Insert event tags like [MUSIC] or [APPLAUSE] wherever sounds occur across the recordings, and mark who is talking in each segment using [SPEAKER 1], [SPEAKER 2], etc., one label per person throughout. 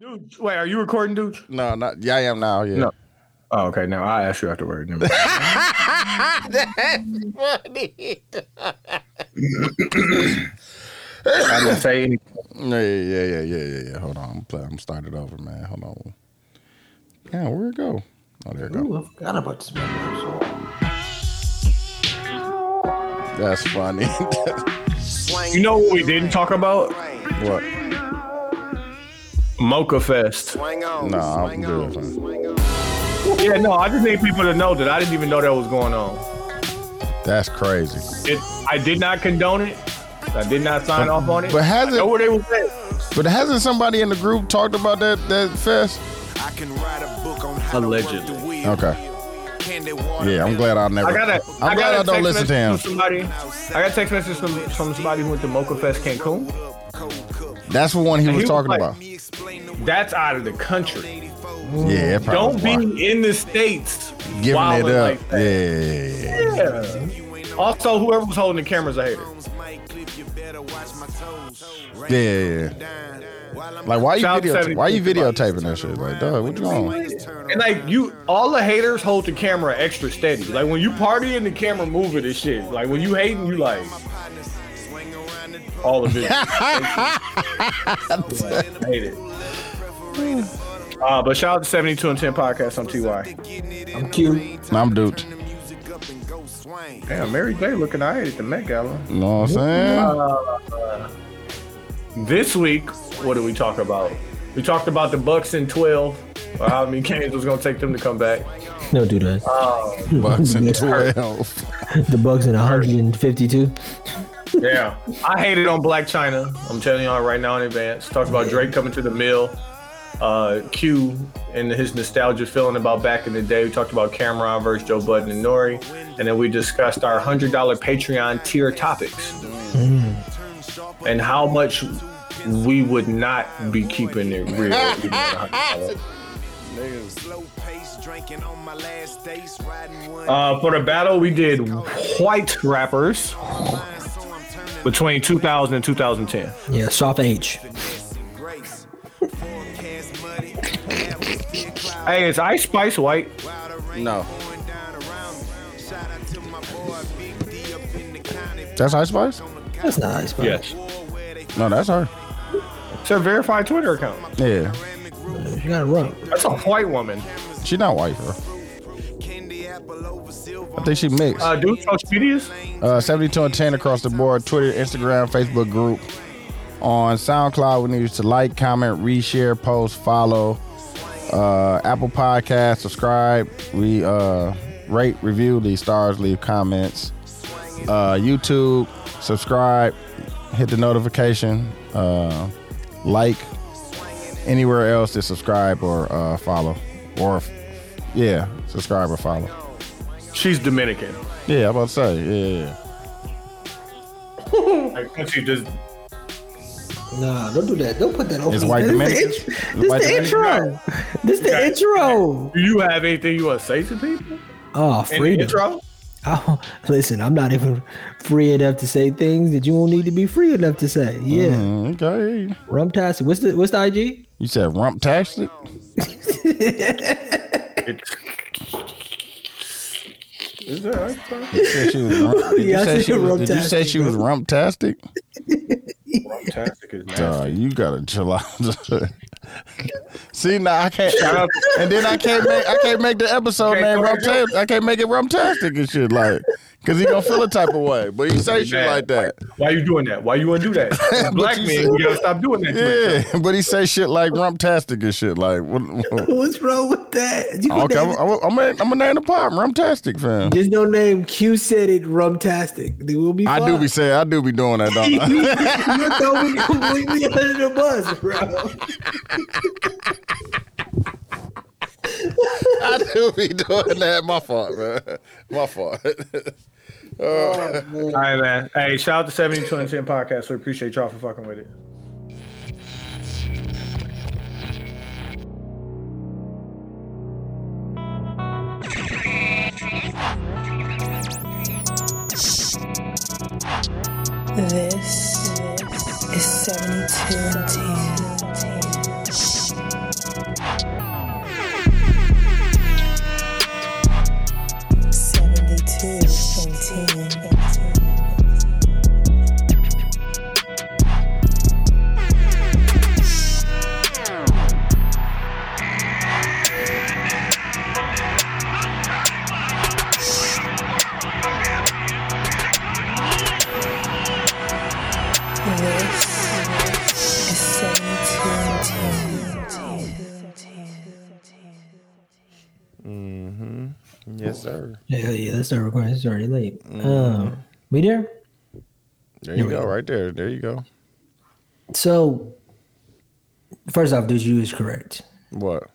[SPEAKER 1] Dude, wait, are you recording, dude?
[SPEAKER 2] No, not yeah, I am now. Yeah.
[SPEAKER 1] No. Oh, okay. Now I ask you afterward. Never mind.
[SPEAKER 2] That's funny.
[SPEAKER 1] I didn't say anything.
[SPEAKER 2] Yeah, yeah, yeah, yeah, yeah, yeah. Hold on, I'm play, I'm started over, man. Hold on. Yeah, where it go? Oh, there it go.
[SPEAKER 3] Ooh, I forgot about this man.
[SPEAKER 2] That's funny. [LAUGHS]
[SPEAKER 1] You know what we didn't talk about?
[SPEAKER 2] what?
[SPEAKER 1] Mocha Fest.
[SPEAKER 2] Nah, I'm good. man.
[SPEAKER 1] Yeah, no, I just need people to know that I didn't even know that was going on.
[SPEAKER 2] That's crazy.
[SPEAKER 1] It, I did not condone it. I did not sign off on it.
[SPEAKER 2] But has
[SPEAKER 1] I know
[SPEAKER 2] it-
[SPEAKER 1] where they was at.
[SPEAKER 2] But hasn't somebody in the group talked about that that fest?
[SPEAKER 4] I can write a book on how
[SPEAKER 1] Allegedly.
[SPEAKER 4] to work the wheel.
[SPEAKER 2] Okay.
[SPEAKER 4] Candy water
[SPEAKER 2] Yeah, I'm glad I never.
[SPEAKER 1] I got a,
[SPEAKER 2] I'm
[SPEAKER 1] I
[SPEAKER 2] glad
[SPEAKER 1] got a
[SPEAKER 2] I
[SPEAKER 1] text
[SPEAKER 2] don't listen to
[SPEAKER 1] message
[SPEAKER 2] him.
[SPEAKER 1] From somebody, I got a text message from, from somebody who went to Mocha Fest Cancun.
[SPEAKER 4] cold cup.
[SPEAKER 2] That's the one he was
[SPEAKER 1] was
[SPEAKER 2] talking
[SPEAKER 1] like-
[SPEAKER 2] about.
[SPEAKER 4] Me explain the way
[SPEAKER 1] That's out of the country.
[SPEAKER 2] Yeah, it probably
[SPEAKER 1] Don't
[SPEAKER 2] was
[SPEAKER 1] be
[SPEAKER 2] why.
[SPEAKER 1] in the states
[SPEAKER 2] giving it up.
[SPEAKER 1] wilding like
[SPEAKER 2] yeah,
[SPEAKER 1] that.
[SPEAKER 2] yeah, yeah, yeah.
[SPEAKER 1] Yeah. Also, whoever was holding the cameras, I hate it.
[SPEAKER 4] phones might clip, you better watch my toes. Rain
[SPEAKER 2] Yeah, yeah, yeah.
[SPEAKER 4] down while I'm
[SPEAKER 2] Like why you
[SPEAKER 1] Child
[SPEAKER 2] video?
[SPEAKER 1] seventy
[SPEAKER 2] Why you
[SPEAKER 1] feet to
[SPEAKER 2] videotaping that shit? Like, dog, what you on?
[SPEAKER 4] turn
[SPEAKER 1] And like you, all the haters hold the camera extra steady. Like when you partying, the camera moving and shit. Like when you hating, you like
[SPEAKER 4] partners, swing around the
[SPEAKER 1] all of
[SPEAKER 2] [LAUGHS]
[SPEAKER 1] it. I hate it. Uh, but shout out to 72 and 10 podcast on TY.
[SPEAKER 4] getting it in
[SPEAKER 3] I'm cute.
[SPEAKER 2] Nah, I'm
[SPEAKER 1] [LAUGHS]
[SPEAKER 2] dude.
[SPEAKER 4] the music up and go swing.
[SPEAKER 1] Damn, Mary J looking I at the Met Gala.
[SPEAKER 2] You know what I'm saying?
[SPEAKER 1] This week, what did we talk about? We talked about the Bucks in 12. Or how many games was gonna take them to come back?
[SPEAKER 3] No, do that.
[SPEAKER 2] Uh,
[SPEAKER 1] [LAUGHS]
[SPEAKER 2] Bucks and
[SPEAKER 3] It's hurt.
[SPEAKER 2] twelve.
[SPEAKER 3] [LAUGHS] the bugs in 152.
[SPEAKER 1] Yeah, I hate it on Black China. I'm telling y'all right now in advance. Talked about Drake coming to the mill, uh, Q and his nostalgia feeling about back in the day. We talked about Cameron versus Joe Budden and Nori, and then we discussed our hundred dollar Patreon tier topics and how much we would not be keeping it real. even at [LAUGHS] $100.
[SPEAKER 4] Slow pace, drinking on my last days, riding one.
[SPEAKER 1] Uh, for the battle, we did white rappers
[SPEAKER 4] line, so I'm turning
[SPEAKER 1] between 2000 and 2010.
[SPEAKER 3] Yeah, soft H.
[SPEAKER 4] finesse and grace. Forecast muddy, atmosphere cloud,
[SPEAKER 1] Hey, is Ice Spice white?
[SPEAKER 4] wild rain
[SPEAKER 2] No.
[SPEAKER 4] pouring down around me. Shout out to my boy Big D up in the county.
[SPEAKER 2] That's Ice Spice?
[SPEAKER 3] That's not ice, bro.
[SPEAKER 1] Yes.
[SPEAKER 2] No, that's her.
[SPEAKER 1] It's her verified Twitter account.
[SPEAKER 2] Yeah,
[SPEAKER 3] You got it wrong.
[SPEAKER 1] That's a white woman.
[SPEAKER 2] she not white, bro.
[SPEAKER 4] Candy apple over silver.
[SPEAKER 2] I think she mixed.
[SPEAKER 1] Uh, dude, social medias.
[SPEAKER 2] Uh, 72 and 10 across the board Twitter, Instagram, Facebook group. On SoundCloud, we need you to like, comment, reshare, post, follow. Uh, Apple Podcast, subscribe. We uh, rate, review, leave stars, leave comments. Uh, YouTube, subscribe, hit the notification, uh, like. Anywhere else to subscribe or uh, follow. Or, yeah, subscribe or follow.
[SPEAKER 1] She's Dominican.
[SPEAKER 2] Yeah, I'm about to say, yeah, yeah, yeah.
[SPEAKER 1] Like, once you just-
[SPEAKER 3] Nah, don't do that. Don't put that on.
[SPEAKER 2] It's
[SPEAKER 3] me.
[SPEAKER 2] white
[SPEAKER 3] This
[SPEAKER 2] Dominican.
[SPEAKER 3] is the,
[SPEAKER 2] It's
[SPEAKER 3] int- this
[SPEAKER 2] white
[SPEAKER 3] the
[SPEAKER 2] Dominican.
[SPEAKER 3] intro. This the
[SPEAKER 1] got it.
[SPEAKER 3] intro.
[SPEAKER 1] do you have anything you want to say to people? In
[SPEAKER 3] Oh,
[SPEAKER 1] the
[SPEAKER 3] freedom.
[SPEAKER 1] intro?
[SPEAKER 3] [LAUGHS] Oh, listen, I'm not even free enough to say things that you won't need to be free enough to say. Yeah,
[SPEAKER 2] Mm, okay.
[SPEAKER 3] rumtastic. What's the what's the IG?
[SPEAKER 2] You said rump tastic?
[SPEAKER 1] It's, is that [LAUGHS] right? bro?
[SPEAKER 2] You said she was
[SPEAKER 3] [LAUGHS]
[SPEAKER 2] rump- Did
[SPEAKER 3] Yeah, I
[SPEAKER 2] you say
[SPEAKER 3] said
[SPEAKER 2] she was- did you say
[SPEAKER 3] rump-tastic,
[SPEAKER 2] she was rump tastic?
[SPEAKER 1] Fantastic is nasty.
[SPEAKER 2] Duh, Uh, you gotta chill out. [LAUGHS] See now I can't
[SPEAKER 1] out.
[SPEAKER 2] and then I can't make I can't make the episode
[SPEAKER 1] Can't
[SPEAKER 2] name
[SPEAKER 1] go
[SPEAKER 2] rump
[SPEAKER 1] there.
[SPEAKER 2] tastic. I can't make it rump tastic and shit like cause he gonna feel a type of way. But he say shit
[SPEAKER 1] Man,
[SPEAKER 2] like that.
[SPEAKER 1] Why you doing that? Why you want to do that? Black
[SPEAKER 2] you
[SPEAKER 1] men,
[SPEAKER 2] said-
[SPEAKER 1] you gotta stop doing that. to us.
[SPEAKER 2] Yeah, [LAUGHS] but he say shit like rump tastic and shit like what,
[SPEAKER 3] [LAUGHS]
[SPEAKER 2] what-
[SPEAKER 3] What's wrong with that? You
[SPEAKER 2] Okay, I'm, I'm, I'm, gonna- I'm gonna name the pop rump tastic fam.
[SPEAKER 3] There's no name. Q said it. Rumtastic. Dude, We'll be.
[SPEAKER 2] I do
[SPEAKER 3] fine.
[SPEAKER 2] be saying I do be [LAUGHS] doing that
[SPEAKER 3] [LAUGHS]
[SPEAKER 2] don't I?
[SPEAKER 3] you throw me completely under the bus, bro.
[SPEAKER 2] I do be doing that. My fault, man. My fault. [LAUGHS]
[SPEAKER 1] All right, man. Hey, shout out to 72 and 10 podcast. We appreciate y'all for fucking with it.
[SPEAKER 5] This is 72 and 10.
[SPEAKER 2] Yes, sir.
[SPEAKER 3] Hell oh, yeah, let's start recording. It's already late. Um, we there?
[SPEAKER 2] There you
[SPEAKER 3] we
[SPEAKER 2] go,
[SPEAKER 3] go.
[SPEAKER 2] right there. There you go.
[SPEAKER 3] So, first off, dude, you is correct.
[SPEAKER 2] What?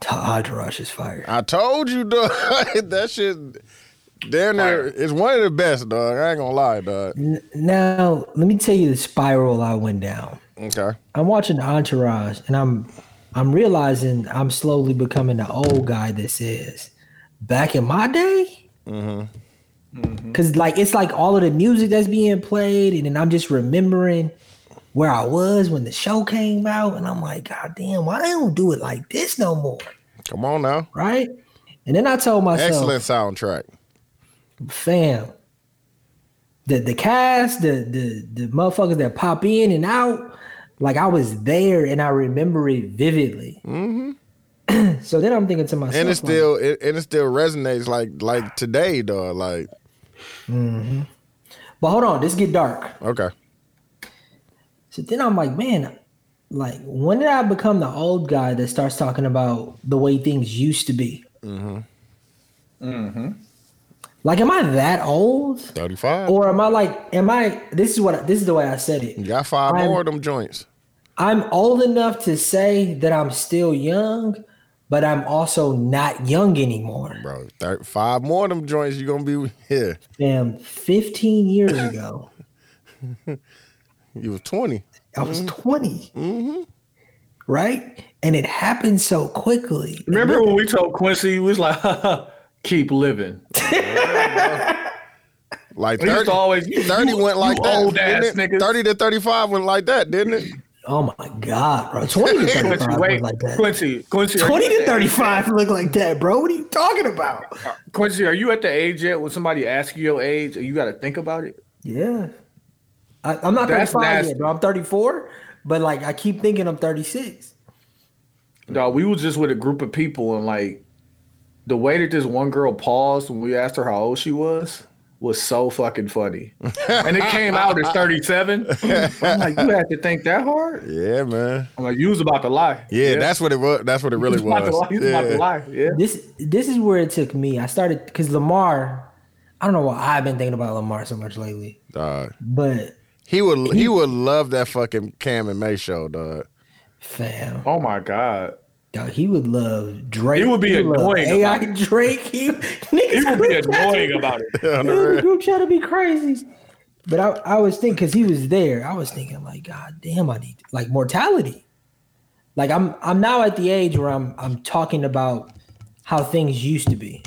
[SPEAKER 3] Todd Rush is fired.
[SPEAKER 2] I told you, dog. [LAUGHS] that shit. Damn near, it's one of the best, dog. I ain't gonna lie, dog.
[SPEAKER 3] N- now, let me tell you the spiral I went down.
[SPEAKER 2] Okay.
[SPEAKER 3] I'm watching Entourage, and I'm I'm realizing I'm slowly becoming the old guy that says, back in my day. Mm-hmm. Cause like it's like all of the music that's being played, and then I'm just remembering where I was when the show came out, and I'm like, God damn, why they don't do it like this no more,
[SPEAKER 2] Come on now.
[SPEAKER 3] right? And then I told myself,
[SPEAKER 2] Excellent soundtrack.
[SPEAKER 3] fam. The the cast, the the the motherfuckers that pop in and out, like I was there and I remember it vividly. Mm-hmm. [CLEARS THROAT] so then I'm thinking to myself,
[SPEAKER 2] And it
[SPEAKER 3] like,
[SPEAKER 2] still it, and it still resonates like like today, dog. Like,
[SPEAKER 3] but hold on, this get dark.
[SPEAKER 2] okay.
[SPEAKER 3] So then I'm like, man, like when did I become the old guy that starts talking about the way things used to be? Mm-hmm. Mm-hmm. Like, am I that old,
[SPEAKER 2] 35.
[SPEAKER 3] or am I like, am I? This is what this is the way I said it.
[SPEAKER 2] You got 5
[SPEAKER 3] I'm-
[SPEAKER 2] more of them joints.
[SPEAKER 3] I'm old enough to say that I'm still young, but I'm also not young anymore.
[SPEAKER 2] Bro, thir- five more of them joints, you're gonna be here.
[SPEAKER 3] Damn, 15
[SPEAKER 6] [COUGHS]
[SPEAKER 3] years ago,
[SPEAKER 2] You was 20.
[SPEAKER 3] I
[SPEAKER 6] Mm-hmm.
[SPEAKER 3] was 20. Right? And it happened so quickly.
[SPEAKER 6] Remember when we told Quincy, we was like, [LAUGHS] keep living.
[SPEAKER 2] Like
[SPEAKER 6] We used
[SPEAKER 2] 30,
[SPEAKER 6] to always you-
[SPEAKER 2] 30
[SPEAKER 6] you-
[SPEAKER 2] went like
[SPEAKER 6] you
[SPEAKER 2] that.
[SPEAKER 6] Old ass
[SPEAKER 2] didn't it?
[SPEAKER 6] niggas.
[SPEAKER 2] 30 to 35 went like that, didn't it?
[SPEAKER 3] Oh my God, bro. 20 to 35
[SPEAKER 6] [LAUGHS] Quincy,
[SPEAKER 3] look
[SPEAKER 6] wait,
[SPEAKER 3] like that.
[SPEAKER 6] Quincy, Quincy, are
[SPEAKER 3] 20
[SPEAKER 6] you at
[SPEAKER 3] to
[SPEAKER 6] the age-
[SPEAKER 3] 35 look like that, bro. What are you talking about?
[SPEAKER 6] Quincy, are you at the age yet when somebody asks you your age and you got to think about it?
[SPEAKER 3] Yeah. I, I'm not
[SPEAKER 6] That's
[SPEAKER 3] 35
[SPEAKER 6] nasty.
[SPEAKER 3] yet, bro. I'm 34, but like I keep thinking I'm 36.
[SPEAKER 6] Dog, we was just with a group of people and like the way that this one girl paused when we asked her how old she was was so fucking [LAUGHS] funny. and it came out as 37. I'm like, you had to think that hard?
[SPEAKER 2] Yeah, man.
[SPEAKER 6] I'm like, you was about to lie.
[SPEAKER 2] Yeah, that's what it was. That's what it really
[SPEAKER 6] you was. About to
[SPEAKER 2] was.
[SPEAKER 6] lie. You was
[SPEAKER 2] yeah.
[SPEAKER 6] about to lie. Yeah.
[SPEAKER 3] this this is where it took me. I started because Lamar. I don't know why I've been thinking about Lamar so much lately,
[SPEAKER 2] Dog.
[SPEAKER 3] but
[SPEAKER 2] He would he would love that fucking Cam and May show, dog.
[SPEAKER 3] fam,
[SPEAKER 6] Oh my God.
[SPEAKER 3] dog, he would love Drake.
[SPEAKER 6] He would be
[SPEAKER 3] love
[SPEAKER 6] annoying
[SPEAKER 3] AI Drake.
[SPEAKER 6] [LAUGHS]
[SPEAKER 3] He, niggas
[SPEAKER 6] He would be
[SPEAKER 3] group chat-
[SPEAKER 6] annoying about it.
[SPEAKER 2] On the
[SPEAKER 3] niggas
[SPEAKER 2] real.
[SPEAKER 3] Group trying to be crazy, but I, I was thinking because he was there. I was thinking like, God damn, I need like mortality. Like I'm I'm now at the age where I'm I'm talking about how things used to be.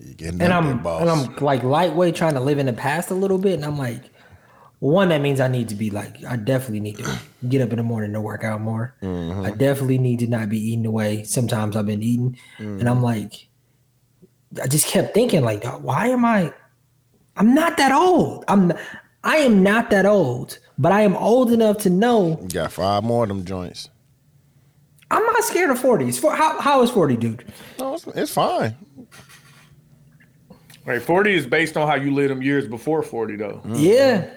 [SPEAKER 2] You getting
[SPEAKER 3] and
[SPEAKER 2] up
[SPEAKER 3] I'm
[SPEAKER 2] there, boss.
[SPEAKER 3] and I'm like lightweight trying to live in the past a little bit, and I'm like, one that means I need to be like I definitely need to [CLEARS THROAT] get up in the morning to work out more. I definitely need to not be eating the way sometimes I've been eating, and I'm like, I just kept thinking like, "Dog, why am I? I'm not that old. I'm n- I am not that old, but I am old enough to know
[SPEAKER 2] You got five more of them joints.
[SPEAKER 3] I'm not scared of forties. For how how is forty, dude?
[SPEAKER 2] No, it's, it's fine.
[SPEAKER 6] Right, 40 is based on how you lived them years before 40, though.
[SPEAKER 3] Yeah.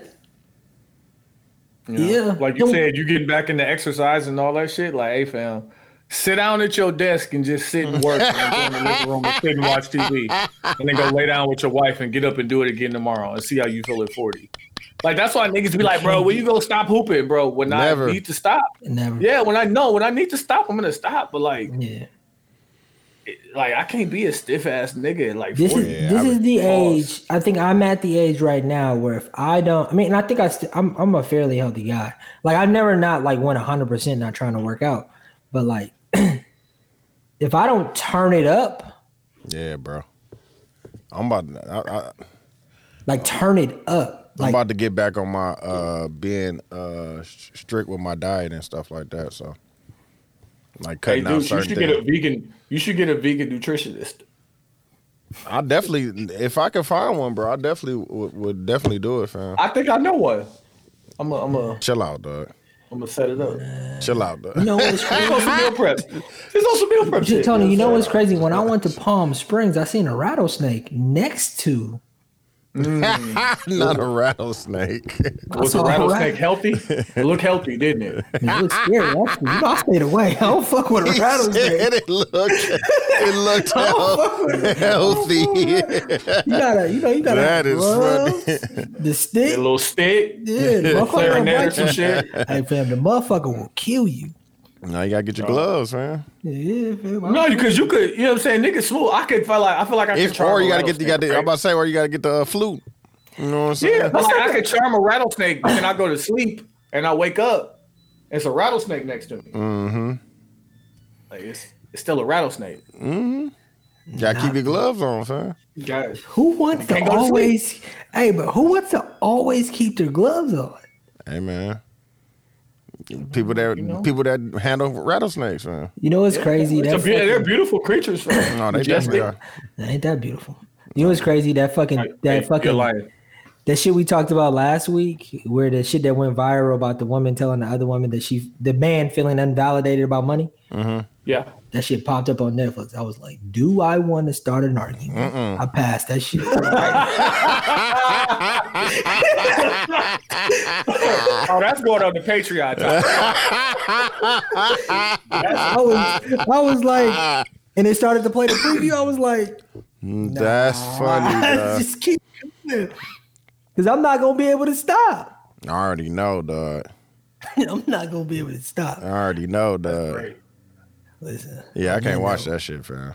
[SPEAKER 6] You know?
[SPEAKER 3] Yeah.
[SPEAKER 6] Like you
[SPEAKER 3] Don't-
[SPEAKER 6] said, you getting back into exercise and all that shit. Like, hey, fam, sit down at your desk and just sit and work and go in the living room and sit and watch TV. And then go lay down with your wife and get up and do it again tomorrow and see how you feel at 40. Like, that's why niggas be like, bro, when you go stop hooping, bro? When
[SPEAKER 2] Never.
[SPEAKER 6] I need to stop.
[SPEAKER 3] Never.
[SPEAKER 6] Yeah, when I know, when I need to stop, I'm going to stop. But like,
[SPEAKER 3] Yeah.
[SPEAKER 6] like I can't be a stiff ass nigga at like
[SPEAKER 3] This
[SPEAKER 6] 40.
[SPEAKER 3] is this
[SPEAKER 2] I
[SPEAKER 3] is the
[SPEAKER 6] pause.
[SPEAKER 3] age. I think I'm at the age right now where if I don't, I mean, I think I st- I'm I'm a fairly healthy guy. Like I never not like went 100 percent not trying to work out, but like [CLEARS THROAT] if I don't turn it up,
[SPEAKER 2] Yeah, bro. I'm about to, I, I,
[SPEAKER 3] like turn it up,
[SPEAKER 2] I'm
[SPEAKER 3] like
[SPEAKER 2] about to get back on my uh being uh s- strict with my diet and stuff like that. So, like
[SPEAKER 6] Hey,
[SPEAKER 2] cutting out
[SPEAKER 6] dude, you
[SPEAKER 2] certain
[SPEAKER 6] should get a
[SPEAKER 2] things.
[SPEAKER 6] vegan. You should get a vegan nutritionist.
[SPEAKER 2] I definitely, if I could find one, bro, I definitely would, would definitely do it, fam.
[SPEAKER 6] I think I know one. I'm a, I'm a,
[SPEAKER 2] Chill out, dog.
[SPEAKER 6] I'm gonna set it up.
[SPEAKER 2] Chill out, dog.
[SPEAKER 3] you know what's
[SPEAKER 6] It's on
[SPEAKER 3] crazy?
[SPEAKER 2] Uh-huh.
[SPEAKER 6] some meal prep. It's on some meal prep. shit.
[SPEAKER 3] Tony, you know
[SPEAKER 6] what I'm
[SPEAKER 3] what's crazy? When I went to Palm Springs, I seen a rattlesnake next to
[SPEAKER 2] [LAUGHS] Not a rattlesnake.
[SPEAKER 6] Was the
[SPEAKER 3] all right.
[SPEAKER 6] rattlesnake healthy? It looked healthy, didn't it?
[SPEAKER 3] It looks scary. Actually, you know, I stayed away. I don't fuck with
[SPEAKER 2] [LAUGHS]
[SPEAKER 3] a
[SPEAKER 2] He
[SPEAKER 3] rattlesnake.
[SPEAKER 2] said it looked, it looked health, healthy.
[SPEAKER 3] You gotta, you know, you gotta.
[SPEAKER 2] That is
[SPEAKER 3] gloves,
[SPEAKER 2] funny.
[SPEAKER 3] [LAUGHS]
[SPEAKER 2] [LAUGHS]
[SPEAKER 3] The
[SPEAKER 6] A
[SPEAKER 3] stick.
[SPEAKER 6] little stick,
[SPEAKER 3] Yeah, the motherfucker will
[SPEAKER 6] clarinet or
[SPEAKER 3] bite
[SPEAKER 6] some
[SPEAKER 3] you.
[SPEAKER 6] shit.
[SPEAKER 3] Hey fam, the motherfucker will kill you.
[SPEAKER 2] [LAUGHS] now you gotta get your gloves, man.
[SPEAKER 3] Yeah, fam. I-
[SPEAKER 6] No, because you could, you know what I'm saying? Nigga smooth. I could feel like I feel like I could
[SPEAKER 2] If,
[SPEAKER 6] charm
[SPEAKER 2] or
[SPEAKER 6] a
[SPEAKER 2] you gotta get, you gotta.
[SPEAKER 6] rattlesnake,
[SPEAKER 2] I'm about
[SPEAKER 6] right?
[SPEAKER 2] to say, or you gotta get the uh, flute. You know what I'm saying?
[SPEAKER 6] Yeah, but like I could charm a rattlesnake and I go to sleep and I wake up. It's a rattlesnake next to me. Mm-hmm. Like it's it's still a rattlesnake.
[SPEAKER 2] You gotta keep your gloves on, son.
[SPEAKER 6] Guys.
[SPEAKER 3] Who wants to
[SPEAKER 6] Can't go to sleep.
[SPEAKER 3] always? Hey, but who wants to always keep their gloves
[SPEAKER 6] [LAUGHS]
[SPEAKER 3] on?
[SPEAKER 2] Hey, man. People that people that handle rattlesnakes, man.
[SPEAKER 3] You know what's crazy?
[SPEAKER 6] It's a
[SPEAKER 3] That
[SPEAKER 6] beau- they're
[SPEAKER 3] fucking,
[SPEAKER 6] beautiful creatures.
[SPEAKER 2] [CLEARS THROAT]
[SPEAKER 6] From
[SPEAKER 2] No, they definitely are.
[SPEAKER 3] ain't that beautiful. You know what's crazy? That fucking that
[SPEAKER 6] You're
[SPEAKER 3] fucking
[SPEAKER 6] lying.
[SPEAKER 3] that shit we talked about last week, where the shit that went viral about the woman telling the other woman that she, the man feeling unvalidated about money,
[SPEAKER 6] Yeah.
[SPEAKER 3] that shit popped up on Netflix. I was like, do I want to start an argument? I passed that
[SPEAKER 6] [LAUGHS]
[SPEAKER 3] shit.
[SPEAKER 6] Oh, that's going on the
[SPEAKER 2] [LAUGHS]
[SPEAKER 6] Patreon. Time.
[SPEAKER 3] I was, I was like, and it started to play the preview. I was like, [LAUGHS]
[SPEAKER 2] That's funny. dawg.
[SPEAKER 3] just keep because I'm not gonna be able to stop. [LAUGHS]
[SPEAKER 2] I already know, dog.
[SPEAKER 3] I'm not gonna be able to
[SPEAKER 2] I
[SPEAKER 3] stop.
[SPEAKER 2] already know, dog.
[SPEAKER 6] Right.
[SPEAKER 3] Listen,
[SPEAKER 2] Yeah, I can't
[SPEAKER 3] know.
[SPEAKER 2] watch that shit, fam.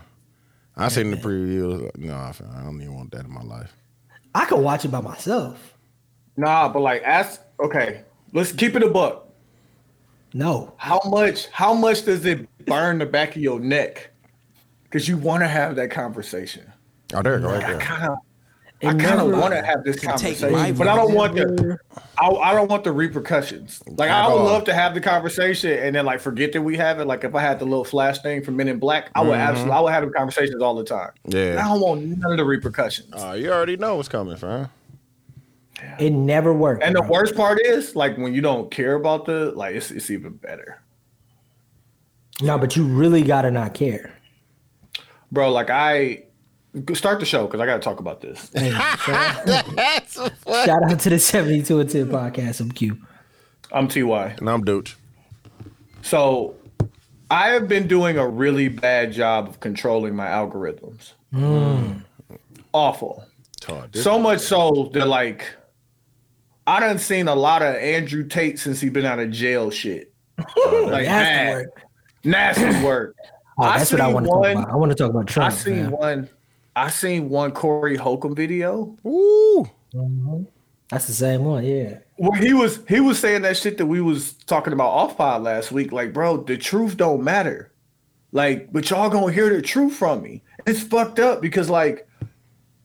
[SPEAKER 2] I seen the previews. No, fam, I don't even want that in my life.
[SPEAKER 3] I could watch it by myself.
[SPEAKER 6] Nah, but like ask okay. Let's keep it a buck.
[SPEAKER 3] No,
[SPEAKER 6] How much how much does it burn the back of your neck? Cause you wanna have that conversation.
[SPEAKER 2] Oh, there you go, right there.
[SPEAKER 6] Kinda
[SPEAKER 3] It
[SPEAKER 6] I kind
[SPEAKER 3] never-
[SPEAKER 6] of want to have this
[SPEAKER 1] Can take
[SPEAKER 6] conversation,
[SPEAKER 1] life
[SPEAKER 6] but I don't
[SPEAKER 1] with
[SPEAKER 6] want the I, Oh, I don't want the repercussions. Like I
[SPEAKER 2] At
[SPEAKER 6] would
[SPEAKER 2] all.
[SPEAKER 6] love to have the conversation and then like forget that we have it. Like if I had the little flash thing from Men in Black, I would absolutely I would have the conversations all the time.
[SPEAKER 2] Yeah.
[SPEAKER 6] I don't want none of the repercussions.
[SPEAKER 2] Uh, you already know what's coming, fam.
[SPEAKER 3] It never worked.
[SPEAKER 6] and the
[SPEAKER 3] bro.
[SPEAKER 6] worst part is like when you don't care about the like it's it's even better,
[SPEAKER 3] No, but you really gotta not care.
[SPEAKER 6] bro. Like I start the show because I got to talk about this.
[SPEAKER 3] Hey, shout, out, shout out to the 72 and 10 podcast. I'm Q.
[SPEAKER 6] I'm Ty.
[SPEAKER 2] And I'm Dooch.
[SPEAKER 6] So I have been doing a really bad job of controlling my algorithms. Awful.
[SPEAKER 2] Todd.
[SPEAKER 6] So much so that like I done seen a lot of Andrew Tate since he been out of jail shit. like
[SPEAKER 3] That's the word.
[SPEAKER 6] nasty,
[SPEAKER 2] [CLEARS THROAT]
[SPEAKER 6] nasty work.
[SPEAKER 3] Oh, that's what I
[SPEAKER 6] seen
[SPEAKER 3] want to talk
[SPEAKER 6] one-
[SPEAKER 3] about. I want to talk about
[SPEAKER 6] I
[SPEAKER 2] Oh,
[SPEAKER 3] Trump.
[SPEAKER 6] seen
[SPEAKER 3] man.
[SPEAKER 6] one. I seen one Corey Holcomb video
[SPEAKER 2] Woo!
[SPEAKER 3] That's the same one. Yeah.
[SPEAKER 6] where he was he was saying that shit that we was talking about off pod last week. Like, bro, the truth don't matter. Like, but y'all gonna hear the truth from me. It's fucked up because like,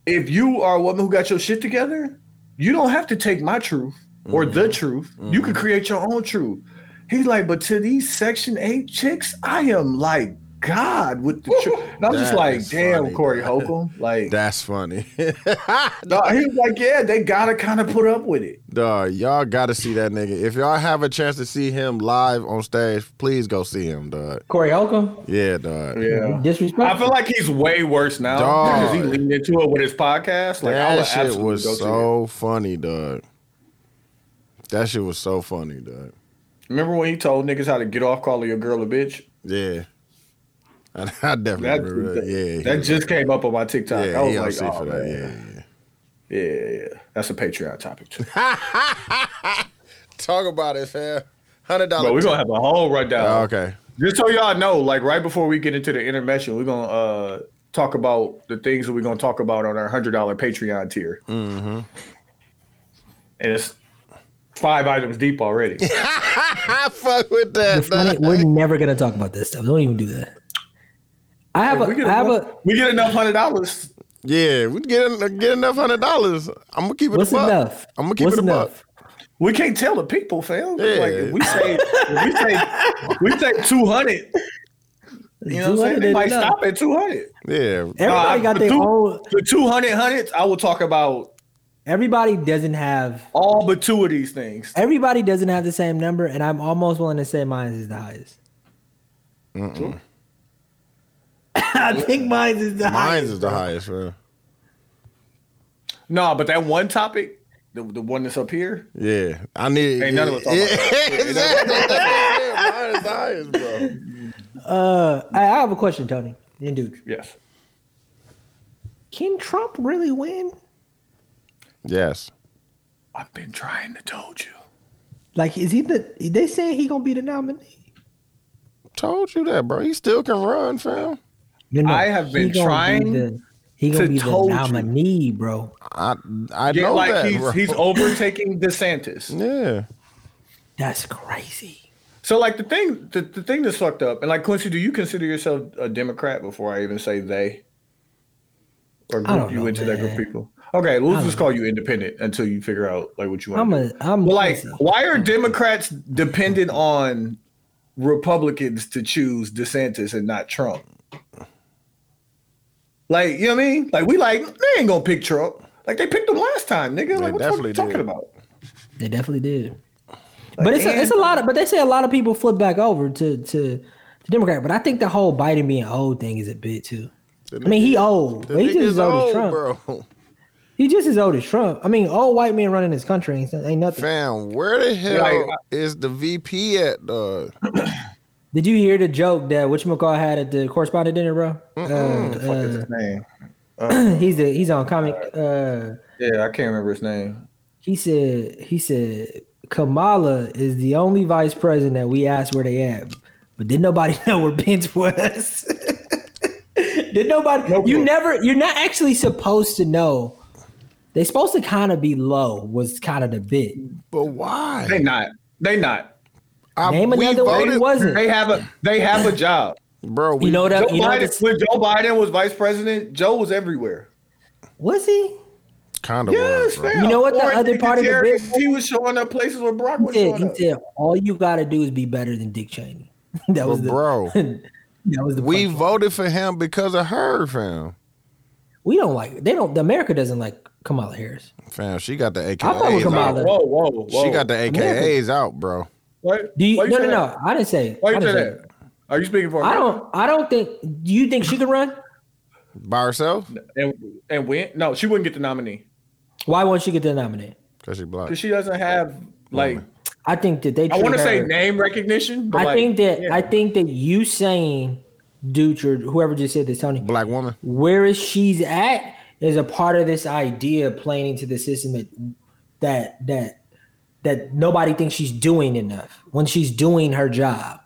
[SPEAKER 6] if you are a woman who got your shit together, you don't have to take my truth or the truth. You can create your own truth. He's like, but to these section eight chicks, I am like God with the truth. And I'm just
[SPEAKER 2] That
[SPEAKER 6] like,
[SPEAKER 2] is
[SPEAKER 6] damn,
[SPEAKER 2] funny.
[SPEAKER 6] Corey Holcomb. Like,
[SPEAKER 2] That's funny. [LAUGHS]
[SPEAKER 6] no, he was like, yeah, they gotta kind of put up with it.
[SPEAKER 2] Dog, y'all gotta see that nigga. If y'all have a chance to see him live on stage, please go see him, dog.
[SPEAKER 3] Corey Holcomb.
[SPEAKER 2] Yeah, dog.
[SPEAKER 6] Yeah. I
[SPEAKER 3] Disrespect.
[SPEAKER 6] feel like he's way worse now
[SPEAKER 2] Dog.
[SPEAKER 6] because he leaned into it with his podcast. Like I
[SPEAKER 2] that
[SPEAKER 6] would
[SPEAKER 2] shit
[SPEAKER 6] absolutely
[SPEAKER 2] was
[SPEAKER 6] go to it.
[SPEAKER 2] so funny, dog. That shit was so funny, dog.
[SPEAKER 6] Remember when he told niggas how to get off calling your girl a bitch?
[SPEAKER 2] Yeah. [LAUGHS] I, I definitely
[SPEAKER 6] That,
[SPEAKER 2] remember that. Yeah. he
[SPEAKER 6] that
[SPEAKER 2] was-
[SPEAKER 6] just came up on my TikTok.
[SPEAKER 2] yeah,
[SPEAKER 6] I
[SPEAKER 2] he upset
[SPEAKER 6] was like, oh,
[SPEAKER 2] for that.
[SPEAKER 6] man.
[SPEAKER 2] Yeah, yeah.
[SPEAKER 6] Yeah. yeah, That's a Patreon
[SPEAKER 2] [LAUGHS]
[SPEAKER 6] topic too.
[SPEAKER 2] Talk about it, fam. Hundred
[SPEAKER 6] But we're
[SPEAKER 2] dollars.
[SPEAKER 6] gonna have a whole rundown.
[SPEAKER 2] Oh, okay.
[SPEAKER 6] Just so y'all know, like right before we get into the intermission, we're gonna uh talk about the things that we're gonna talk about on our hundred dollar Patreon tier. Mm-hmm. And it's five items deep already.
[SPEAKER 2] [LAUGHS] I fuck with that.
[SPEAKER 3] Funny,
[SPEAKER 2] dog.
[SPEAKER 3] we're never gonna talk about this stuff. Don't even do that. I have
[SPEAKER 6] we,
[SPEAKER 3] a,
[SPEAKER 6] get
[SPEAKER 3] I have
[SPEAKER 6] enough,
[SPEAKER 3] a.
[SPEAKER 6] we get enough hundred dollars
[SPEAKER 2] Yeah, we get en- get enough hundred dollars. I'm gonna keep it.
[SPEAKER 3] What's
[SPEAKER 2] a buck.
[SPEAKER 3] enough?
[SPEAKER 2] I'm gonna keep
[SPEAKER 3] What's
[SPEAKER 2] it a buck.
[SPEAKER 3] enough?
[SPEAKER 6] We can't tell the people, fam. Like
[SPEAKER 2] Yeah.
[SPEAKER 6] if we say if we say we say two hundred. You know what I'm
[SPEAKER 3] 200
[SPEAKER 6] saying? They
[SPEAKER 3] is
[SPEAKER 6] might
[SPEAKER 3] enough.
[SPEAKER 6] stop at two hundred.
[SPEAKER 2] Yeah,
[SPEAKER 3] Everybody got their own.
[SPEAKER 6] The two hundred hundreds. I will talk about
[SPEAKER 3] Everybody doesn't have.
[SPEAKER 6] all but two of these things.
[SPEAKER 3] Everybody doesn't have the same number, and I'm almost willing to say mine is the highest.
[SPEAKER 7] [LAUGHS]
[SPEAKER 3] I think mine is the
[SPEAKER 2] mine
[SPEAKER 3] highest.
[SPEAKER 2] is the highest, man.
[SPEAKER 6] No, but that one topic, the, the one that's up here,
[SPEAKER 2] Yeah, I need.
[SPEAKER 6] Ain't none of us talking about
[SPEAKER 2] [LAUGHS] that.
[SPEAKER 7] Uh, I, I have a question, Tony. And dude,
[SPEAKER 6] yes.
[SPEAKER 7] can Trump really win?
[SPEAKER 2] Yes.
[SPEAKER 6] I've been trying to told you.
[SPEAKER 7] Like, is he the? They saying he gonna be the nominee?
[SPEAKER 2] Told you that, bro. He still can run, fam.
[SPEAKER 7] No,
[SPEAKER 6] I have been
[SPEAKER 7] he gonna be
[SPEAKER 6] trying
[SPEAKER 7] the- He gonna
[SPEAKER 6] to
[SPEAKER 7] be the
[SPEAKER 6] told you.
[SPEAKER 7] nominee, bro.
[SPEAKER 2] I I
[SPEAKER 6] Yeah,
[SPEAKER 2] know
[SPEAKER 6] like
[SPEAKER 2] that.
[SPEAKER 6] he's
[SPEAKER 2] bro.
[SPEAKER 6] he's overtaking DeSantis.
[SPEAKER 2] [LAUGHS] yeah.
[SPEAKER 7] That's crazy.
[SPEAKER 6] So like the thing the, the thing that's fucked up, and like Quincy, do you consider yourself a Democrat before I even say they? Or
[SPEAKER 7] I
[SPEAKER 6] group
[SPEAKER 7] don't
[SPEAKER 6] you
[SPEAKER 7] know,
[SPEAKER 6] into that group
[SPEAKER 7] man.
[SPEAKER 6] of people? Okay, let's
[SPEAKER 7] I
[SPEAKER 6] just
[SPEAKER 7] don't
[SPEAKER 6] call you independent until you figure out like what you want.
[SPEAKER 7] I'm
[SPEAKER 6] to do.
[SPEAKER 7] a. I'm
[SPEAKER 6] But like,
[SPEAKER 7] Quincy.
[SPEAKER 6] why are Democrats dependent on Republicans to choose DeSantis and not Trump? Like, you know what I mean? Like, we like they ain't gonna pick Trump. Like they picked him last time, nigga. Like, what the fuck
[SPEAKER 2] definitely
[SPEAKER 6] you talking
[SPEAKER 2] did.
[SPEAKER 6] about?
[SPEAKER 7] They definitely did. but it's a, it's a
[SPEAKER 6] and-
[SPEAKER 7] lot of but they say a lot of people flip back over to to the Democrat. But I think the whole Biden being old thing is a bit too. I mean, he old.
[SPEAKER 2] The
[SPEAKER 7] He just
[SPEAKER 2] nigga's
[SPEAKER 7] as old, as Trump.
[SPEAKER 2] bro.
[SPEAKER 7] He just as old as Trump. I mean, old white men running this country ain't, ain't nothing.
[SPEAKER 2] Fam, where the hell
[SPEAKER 6] Like, I-
[SPEAKER 2] is the VP at? dog?
[SPEAKER 7] Did you hear the joke that which McCall had at the correspondent dinner, bro? Uh,
[SPEAKER 6] Fuck is his name?
[SPEAKER 7] uh, he's a, he's on comic. Uh,
[SPEAKER 6] Yeah, I can't remember his name.
[SPEAKER 7] he said he said Kamala is the only vice president that we asked where they at, but did nobody [LAUGHS] know where Pence was? [LAUGHS] did nobody?
[SPEAKER 6] No
[SPEAKER 7] you
[SPEAKER 6] clue.
[SPEAKER 7] never. You're not actually supposed to know. They supposed to kind of be low. Was kind of the bit.
[SPEAKER 2] But why?
[SPEAKER 6] They not. They not.
[SPEAKER 2] I-
[SPEAKER 7] Name
[SPEAKER 2] we
[SPEAKER 7] another one. It
[SPEAKER 2] voted-
[SPEAKER 7] wasn't.
[SPEAKER 6] They have a they have a job.
[SPEAKER 2] bro. We,
[SPEAKER 7] You know what?
[SPEAKER 6] Joe
[SPEAKER 7] I- [LAUGHS] You know
[SPEAKER 6] Biden,
[SPEAKER 7] this,
[SPEAKER 6] when Joe Biden was vice president, Joe was everywhere.
[SPEAKER 7] was he?
[SPEAKER 2] kind of.
[SPEAKER 6] Yes,
[SPEAKER 2] bro.
[SPEAKER 6] fam.
[SPEAKER 7] You know what the
[SPEAKER 6] Or
[SPEAKER 7] other
[SPEAKER 6] Nick
[SPEAKER 7] part of the
[SPEAKER 6] Terry,
[SPEAKER 7] bit-
[SPEAKER 6] He was showing up places where Brock
[SPEAKER 7] He
[SPEAKER 6] was
[SPEAKER 7] said,
[SPEAKER 6] showing
[SPEAKER 7] he
[SPEAKER 6] up.
[SPEAKER 7] said all you got to do is be better than Dick Cheney. [LAUGHS] that was
[SPEAKER 2] But
[SPEAKER 7] the [LAUGHS]
[SPEAKER 2] bro,
[SPEAKER 7] that was the
[SPEAKER 2] we
[SPEAKER 7] punchline.
[SPEAKER 2] voted for him because of her, fam.
[SPEAKER 7] we don't like they don't the America doesn't like Kamala Harris.
[SPEAKER 2] Fam, she got the AKAs.
[SPEAKER 7] fuck with Kamala.
[SPEAKER 2] out.
[SPEAKER 6] Whoa, whoa, whoa.
[SPEAKER 2] She got the AKAs out, bro.
[SPEAKER 6] What?
[SPEAKER 7] Do you,
[SPEAKER 6] Why
[SPEAKER 7] no
[SPEAKER 6] say
[SPEAKER 7] no
[SPEAKER 6] that?
[SPEAKER 7] no? I didn't say.
[SPEAKER 6] Why
[SPEAKER 7] I
[SPEAKER 6] you say
[SPEAKER 7] didn't say-
[SPEAKER 6] that? Are you speaking for
[SPEAKER 7] I
[SPEAKER 6] her?
[SPEAKER 7] don't. I don't think. Do you think she could run?
[SPEAKER 2] By herself?
[SPEAKER 6] And, and when? No, she wouldn't get the nominee
[SPEAKER 7] Why won't she get the nominee?
[SPEAKER 2] Because she
[SPEAKER 6] because
[SPEAKER 2] blocked.
[SPEAKER 6] she doesn't have like
[SPEAKER 7] I think that they.
[SPEAKER 6] I want to
[SPEAKER 7] treat
[SPEAKER 6] say
[SPEAKER 7] her-
[SPEAKER 6] name recognition. But
[SPEAKER 7] I
[SPEAKER 6] like,
[SPEAKER 7] think that.
[SPEAKER 6] yeah.
[SPEAKER 7] I think that you saying, Dude, or whoever just said this, Tony,
[SPEAKER 2] Black woman.
[SPEAKER 7] where is she's at is a part of this idea playing into the system that that that that nobody thinks she's doing enough when she's doing her job.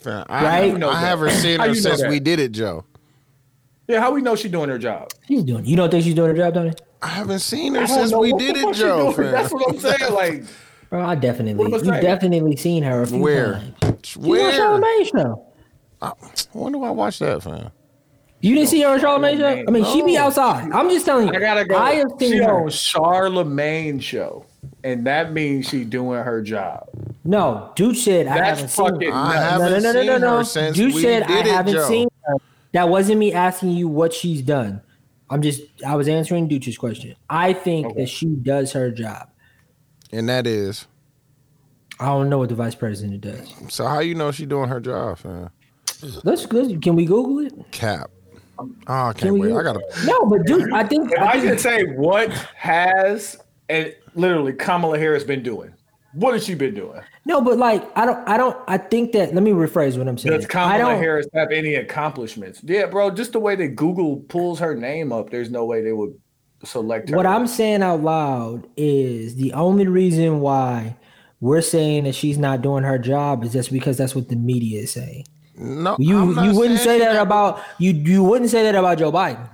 [SPEAKER 2] Fam, I,
[SPEAKER 7] Right?
[SPEAKER 2] I
[SPEAKER 7] You know
[SPEAKER 6] that.
[SPEAKER 2] haven't seen
[SPEAKER 6] How
[SPEAKER 2] her
[SPEAKER 6] you know
[SPEAKER 2] since
[SPEAKER 6] that?
[SPEAKER 2] we did it, Joe.
[SPEAKER 6] yeah, how we know she's doing her [LAUGHS] job?
[SPEAKER 7] She's doing. You don't think she's doing her job, Tony?
[SPEAKER 2] I haven't seen her
[SPEAKER 6] I don't
[SPEAKER 2] since
[SPEAKER 6] know
[SPEAKER 2] we
[SPEAKER 6] what the
[SPEAKER 2] did
[SPEAKER 6] fuck
[SPEAKER 2] it,
[SPEAKER 6] she
[SPEAKER 2] Joe.
[SPEAKER 6] doing.
[SPEAKER 2] fam.
[SPEAKER 6] That's what I'm saying. Like,
[SPEAKER 7] Bro, I definitely.
[SPEAKER 6] What am I
[SPEAKER 7] You
[SPEAKER 6] saying?
[SPEAKER 7] definitely seen her a few
[SPEAKER 2] Where?
[SPEAKER 7] times. You on
[SPEAKER 2] Where?
[SPEAKER 7] Charlamagne's show.
[SPEAKER 2] I wonder why I watched that, fam.
[SPEAKER 7] You didn't see her on Charlamagne show? I mean, she be
[SPEAKER 2] No.
[SPEAKER 7] outside. I'm just telling you.
[SPEAKER 6] I gotta go.
[SPEAKER 7] I have seen
[SPEAKER 6] she
[SPEAKER 7] her.
[SPEAKER 6] on Charlemagne show, and that means she doing her job.
[SPEAKER 7] No, dude said I
[SPEAKER 6] That's
[SPEAKER 7] haven't seen
[SPEAKER 6] fucking
[SPEAKER 7] her.
[SPEAKER 2] I
[SPEAKER 6] No,
[SPEAKER 2] haven't
[SPEAKER 7] no, no, no,
[SPEAKER 2] seen
[SPEAKER 7] no, no,
[SPEAKER 2] her
[SPEAKER 7] no.
[SPEAKER 2] since
[SPEAKER 7] Dude
[SPEAKER 2] we
[SPEAKER 7] said
[SPEAKER 2] did
[SPEAKER 7] I
[SPEAKER 2] it,
[SPEAKER 7] haven't
[SPEAKER 2] Joe.
[SPEAKER 7] seen her. That wasn't me asking you what she's done. I'm just I was answering Duce's question. I think
[SPEAKER 6] Okay.
[SPEAKER 7] that she does her job.
[SPEAKER 2] And that is.
[SPEAKER 7] I don't know what the vice president does.
[SPEAKER 2] So how you know she doing her job, fam?
[SPEAKER 7] Let's good. Can we Google it?
[SPEAKER 2] Cap. Oh, I can't
[SPEAKER 7] Um, Can we
[SPEAKER 2] wait. I
[SPEAKER 7] Google
[SPEAKER 2] gotta.
[SPEAKER 7] it? No, but dude, I think
[SPEAKER 6] If
[SPEAKER 7] I
[SPEAKER 6] I
[SPEAKER 7] think
[SPEAKER 6] could say what has and literally Kamala Harris been doing, what has she been doing?
[SPEAKER 7] no, but like I don't I don't I think that let me rephrase what I'm saying.
[SPEAKER 6] Does
[SPEAKER 7] I
[SPEAKER 6] Kamala
[SPEAKER 7] don't
[SPEAKER 6] Harris have any accomplishments? Yeah, bro. Just the way that Google pulls her name up, there's no way they would select her.
[SPEAKER 7] What I'm saying out loud is the only reason why we're saying that she's not doing her job is just because that's what the media is saying.
[SPEAKER 2] No, I'm
[SPEAKER 7] You
[SPEAKER 2] not
[SPEAKER 7] you wouldn't say
[SPEAKER 2] saying she
[SPEAKER 7] that
[SPEAKER 2] not-
[SPEAKER 7] about you you wouldn't say that about Joe Biden.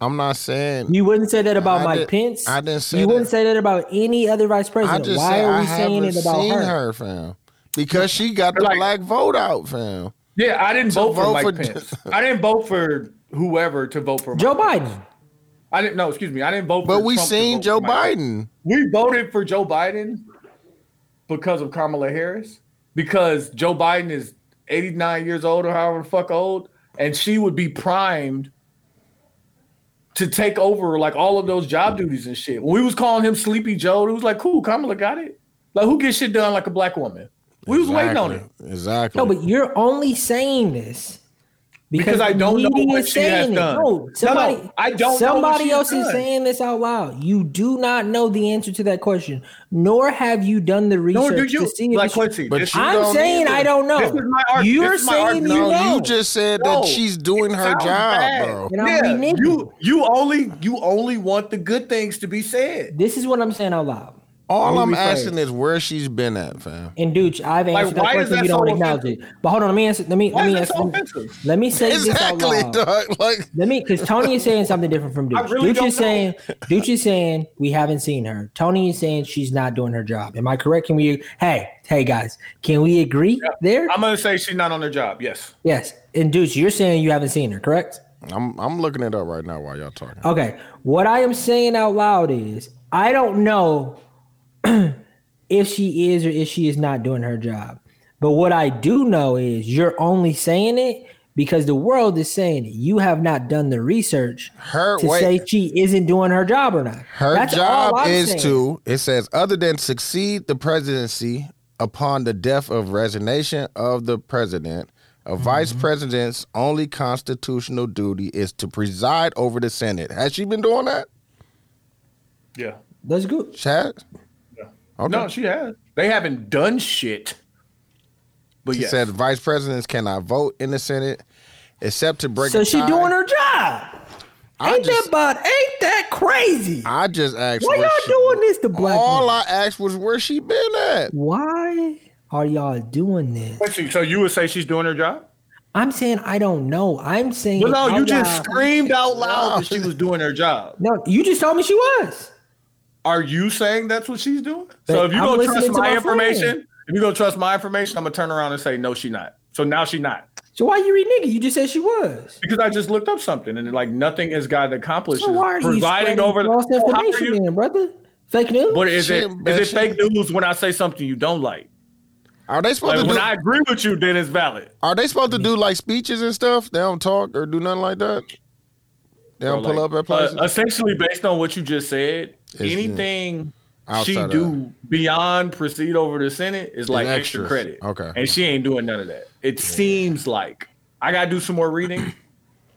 [SPEAKER 2] I'm not saying.
[SPEAKER 7] You wouldn't say that about
[SPEAKER 2] I
[SPEAKER 7] Mike
[SPEAKER 2] did-
[SPEAKER 7] Pence.
[SPEAKER 2] I didn't say
[SPEAKER 7] you
[SPEAKER 2] that.
[SPEAKER 7] wouldn't say that about any other vice
[SPEAKER 2] I
[SPEAKER 7] president.
[SPEAKER 2] just
[SPEAKER 7] Why
[SPEAKER 2] say
[SPEAKER 7] are
[SPEAKER 2] I
[SPEAKER 7] we saying
[SPEAKER 2] haven't
[SPEAKER 7] it about
[SPEAKER 2] seen
[SPEAKER 7] her?
[SPEAKER 2] her? fam. Because she got the
[SPEAKER 6] Like-
[SPEAKER 2] black vote out, fam.
[SPEAKER 6] yeah, I didn't vote,
[SPEAKER 2] vote
[SPEAKER 6] for Mike
[SPEAKER 2] for-
[SPEAKER 6] Pence. I didn't vote for whoever to vote for.
[SPEAKER 7] Joe
[SPEAKER 6] Mike.
[SPEAKER 7] Biden.
[SPEAKER 6] I didn't. No, excuse me. I didn't vote.
[SPEAKER 2] But
[SPEAKER 6] for
[SPEAKER 2] we
[SPEAKER 6] Trump to
[SPEAKER 2] seen
[SPEAKER 6] vote for
[SPEAKER 2] Joe
[SPEAKER 6] Mike Pence.
[SPEAKER 2] Biden.
[SPEAKER 6] We voted for Joe Biden because of Kamala Harris, because Joe Biden is 89 years old or however the fuck old, and she would be primed to take over like all of those job duties and shit. When we was calling him Sleepy Joe, it was like, cool, Kamala got it. Like who gets shit done like a black woman? We was waiting on it.
[SPEAKER 2] Exactly.
[SPEAKER 7] No, but you're only saying this
[SPEAKER 6] Because I
[SPEAKER 7] the
[SPEAKER 6] don't know
[SPEAKER 7] media
[SPEAKER 6] what
[SPEAKER 7] is
[SPEAKER 6] she has
[SPEAKER 7] saying it.
[SPEAKER 6] done. No,
[SPEAKER 7] No,
[SPEAKER 6] no,
[SPEAKER 7] somebody,
[SPEAKER 6] I don't know what
[SPEAKER 7] Somebody
[SPEAKER 6] she has
[SPEAKER 7] else is
[SPEAKER 6] done.
[SPEAKER 7] saying this out loud. You do not know the answer to that question, nor have you done the research
[SPEAKER 6] Nor do
[SPEAKER 7] to
[SPEAKER 6] you.
[SPEAKER 7] see if
[SPEAKER 6] Like
[SPEAKER 7] it's-
[SPEAKER 6] Quincy.
[SPEAKER 2] But
[SPEAKER 6] this-
[SPEAKER 2] you
[SPEAKER 7] I'm
[SPEAKER 2] don't
[SPEAKER 7] saying
[SPEAKER 2] either.
[SPEAKER 7] I don't know.
[SPEAKER 6] This is my argument.
[SPEAKER 7] You're
[SPEAKER 6] This is my
[SPEAKER 7] saying you
[SPEAKER 2] No,
[SPEAKER 6] argument.
[SPEAKER 7] know.
[SPEAKER 2] you just said
[SPEAKER 6] No,
[SPEAKER 2] that she's doing
[SPEAKER 6] it
[SPEAKER 2] her
[SPEAKER 6] sounds
[SPEAKER 2] job,
[SPEAKER 6] bad.
[SPEAKER 2] bro.
[SPEAKER 7] And I'm
[SPEAKER 6] Yeah,
[SPEAKER 7] reneging.
[SPEAKER 6] you you only you only want the good things to be said.
[SPEAKER 7] this is what I'm saying out loud.
[SPEAKER 2] All
[SPEAKER 7] Let
[SPEAKER 2] I'm
[SPEAKER 7] me rephrase.
[SPEAKER 2] asking is where she's been at, fam.
[SPEAKER 7] And dude, I've answered
[SPEAKER 6] why
[SPEAKER 7] that
[SPEAKER 6] is
[SPEAKER 7] question.
[SPEAKER 6] that
[SPEAKER 7] you don't
[SPEAKER 6] so
[SPEAKER 7] acknowledge it. But hold on, let me answer. Let me
[SPEAKER 6] Why
[SPEAKER 7] let
[SPEAKER 6] is that
[SPEAKER 7] me answer.
[SPEAKER 6] so
[SPEAKER 7] let me-
[SPEAKER 6] offensive?
[SPEAKER 7] Let me say
[SPEAKER 2] Exactly,
[SPEAKER 7] this out loud.
[SPEAKER 2] dog. [LAUGHS] Like
[SPEAKER 7] Let me, because Tony is saying something different from
[SPEAKER 6] I
[SPEAKER 7] Dooch.
[SPEAKER 6] really
[SPEAKER 7] Dooch is
[SPEAKER 6] don't know.
[SPEAKER 7] saying, Dooch is saying we haven't seen her. Tony is saying she's not doing her job. Am I correct? Can we? Hey, hey guys, can we agree there?
[SPEAKER 6] I'm gonna say she's not on her job. Yes.
[SPEAKER 7] yes. And Dooch, you're saying you haven't seen her, correct?
[SPEAKER 2] I'm I'm looking it up right now while y'all talking.
[SPEAKER 7] Okay. What I am saying out loud is I don't know [CLEARS THROAT] if she is or if she is not doing her job. But what I do know is you're only saying it because the world is saying it. You have not done the research
[SPEAKER 2] Her
[SPEAKER 7] to
[SPEAKER 2] wait,
[SPEAKER 7] say she isn't doing her job or not.
[SPEAKER 2] her
[SPEAKER 7] That's all
[SPEAKER 2] job
[SPEAKER 7] I'm
[SPEAKER 2] is
[SPEAKER 7] saying.
[SPEAKER 2] to it says other than succeed the presidency upon the death of resignation of the president. A
[SPEAKER 7] Mm-hmm.
[SPEAKER 2] vice president's only constitutional duty is to preside over the Senate. Has she been doing that?
[SPEAKER 6] Yeah.
[SPEAKER 7] That's good.
[SPEAKER 2] Chad? Okay.
[SPEAKER 6] No, she has. They haven't done shit. But
[SPEAKER 2] She
[SPEAKER 6] yes.
[SPEAKER 2] said vice presidents cannot vote in the Senate except to break.
[SPEAKER 7] So
[SPEAKER 2] a
[SPEAKER 7] she
[SPEAKER 2] tie."
[SPEAKER 7] doing her job.
[SPEAKER 2] I
[SPEAKER 7] ain't
[SPEAKER 2] just-
[SPEAKER 7] that about? Ain't that crazy?
[SPEAKER 2] I just asked.
[SPEAKER 7] Why
[SPEAKER 2] where
[SPEAKER 7] y'all
[SPEAKER 2] she-
[SPEAKER 7] doing this to black?
[SPEAKER 2] All
[SPEAKER 7] people?
[SPEAKER 2] I asked was where she been at.
[SPEAKER 7] Why are y'all doing this?
[SPEAKER 6] Quincy, so you would say she's doing her job?
[SPEAKER 7] I'm saying I don't know. I'm saying
[SPEAKER 6] No, no, you
[SPEAKER 7] out
[SPEAKER 6] just
[SPEAKER 7] loud-
[SPEAKER 6] screamed out loud
[SPEAKER 2] No.
[SPEAKER 6] that she was doing her job.
[SPEAKER 7] no. You just told me she was.
[SPEAKER 6] Are you saying that's what she's doing?
[SPEAKER 7] But
[SPEAKER 6] So if you
[SPEAKER 7] I'm
[SPEAKER 6] gonna
[SPEAKER 7] listening
[SPEAKER 6] trust
[SPEAKER 7] to my
[SPEAKER 6] my
[SPEAKER 7] friend.
[SPEAKER 6] information, if you gonna trust my information, I'm gonna turn around and say no, she not. So now she not
[SPEAKER 7] So why you reneging? You just said she was.
[SPEAKER 6] because I just looked up something and like nothing has got accomplished.
[SPEAKER 7] So why are you
[SPEAKER 6] Presiding
[SPEAKER 7] spreading
[SPEAKER 6] over
[SPEAKER 7] false
[SPEAKER 6] How are
[SPEAKER 7] information,
[SPEAKER 6] you-
[SPEAKER 7] then, brother? Fake news.
[SPEAKER 6] But is
[SPEAKER 2] Shit,
[SPEAKER 6] it
[SPEAKER 2] man,
[SPEAKER 6] is it
[SPEAKER 2] shit.
[SPEAKER 6] fake news when I say something you don't like?
[SPEAKER 2] Are they supposed
[SPEAKER 6] Like
[SPEAKER 2] to
[SPEAKER 6] when
[SPEAKER 2] do?
[SPEAKER 6] I agree with you, then it's valid.
[SPEAKER 2] are they supposed to do like speeches and stuff? They don't talk or do nothing like that. They don't
[SPEAKER 6] Or,
[SPEAKER 2] pull
[SPEAKER 6] like,
[SPEAKER 2] up at places.
[SPEAKER 6] uh, essentially, based on what you just said,
[SPEAKER 2] yeah.
[SPEAKER 6] anything she
[SPEAKER 2] Outside of-
[SPEAKER 6] do beyond proceed over the Senate is like extra
[SPEAKER 2] extras.
[SPEAKER 6] credit.
[SPEAKER 2] Okay.
[SPEAKER 6] and she ain't doing none of that. It seems like I gotta do some
[SPEAKER 2] [CLEARS THROAT]
[SPEAKER 6] more reading,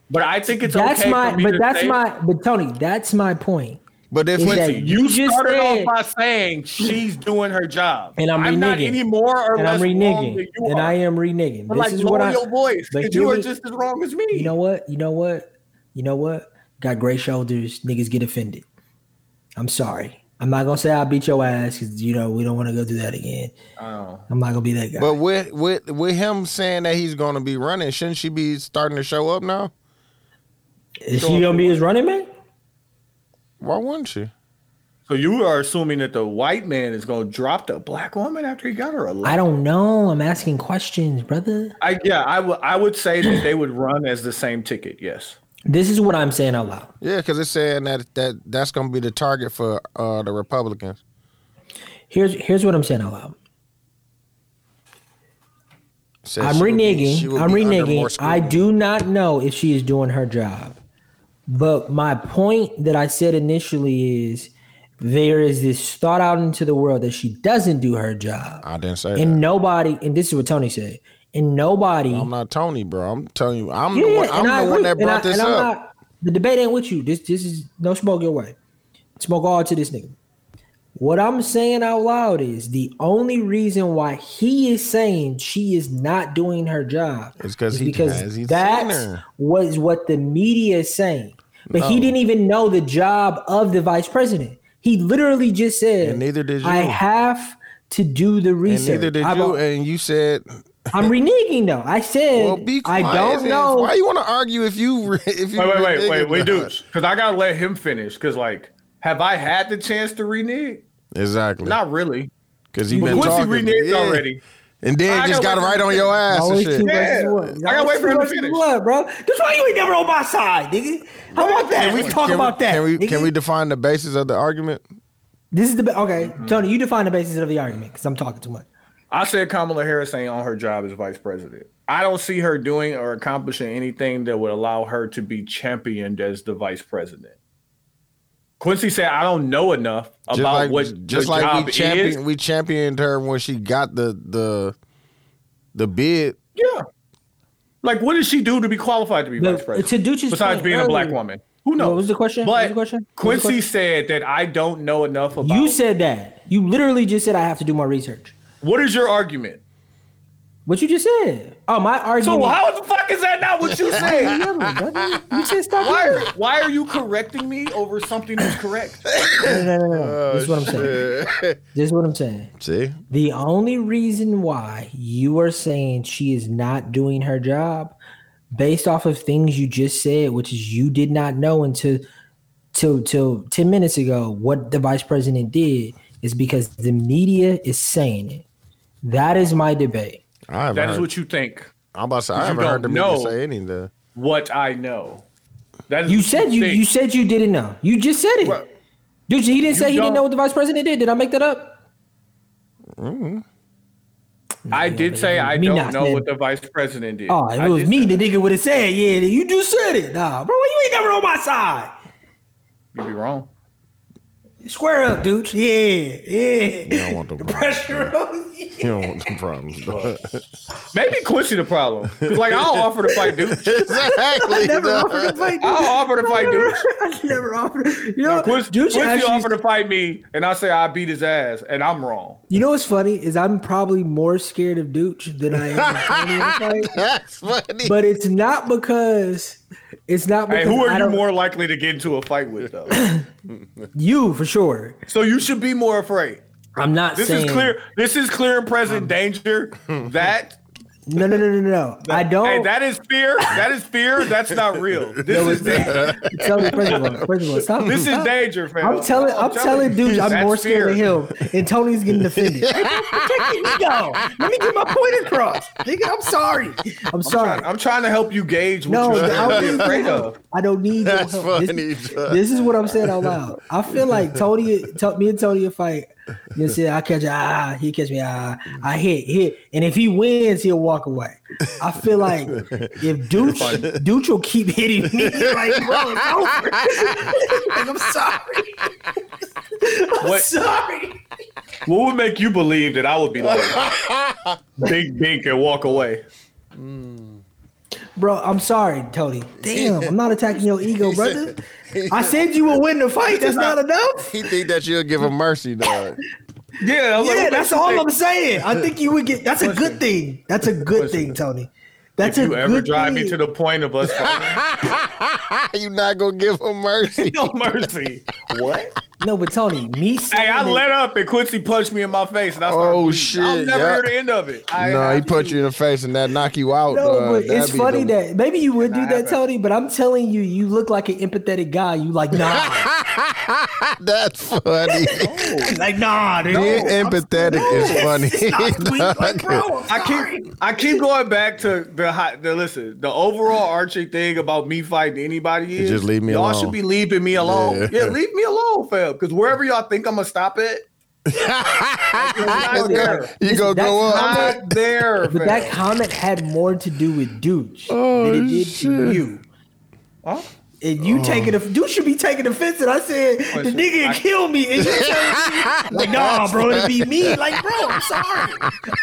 [SPEAKER 6] but I think it's
[SPEAKER 7] that's
[SPEAKER 6] okay.
[SPEAKER 7] my.
[SPEAKER 6] for me
[SPEAKER 7] But
[SPEAKER 6] to
[SPEAKER 7] that's
[SPEAKER 6] say-
[SPEAKER 7] my. But Tony, that's my point.
[SPEAKER 2] but if
[SPEAKER 7] is
[SPEAKER 2] when-
[SPEAKER 7] that-
[SPEAKER 6] You,
[SPEAKER 7] You just
[SPEAKER 6] started
[SPEAKER 7] said-
[SPEAKER 6] off by saying she's doing her job,
[SPEAKER 7] And I'm
[SPEAKER 6] not
[SPEAKER 7] reneging.
[SPEAKER 6] any more or
[SPEAKER 7] and
[SPEAKER 6] less
[SPEAKER 7] I'm
[SPEAKER 6] wrong
[SPEAKER 7] reneging,
[SPEAKER 6] than you
[SPEAKER 7] and
[SPEAKER 6] are.
[SPEAKER 7] I am reneging.
[SPEAKER 6] But
[SPEAKER 7] this
[SPEAKER 6] like,
[SPEAKER 7] is
[SPEAKER 6] lower
[SPEAKER 7] what I.
[SPEAKER 6] your voice
[SPEAKER 7] but
[SPEAKER 6] because you
[SPEAKER 7] here
[SPEAKER 6] are
[SPEAKER 7] we-
[SPEAKER 6] just as wrong as me.
[SPEAKER 7] You know what? You know what? You know what? Got gray shoulders. Niggas get offended. I'm sorry. I'm not gonna say I beat your ass because you know we don't want to go through that again.
[SPEAKER 6] Oh.
[SPEAKER 7] I'm not gonna be that guy.
[SPEAKER 2] but with with with him saying that he's going to be running, shouldn't she be starting to show up now?
[SPEAKER 7] Is she gonna be his running mate?
[SPEAKER 2] Why wouldn't she?
[SPEAKER 6] So you are assuming that the white man is going to drop the black woman after he got her
[SPEAKER 7] I
[SPEAKER 6] elected?
[SPEAKER 7] don't know. I'm asking questions, brother.
[SPEAKER 6] I, yeah, I would. I would say that they would run as the same ticket. Yes.
[SPEAKER 7] This is what I'm saying out loud.
[SPEAKER 2] Yeah, because it's saying that that that's going to be the target for uh, the Republicans.
[SPEAKER 7] Here's here's what I'm saying out loud.
[SPEAKER 2] Said
[SPEAKER 7] I'm
[SPEAKER 2] she would be-
[SPEAKER 7] reneging.
[SPEAKER 2] she would
[SPEAKER 7] I'm
[SPEAKER 2] be under more
[SPEAKER 7] reneging. I
[SPEAKER 2] scrutiny.
[SPEAKER 7] do not know if she is doing her job. But my point that I said initially is there is this thought out into the world that she doesn't do her job.
[SPEAKER 2] I didn't say that.
[SPEAKER 7] And nobody, and this is what Tony said, and nobody.
[SPEAKER 2] I'm not Tony, bro. I'm telling you, I'm the
[SPEAKER 7] Yeah,
[SPEAKER 2] one. I'm
[SPEAKER 7] and
[SPEAKER 2] the
[SPEAKER 7] I
[SPEAKER 2] one
[SPEAKER 7] agree.
[SPEAKER 2] that
[SPEAKER 7] And I-
[SPEAKER 2] brought this
[SPEAKER 7] and I'm
[SPEAKER 2] up.
[SPEAKER 7] not- the debate ain't with you. This this is no smoke your way. Smoke all to this nigga. What I'm saying out loud is the only reason why he is saying she is not doing her job
[SPEAKER 2] It's 'cause
[SPEAKER 7] is
[SPEAKER 2] he
[SPEAKER 7] because
[SPEAKER 2] has. He's seen
[SPEAKER 7] that's
[SPEAKER 2] her.
[SPEAKER 7] was what the media is saying. But he didn't even know the job of the vice president. He literally just said,
[SPEAKER 2] And neither did
[SPEAKER 7] I
[SPEAKER 2] you.
[SPEAKER 7] have to do the
[SPEAKER 2] and
[SPEAKER 7] research.
[SPEAKER 2] neither did
[SPEAKER 7] I've
[SPEAKER 2] you.
[SPEAKER 7] al-
[SPEAKER 2] And you said,
[SPEAKER 7] I'm reneging though. I said
[SPEAKER 2] "Well, be
[SPEAKER 7] I
[SPEAKER 2] quiet."
[SPEAKER 7] don't
[SPEAKER 2] then.
[SPEAKER 7] know.
[SPEAKER 2] Why you want to argue if you re- if you
[SPEAKER 6] Wait, wait, wait,
[SPEAKER 2] reneging
[SPEAKER 6] wait, wait,
[SPEAKER 2] about
[SPEAKER 6] dude.
[SPEAKER 2] it?
[SPEAKER 6] Because I gotta let him finish. Because like, have I had the chance to renege?
[SPEAKER 2] Exactly,
[SPEAKER 6] Not really.
[SPEAKER 2] because he been
[SPEAKER 6] Quincy
[SPEAKER 2] talking
[SPEAKER 6] reneged
[SPEAKER 2] yeah.
[SPEAKER 6] already.
[SPEAKER 2] and then
[SPEAKER 6] I
[SPEAKER 2] just got
[SPEAKER 6] gotta
[SPEAKER 2] right
[SPEAKER 6] wait
[SPEAKER 2] on
[SPEAKER 6] for
[SPEAKER 2] your ass and
[SPEAKER 7] Always two
[SPEAKER 2] shit.
[SPEAKER 7] versus
[SPEAKER 6] Yeah.
[SPEAKER 7] one.
[SPEAKER 6] I gotta wait for him to finish.
[SPEAKER 7] Blood, bro. That's why you ain't never on my side, nigga. How about that? Let's talk
[SPEAKER 2] Can we-
[SPEAKER 7] about that.
[SPEAKER 2] Can we
[SPEAKER 7] nigga.
[SPEAKER 2] can we define the basis of the argument?
[SPEAKER 7] This is the ba- okay,
[SPEAKER 2] Mm-hmm.
[SPEAKER 7] Tony. You define the basis of the argument because I'm talking too much.
[SPEAKER 6] I said Kamala Harris ain't on her job as vice president. I don't see her doing or accomplishing anything that would allow her to be championed as the vice president. Quincy said, "I don't know enough about
[SPEAKER 2] Just like
[SPEAKER 6] what
[SPEAKER 2] just
[SPEAKER 6] the
[SPEAKER 2] like
[SPEAKER 6] job
[SPEAKER 2] we championed
[SPEAKER 6] is."
[SPEAKER 2] we championed her when she got the the the bid.
[SPEAKER 6] Yeah, Like, what does she do to be qualified to be
[SPEAKER 3] No,
[SPEAKER 6] vice president?
[SPEAKER 3] to Ducci's
[SPEAKER 6] besides
[SPEAKER 3] point
[SPEAKER 6] being a black
[SPEAKER 3] earlier-
[SPEAKER 6] woman, who knows?
[SPEAKER 3] What was the question? What
[SPEAKER 6] But
[SPEAKER 3] was the question? What was
[SPEAKER 6] Quincy
[SPEAKER 3] the question?
[SPEAKER 6] said that I don't know enough about.
[SPEAKER 3] You said that. You literally just said I have to do more research.
[SPEAKER 6] what is your argument?
[SPEAKER 3] What you just said. Oh, my
[SPEAKER 6] So
[SPEAKER 3] argument.
[SPEAKER 6] how the fuck is that not
[SPEAKER 3] [LAUGHS]
[SPEAKER 6] what you [LAUGHS] said?
[SPEAKER 3] you said stop
[SPEAKER 6] why,
[SPEAKER 3] here.
[SPEAKER 6] are, why are you correcting me over something that's correct?
[SPEAKER 3] No, no, no, no, no. this is what I'm saying. This is what I'm saying.
[SPEAKER 2] See?
[SPEAKER 3] The only reason why you are saying she is not doing her job based off of things you just said, which is you did not know until till till 10 minutes ago what the vice president did is because the media is saying it. That is my debate.
[SPEAKER 2] I haven't
[SPEAKER 6] That
[SPEAKER 2] heard,
[SPEAKER 6] is what you think.
[SPEAKER 2] I'm about to say, I
[SPEAKER 6] you
[SPEAKER 2] haven't heard the media
[SPEAKER 6] don't know.
[SPEAKER 2] say anything.
[SPEAKER 6] What I know. That is
[SPEAKER 3] You
[SPEAKER 6] what
[SPEAKER 3] said you
[SPEAKER 6] think.
[SPEAKER 3] you said you didn't know. You just said it.
[SPEAKER 6] Well,
[SPEAKER 3] Dude, he didn't say he
[SPEAKER 6] don't-
[SPEAKER 3] didn't know what the vice president did. Did I make that up?
[SPEAKER 6] I did say I
[SPEAKER 3] Me
[SPEAKER 6] don't
[SPEAKER 3] not,
[SPEAKER 6] know
[SPEAKER 3] man.
[SPEAKER 6] what the vice president did.
[SPEAKER 3] Oh, if
[SPEAKER 6] I
[SPEAKER 3] it was
[SPEAKER 6] did
[SPEAKER 3] me,
[SPEAKER 6] say
[SPEAKER 3] the nigga would have said, yeah, you just said it. Nah, bro, you ain't never on my side.
[SPEAKER 6] that. You'd be wrong.
[SPEAKER 3] Square up, dude. Yeah, yeah.
[SPEAKER 2] You don't want the
[SPEAKER 3] [LAUGHS]
[SPEAKER 6] [LAUGHS]
[SPEAKER 3] pressure on you.
[SPEAKER 2] You don't want the problems. dog.
[SPEAKER 6] Maybe Quincy the problem. 'Cause, Like
[SPEAKER 3] [LAUGHS]
[SPEAKER 6] I'll offer to fight dude.
[SPEAKER 2] exactly.
[SPEAKER 3] Never
[SPEAKER 2] dog.
[SPEAKER 3] offered to fight.
[SPEAKER 6] I'll offer to fight dude.
[SPEAKER 3] I [LAUGHS] never offered. You know,
[SPEAKER 6] Quincy,
[SPEAKER 3] Dooch
[SPEAKER 6] Quincy
[SPEAKER 3] actually-
[SPEAKER 6] offered to fight me, and I say I beat his ass, and I'm wrong.
[SPEAKER 3] you know what's funny is I'm probably more scared of Dooch than I am. of Tony in a fight.
[SPEAKER 2] That's funny.
[SPEAKER 3] But it's not because it's not
[SPEAKER 6] Hey,
[SPEAKER 3] because
[SPEAKER 6] who
[SPEAKER 3] I
[SPEAKER 6] are you
[SPEAKER 3] don't-
[SPEAKER 6] more likely to get into a fight
[SPEAKER 3] [LAUGHS]
[SPEAKER 6] with though?
[SPEAKER 3] you for sure.
[SPEAKER 6] so you should be more afraid.
[SPEAKER 3] I'm not
[SPEAKER 6] This
[SPEAKER 3] saying
[SPEAKER 6] is clear. This is clear and
[SPEAKER 3] Um.
[SPEAKER 6] present danger. That
[SPEAKER 3] No, no, no, no, no. I don't.
[SPEAKER 6] hey, that is fear. That is fear. That's not [LAUGHS] real. This is danger.
[SPEAKER 3] tell me, first of all, first of all, stop.
[SPEAKER 6] This is
[SPEAKER 3] stop.
[SPEAKER 6] danger, fam.
[SPEAKER 3] I'm telling, I'm telling, dude, I'm
[SPEAKER 6] That's
[SPEAKER 3] more scared
[SPEAKER 6] fear.
[SPEAKER 3] of him, and Tony's getting
[SPEAKER 6] [LAUGHS]
[SPEAKER 3] defended. Hey, don't protect me, nigga. Let me get my point across, nigga. I'm sorry. I'm sorry.
[SPEAKER 6] I'm trying to help you gauge
[SPEAKER 2] [LAUGHS]
[SPEAKER 6] what
[SPEAKER 3] No,
[SPEAKER 6] you're
[SPEAKER 3] I
[SPEAKER 6] really
[SPEAKER 3] don't need
[SPEAKER 6] afraid
[SPEAKER 3] your
[SPEAKER 6] of.
[SPEAKER 3] help. I don't need your
[SPEAKER 2] That's
[SPEAKER 3] help. This-
[SPEAKER 2] funny,
[SPEAKER 3] This,
[SPEAKER 2] Josh.
[SPEAKER 3] is what I'm saying out loud. I feel like Tony, to, me and Tony fight. You see, I catch ah, he catch me ah, I hit hit, and if he wins, he'll walk away. I feel
[SPEAKER 2] [LAUGHS]
[SPEAKER 3] like if Dooch, Dooch will keep hitting me, like bro, it's over. [LAUGHS] like I'm sorry, I'm
[SPEAKER 6] What-
[SPEAKER 3] sorry.
[SPEAKER 6] What would make you believe that I would be [LAUGHS] like big dink and walk away?
[SPEAKER 3] Bro, I'm sorry, Tony. Damn, I'm not
[SPEAKER 2] [LAUGHS]
[SPEAKER 3] attacking your ego, brother. I said you would win the fight. That's not enough.
[SPEAKER 2] he think that you'll give him mercy,
[SPEAKER 6] [LAUGHS]
[SPEAKER 2] dog.
[SPEAKER 6] Yeah, I'm like,
[SPEAKER 3] Yeah,
[SPEAKER 6] what
[SPEAKER 3] that's
[SPEAKER 6] makes you
[SPEAKER 3] all
[SPEAKER 6] think
[SPEAKER 3] I'm saying. I think you would get. That's a good thing. That's a good thing, Tony. That's a
[SPEAKER 6] You ever
[SPEAKER 3] good
[SPEAKER 6] drive
[SPEAKER 3] thing.
[SPEAKER 6] me to the point of us? [LAUGHS] fighting?
[SPEAKER 2] you not gonna give him mercy.
[SPEAKER 6] no mercy. What?
[SPEAKER 3] no, but Tony, me.
[SPEAKER 6] Hey,
[SPEAKER 3] saying
[SPEAKER 6] I
[SPEAKER 3] that-
[SPEAKER 6] let up and Quincy punched me in my face, and I started
[SPEAKER 2] Oh,
[SPEAKER 6] bleeding.
[SPEAKER 2] shit,
[SPEAKER 6] I was never
[SPEAKER 2] yeah.
[SPEAKER 6] heard the end of it. I,
[SPEAKER 2] no,
[SPEAKER 6] I,
[SPEAKER 2] he put you in the face and that knock you out.
[SPEAKER 3] No,
[SPEAKER 2] dog.
[SPEAKER 3] but
[SPEAKER 2] That'd
[SPEAKER 3] it's
[SPEAKER 2] be
[SPEAKER 3] funny
[SPEAKER 2] the-
[SPEAKER 3] that maybe you would do
[SPEAKER 6] Nah,
[SPEAKER 3] that,
[SPEAKER 6] bro.
[SPEAKER 3] Tony. But I'm telling you, you look like an empathetic guy. You
[SPEAKER 2] [LAUGHS]
[SPEAKER 3] like nah,
[SPEAKER 2] [LAUGHS] That's
[SPEAKER 3] [LAUGHS]
[SPEAKER 2] funny.
[SPEAKER 3] like nah, dude.
[SPEAKER 2] Being empathetic is funny. [LAUGHS] dog.
[SPEAKER 6] I keep I keep going back to the hot. The, listen, the overall arching thing about me fighting anybody is
[SPEAKER 2] just leave me
[SPEAKER 6] y'all
[SPEAKER 2] alone.
[SPEAKER 6] should be leaving me alone.
[SPEAKER 2] Yeah.
[SPEAKER 6] Yeah, leave me alone, fam. Because wherever y'all think I'm gonna stop at, it's not there.
[SPEAKER 2] you gonna go
[SPEAKER 3] that's
[SPEAKER 2] up.
[SPEAKER 6] Not there,
[SPEAKER 3] But
[SPEAKER 6] fam.
[SPEAKER 3] that comment had more to do with Dooch
[SPEAKER 2] Oh,
[SPEAKER 3] than it did to you.
[SPEAKER 6] Huh?
[SPEAKER 3] And you taking a Dooch should be taking offense. And I said the
[SPEAKER 6] Listen,
[SPEAKER 3] nigga
[SPEAKER 6] I-
[SPEAKER 3] kill me, and you
[SPEAKER 6] [LAUGHS]
[SPEAKER 3] telling me like, nah, bro, it'd be me. Like, bro, I'm sorry,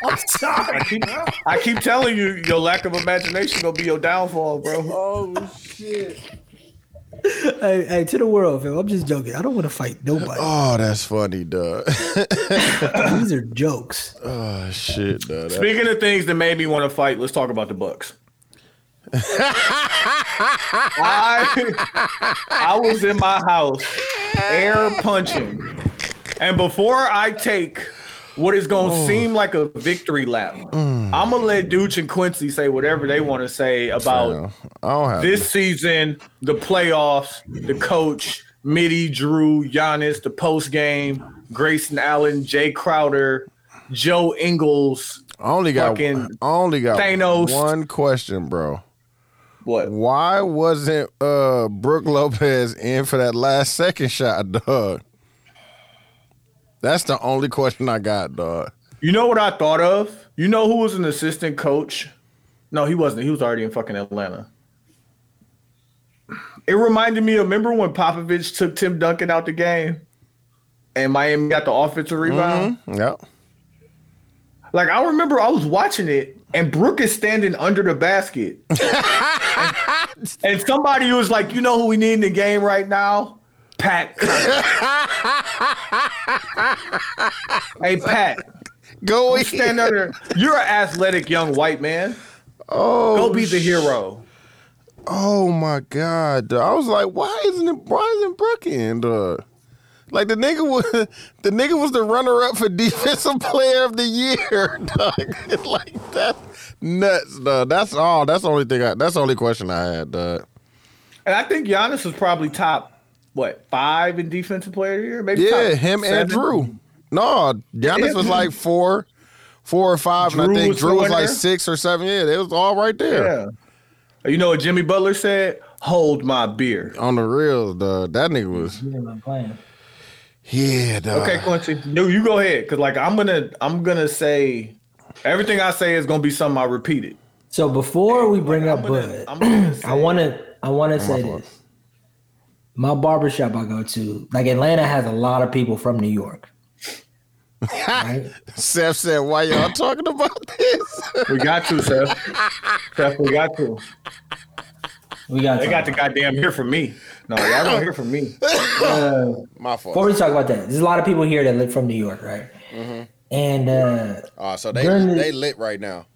[SPEAKER 3] I'm
[SPEAKER 6] [LAUGHS]
[SPEAKER 3] sorry.
[SPEAKER 6] Keep- I keep telling you, your lack of imagination gonna be your downfall,
[SPEAKER 2] [LAUGHS] Uh,
[SPEAKER 6] bro.
[SPEAKER 3] hey, hey, to the world, fam. I'm just joking. I don't want to fight nobody.
[SPEAKER 2] Oh, that's funny, dog.
[SPEAKER 3] These are jokes.
[SPEAKER 2] [LAUGHS] oh shit, dog. That-
[SPEAKER 6] Speaking of things that made me want to fight, let's talk about the Bucks. I, I was in my house air punching. And before I take what is going to seem like a victory lap, I'm going to let Dooch and Quincy say whatever they want to say about
[SPEAKER 2] Yeah. I don't have
[SPEAKER 6] this season, the playoffs, the coach, Mitty, Drew, Giannis, the post game, Grayson Allen, Jay Crowder, Joe Ingles.
[SPEAKER 2] I only got
[SPEAKER 6] fucking
[SPEAKER 2] I only got
[SPEAKER 6] Thanos.
[SPEAKER 2] one question, bro.
[SPEAKER 6] What?
[SPEAKER 2] Why wasn't uh Brooke Lopez in for that last second shot, dog? That's the only question I got, dog.
[SPEAKER 6] You know what I thought of? You know who was an assistant coach? No, he wasn't. He was already in fucking Atlanta. It reminded me of remember when Popovich took Tim Duncan out the game and Miami got the offensive rebound?
[SPEAKER 2] Yep.
[SPEAKER 6] Like I remember I was watching it and Brooke is standing under
[SPEAKER 2] [LAUGHS]
[SPEAKER 6] the basket. and, and somebody was like, you know who we need in the game right now? Pat. hey Pat,
[SPEAKER 2] Go in.
[SPEAKER 6] [LAUGHS] stand under. You're an athletic young white man.
[SPEAKER 2] Oh,
[SPEAKER 6] Go be the hero.
[SPEAKER 2] Oh my god! dawg. I was like, why isn't it? Why isn't Brooke in? Dog? Like the nigga was [LAUGHS] the nigga was the runner up for [LAUGHS] defensive player of the year. [LAUGHS] Dog. It's like that nuts. Dog. That's all. That's the only thing. I, that's the only question I had. Dog.
[SPEAKER 6] And I think Giannis was probably top what five in defensive player of the year? Maybe
[SPEAKER 2] Yeah,
[SPEAKER 6] top
[SPEAKER 2] him
[SPEAKER 6] seven.
[SPEAKER 2] and Drew. No, Giannis was
[SPEAKER 6] [LAUGHS]
[SPEAKER 2] like four, four or five, and I
[SPEAKER 6] Drew
[SPEAKER 2] think
[SPEAKER 6] was
[SPEAKER 2] Drew
[SPEAKER 6] still
[SPEAKER 2] was
[SPEAKER 6] in
[SPEAKER 2] like
[SPEAKER 6] there?
[SPEAKER 2] six or seven. Yeah, they was all right there.
[SPEAKER 6] Yeah. You know what Jimmy Butler said? Hold my beer.
[SPEAKER 2] On the real, dog. That nigga was.
[SPEAKER 7] Yeah, I'm playing.
[SPEAKER 2] Yeah, dog.
[SPEAKER 6] Okay, Quincy. No, you go ahead. Cause like I'm gonna I'm gonna say everything I say is gonna be something I repeat it.
[SPEAKER 7] So before we bring up
[SPEAKER 6] I'm gonna-
[SPEAKER 7] Bud,
[SPEAKER 6] I'm
[SPEAKER 7] [CLEARS THROAT]
[SPEAKER 6] gonna say-
[SPEAKER 7] I want to I want to say this. My barbershop I go to, like Atlanta has a lot of people from New York. right?
[SPEAKER 2] Seth said, "Why y'all talking about this?" [LAUGHS]
[SPEAKER 6] We got to, Seth. Seth, we got to.
[SPEAKER 7] We got,
[SPEAKER 6] They got [LAUGHS] the goddamn hear from me. No, y'all don't hear from me.
[SPEAKER 2] My fault.
[SPEAKER 7] Before we talk about that, there's a lot of people here that live from New York, right? And uh,
[SPEAKER 2] Oh, so
[SPEAKER 7] they- During the- they
[SPEAKER 2] lit right now.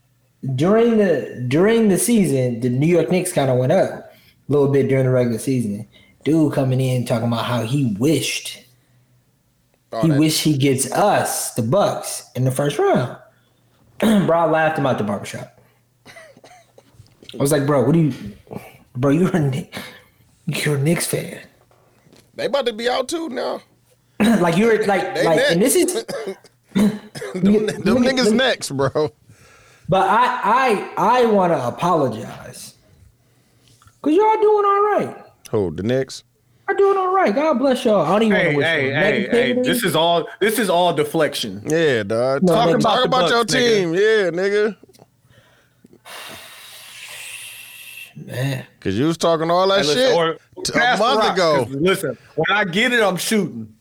[SPEAKER 7] during the during the season, the New York Knicks kind of went up a little bit during the regular season. Dude coming in talking about how he wished
[SPEAKER 2] Oh,
[SPEAKER 7] he
[SPEAKER 2] that-
[SPEAKER 7] wished he gets us the Bucks in the first round. [CLEARS THROAT] bro, I laughed him out the barbershop. I was like, bro, what do you, bro? You're a Knick- you're a Knicks fan.
[SPEAKER 2] they about to be out too now.
[SPEAKER 7] like you're like
[SPEAKER 2] They
[SPEAKER 7] like, and
[SPEAKER 2] next.
[SPEAKER 7] this is.
[SPEAKER 2] Them, them
[SPEAKER 7] look at-
[SPEAKER 2] niggas
[SPEAKER 7] look-
[SPEAKER 2] next, bro.
[SPEAKER 7] But I I I want to apologize because y'all doing all right.
[SPEAKER 2] Who the Knicks?
[SPEAKER 7] Y'all doing all right. God bless y'all. I don't even
[SPEAKER 6] Hey,
[SPEAKER 7] want to
[SPEAKER 6] hey, hey, hey. This is all this is all deflection.
[SPEAKER 2] Yeah, dog.
[SPEAKER 7] No,
[SPEAKER 2] talk
[SPEAKER 7] nigga.
[SPEAKER 2] about,
[SPEAKER 6] Talk
[SPEAKER 2] talk about
[SPEAKER 6] about
[SPEAKER 2] your
[SPEAKER 6] the Bucks, nigga.
[SPEAKER 2] team, yeah, nigga.
[SPEAKER 7] man.
[SPEAKER 2] Cause you was talking all that
[SPEAKER 6] Hey, listen,
[SPEAKER 2] shit
[SPEAKER 6] or-
[SPEAKER 2] t- a
[SPEAKER 6] pass the
[SPEAKER 2] month
[SPEAKER 6] rock,
[SPEAKER 2] ago.
[SPEAKER 6] 'cause Listen, when I get it, I'm shooting.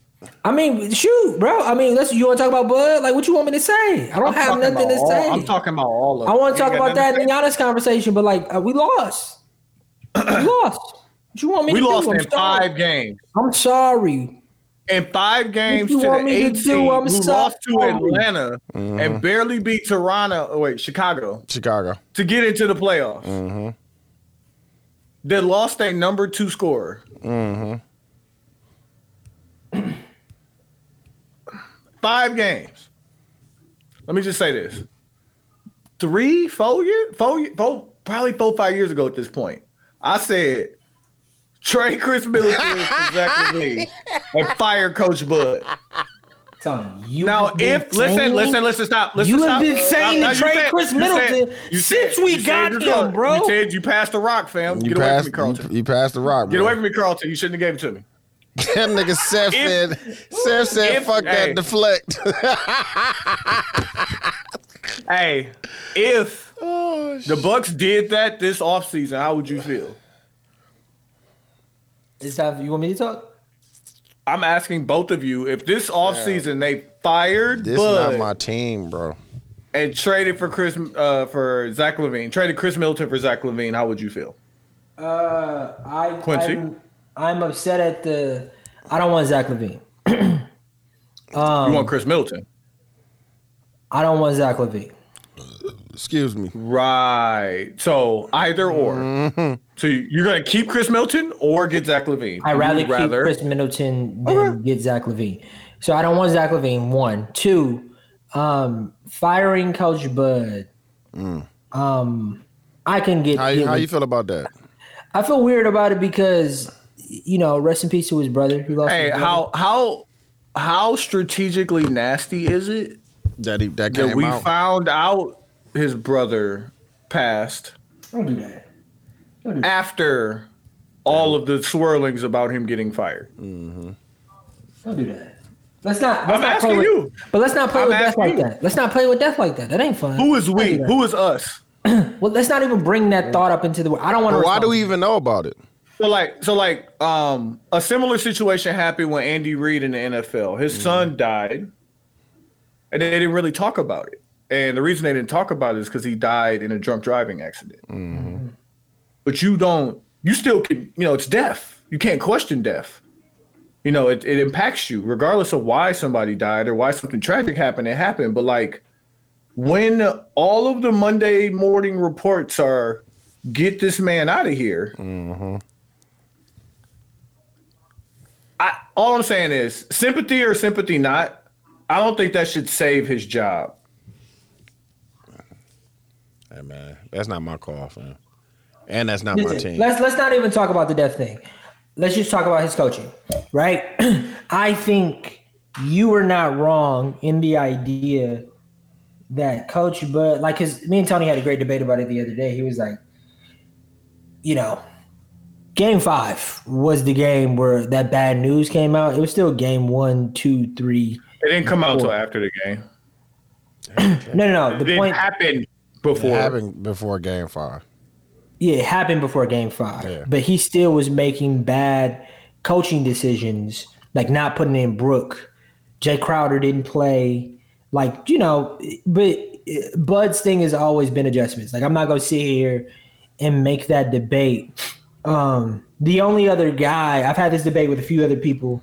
[SPEAKER 7] I mean, shoot, bro. I mean, let's you want to talk about Bud? Like, what you want me to say? I don't
[SPEAKER 6] I'm
[SPEAKER 7] have
[SPEAKER 6] talking
[SPEAKER 7] nothing to
[SPEAKER 6] about all-
[SPEAKER 7] say.
[SPEAKER 6] I'm talking about all of
[SPEAKER 7] I
[SPEAKER 6] it.
[SPEAKER 7] want
[SPEAKER 6] You
[SPEAKER 7] to talk
[SPEAKER 6] ain't got
[SPEAKER 7] about that
[SPEAKER 6] nothing
[SPEAKER 7] in the
[SPEAKER 6] to
[SPEAKER 7] honest conversation, but like, uh, we lost.
[SPEAKER 6] [CLEARS THROAT]
[SPEAKER 7] we lost. What you want me
[SPEAKER 6] say? We
[SPEAKER 7] to
[SPEAKER 6] lost
[SPEAKER 7] do? I'm
[SPEAKER 6] in
[SPEAKER 7] sorry.
[SPEAKER 2] [LAUGHS]
[SPEAKER 6] five games.
[SPEAKER 7] I'm sorry.
[SPEAKER 6] in five games
[SPEAKER 7] you
[SPEAKER 6] to
[SPEAKER 7] want
[SPEAKER 6] the
[SPEAKER 7] me to do?
[SPEAKER 6] 18,
[SPEAKER 7] I'm
[SPEAKER 6] we lost to
[SPEAKER 7] sorry.
[SPEAKER 6] Atlanta
[SPEAKER 2] Mm-hmm.
[SPEAKER 6] and barely beat Toronto. oh, Wait, Chicago
[SPEAKER 2] Chicago.
[SPEAKER 6] to get into the playoffs. They lost their number two scorer. [CLEARS THROAT] Five games. Let me just say this: three, four years, four, ye- four, probably four, five years ago at this point, I said trade Chris Middleton [LAUGHS] for Zach Levine and fire Coach Bud.
[SPEAKER 7] Tony, you
[SPEAKER 6] Now,
[SPEAKER 7] have been
[SPEAKER 6] if listen,
[SPEAKER 7] saying-
[SPEAKER 6] listen, listen, stop. Listen,
[SPEAKER 7] You
[SPEAKER 6] stop.
[SPEAKER 7] have been saying
[SPEAKER 6] Now,
[SPEAKER 7] to
[SPEAKER 6] you
[SPEAKER 7] trade
[SPEAKER 6] said-
[SPEAKER 7] Chris
[SPEAKER 6] you said-
[SPEAKER 7] Middleton
[SPEAKER 6] you
[SPEAKER 7] since
[SPEAKER 6] said-
[SPEAKER 7] we
[SPEAKER 6] you said
[SPEAKER 7] got
[SPEAKER 6] you're
[SPEAKER 7] him,
[SPEAKER 6] going.
[SPEAKER 7] bro.
[SPEAKER 6] You said you passed the rock, fam.
[SPEAKER 2] You
[SPEAKER 6] Get away
[SPEAKER 2] passed.
[SPEAKER 6] from me, Carlton.
[SPEAKER 2] You, you passed the rock.
[SPEAKER 6] Get
[SPEAKER 2] bro.
[SPEAKER 6] away from me, Carlton. You shouldn't have gave it to me.
[SPEAKER 2] [LAUGHS] That nigga Seth
[SPEAKER 6] If-
[SPEAKER 2] said. Seth said,
[SPEAKER 6] if-
[SPEAKER 2] "Fuck
[SPEAKER 6] hey.
[SPEAKER 2] that,
[SPEAKER 6] [LAUGHS]
[SPEAKER 2] deflect."
[SPEAKER 6] Hey, if
[SPEAKER 2] oh,
[SPEAKER 6] the Bucks did that this offseason, how would you feel?
[SPEAKER 7] It's time. You want me to talk?
[SPEAKER 6] I'm asking both of you if this offseason they fired
[SPEAKER 2] this
[SPEAKER 6] Bud
[SPEAKER 2] not my team, bro.
[SPEAKER 6] and traded for Chris uh, for Zach Levine, traded Chris Middleton for Zach Levine, how would you feel?
[SPEAKER 7] Uh, I
[SPEAKER 6] Quincy?
[SPEAKER 7] I'm, I'm upset at the. I don't want Zach Levine.
[SPEAKER 2] Um,
[SPEAKER 6] you want Chris Middleton,
[SPEAKER 7] I don't want Zach Levine.
[SPEAKER 2] Excuse me.
[SPEAKER 6] right? So either or. So you're gonna keep Chris Middleton or get Zach Levine?
[SPEAKER 7] I'd rather,
[SPEAKER 6] You'd
[SPEAKER 7] keep Chris Middleton than get Zach Levine. So I don't want Zach Levine. One, two, um, firing Coach Bud. Um, I can get.
[SPEAKER 2] How you,
[SPEAKER 7] get
[SPEAKER 2] how
[SPEAKER 7] with-
[SPEAKER 2] you feel about that?
[SPEAKER 7] I feel weird about it because, you know, rest in peace to his brother. He lost.
[SPEAKER 6] Hey,
[SPEAKER 7] his brother.
[SPEAKER 6] how how how strategically nasty is it
[SPEAKER 2] That he, that
[SPEAKER 6] that
[SPEAKER 2] came
[SPEAKER 6] we
[SPEAKER 2] out.
[SPEAKER 6] found out his brother passed
[SPEAKER 7] Don't do that.
[SPEAKER 6] after all of the swirlings about him getting fired?
[SPEAKER 7] Don't do that. Let's not. Let's
[SPEAKER 6] I'm
[SPEAKER 7] not play
[SPEAKER 6] asking
[SPEAKER 7] with,
[SPEAKER 6] you.
[SPEAKER 7] But let's not play
[SPEAKER 6] I'm
[SPEAKER 7] with death
[SPEAKER 6] asking
[SPEAKER 7] like
[SPEAKER 6] you.
[SPEAKER 7] that. Let's not play with death like that. That ain't fun.
[SPEAKER 6] Who is we?
[SPEAKER 7] Don't do that.
[SPEAKER 6] Who is us?
[SPEAKER 7] Well, let's not even bring that thought up into the. I don't want to.
[SPEAKER 2] Why do we even know about it?
[SPEAKER 6] So like so like um a similar situation happened when Andy Reid in the NFL. His son died, and they didn't really talk about it. And the reason they didn't talk about it is because he died in a drunk driving accident. But you don't, you still can, you know, it's death. You can't question death. You know, it, it impacts you regardless of why somebody died or why something tragic happened. It happened. But like when all of the Monday morning reports are, get this man out of here. I, all I'm saying is sympathy or sympathy not. I don't think that should save his job.
[SPEAKER 8] Hey, man, that's not my call, fam. And that's not my
[SPEAKER 7] Listen,
[SPEAKER 8] team.
[SPEAKER 7] let's let's not even talk about the death thing. Let's just talk about his coaching, right? [CLEARS THROAT] I think you were not wrong in the idea that Coach Bud, like, because me and Tony had a great debate about it the other day. He was like, you know, game five was the game where that bad news came out. It was still game one, two, three.
[SPEAKER 6] It didn't come out until after the game.
[SPEAKER 7] No, no, no.
[SPEAKER 6] It
[SPEAKER 7] The
[SPEAKER 6] didn't
[SPEAKER 7] point,
[SPEAKER 6] happen before.
[SPEAKER 2] It happened before game five.
[SPEAKER 7] yeah, it happened before game five,
[SPEAKER 2] Yeah.
[SPEAKER 7] but he still was making bad coaching decisions, like not putting in Brooke. Jay Crowder didn't play. Like, you know, but Bud's thing has always been adjustments. Like, I'm not going to sit here and make that debate. Um, the only other guy, I've had this debate with a few other people,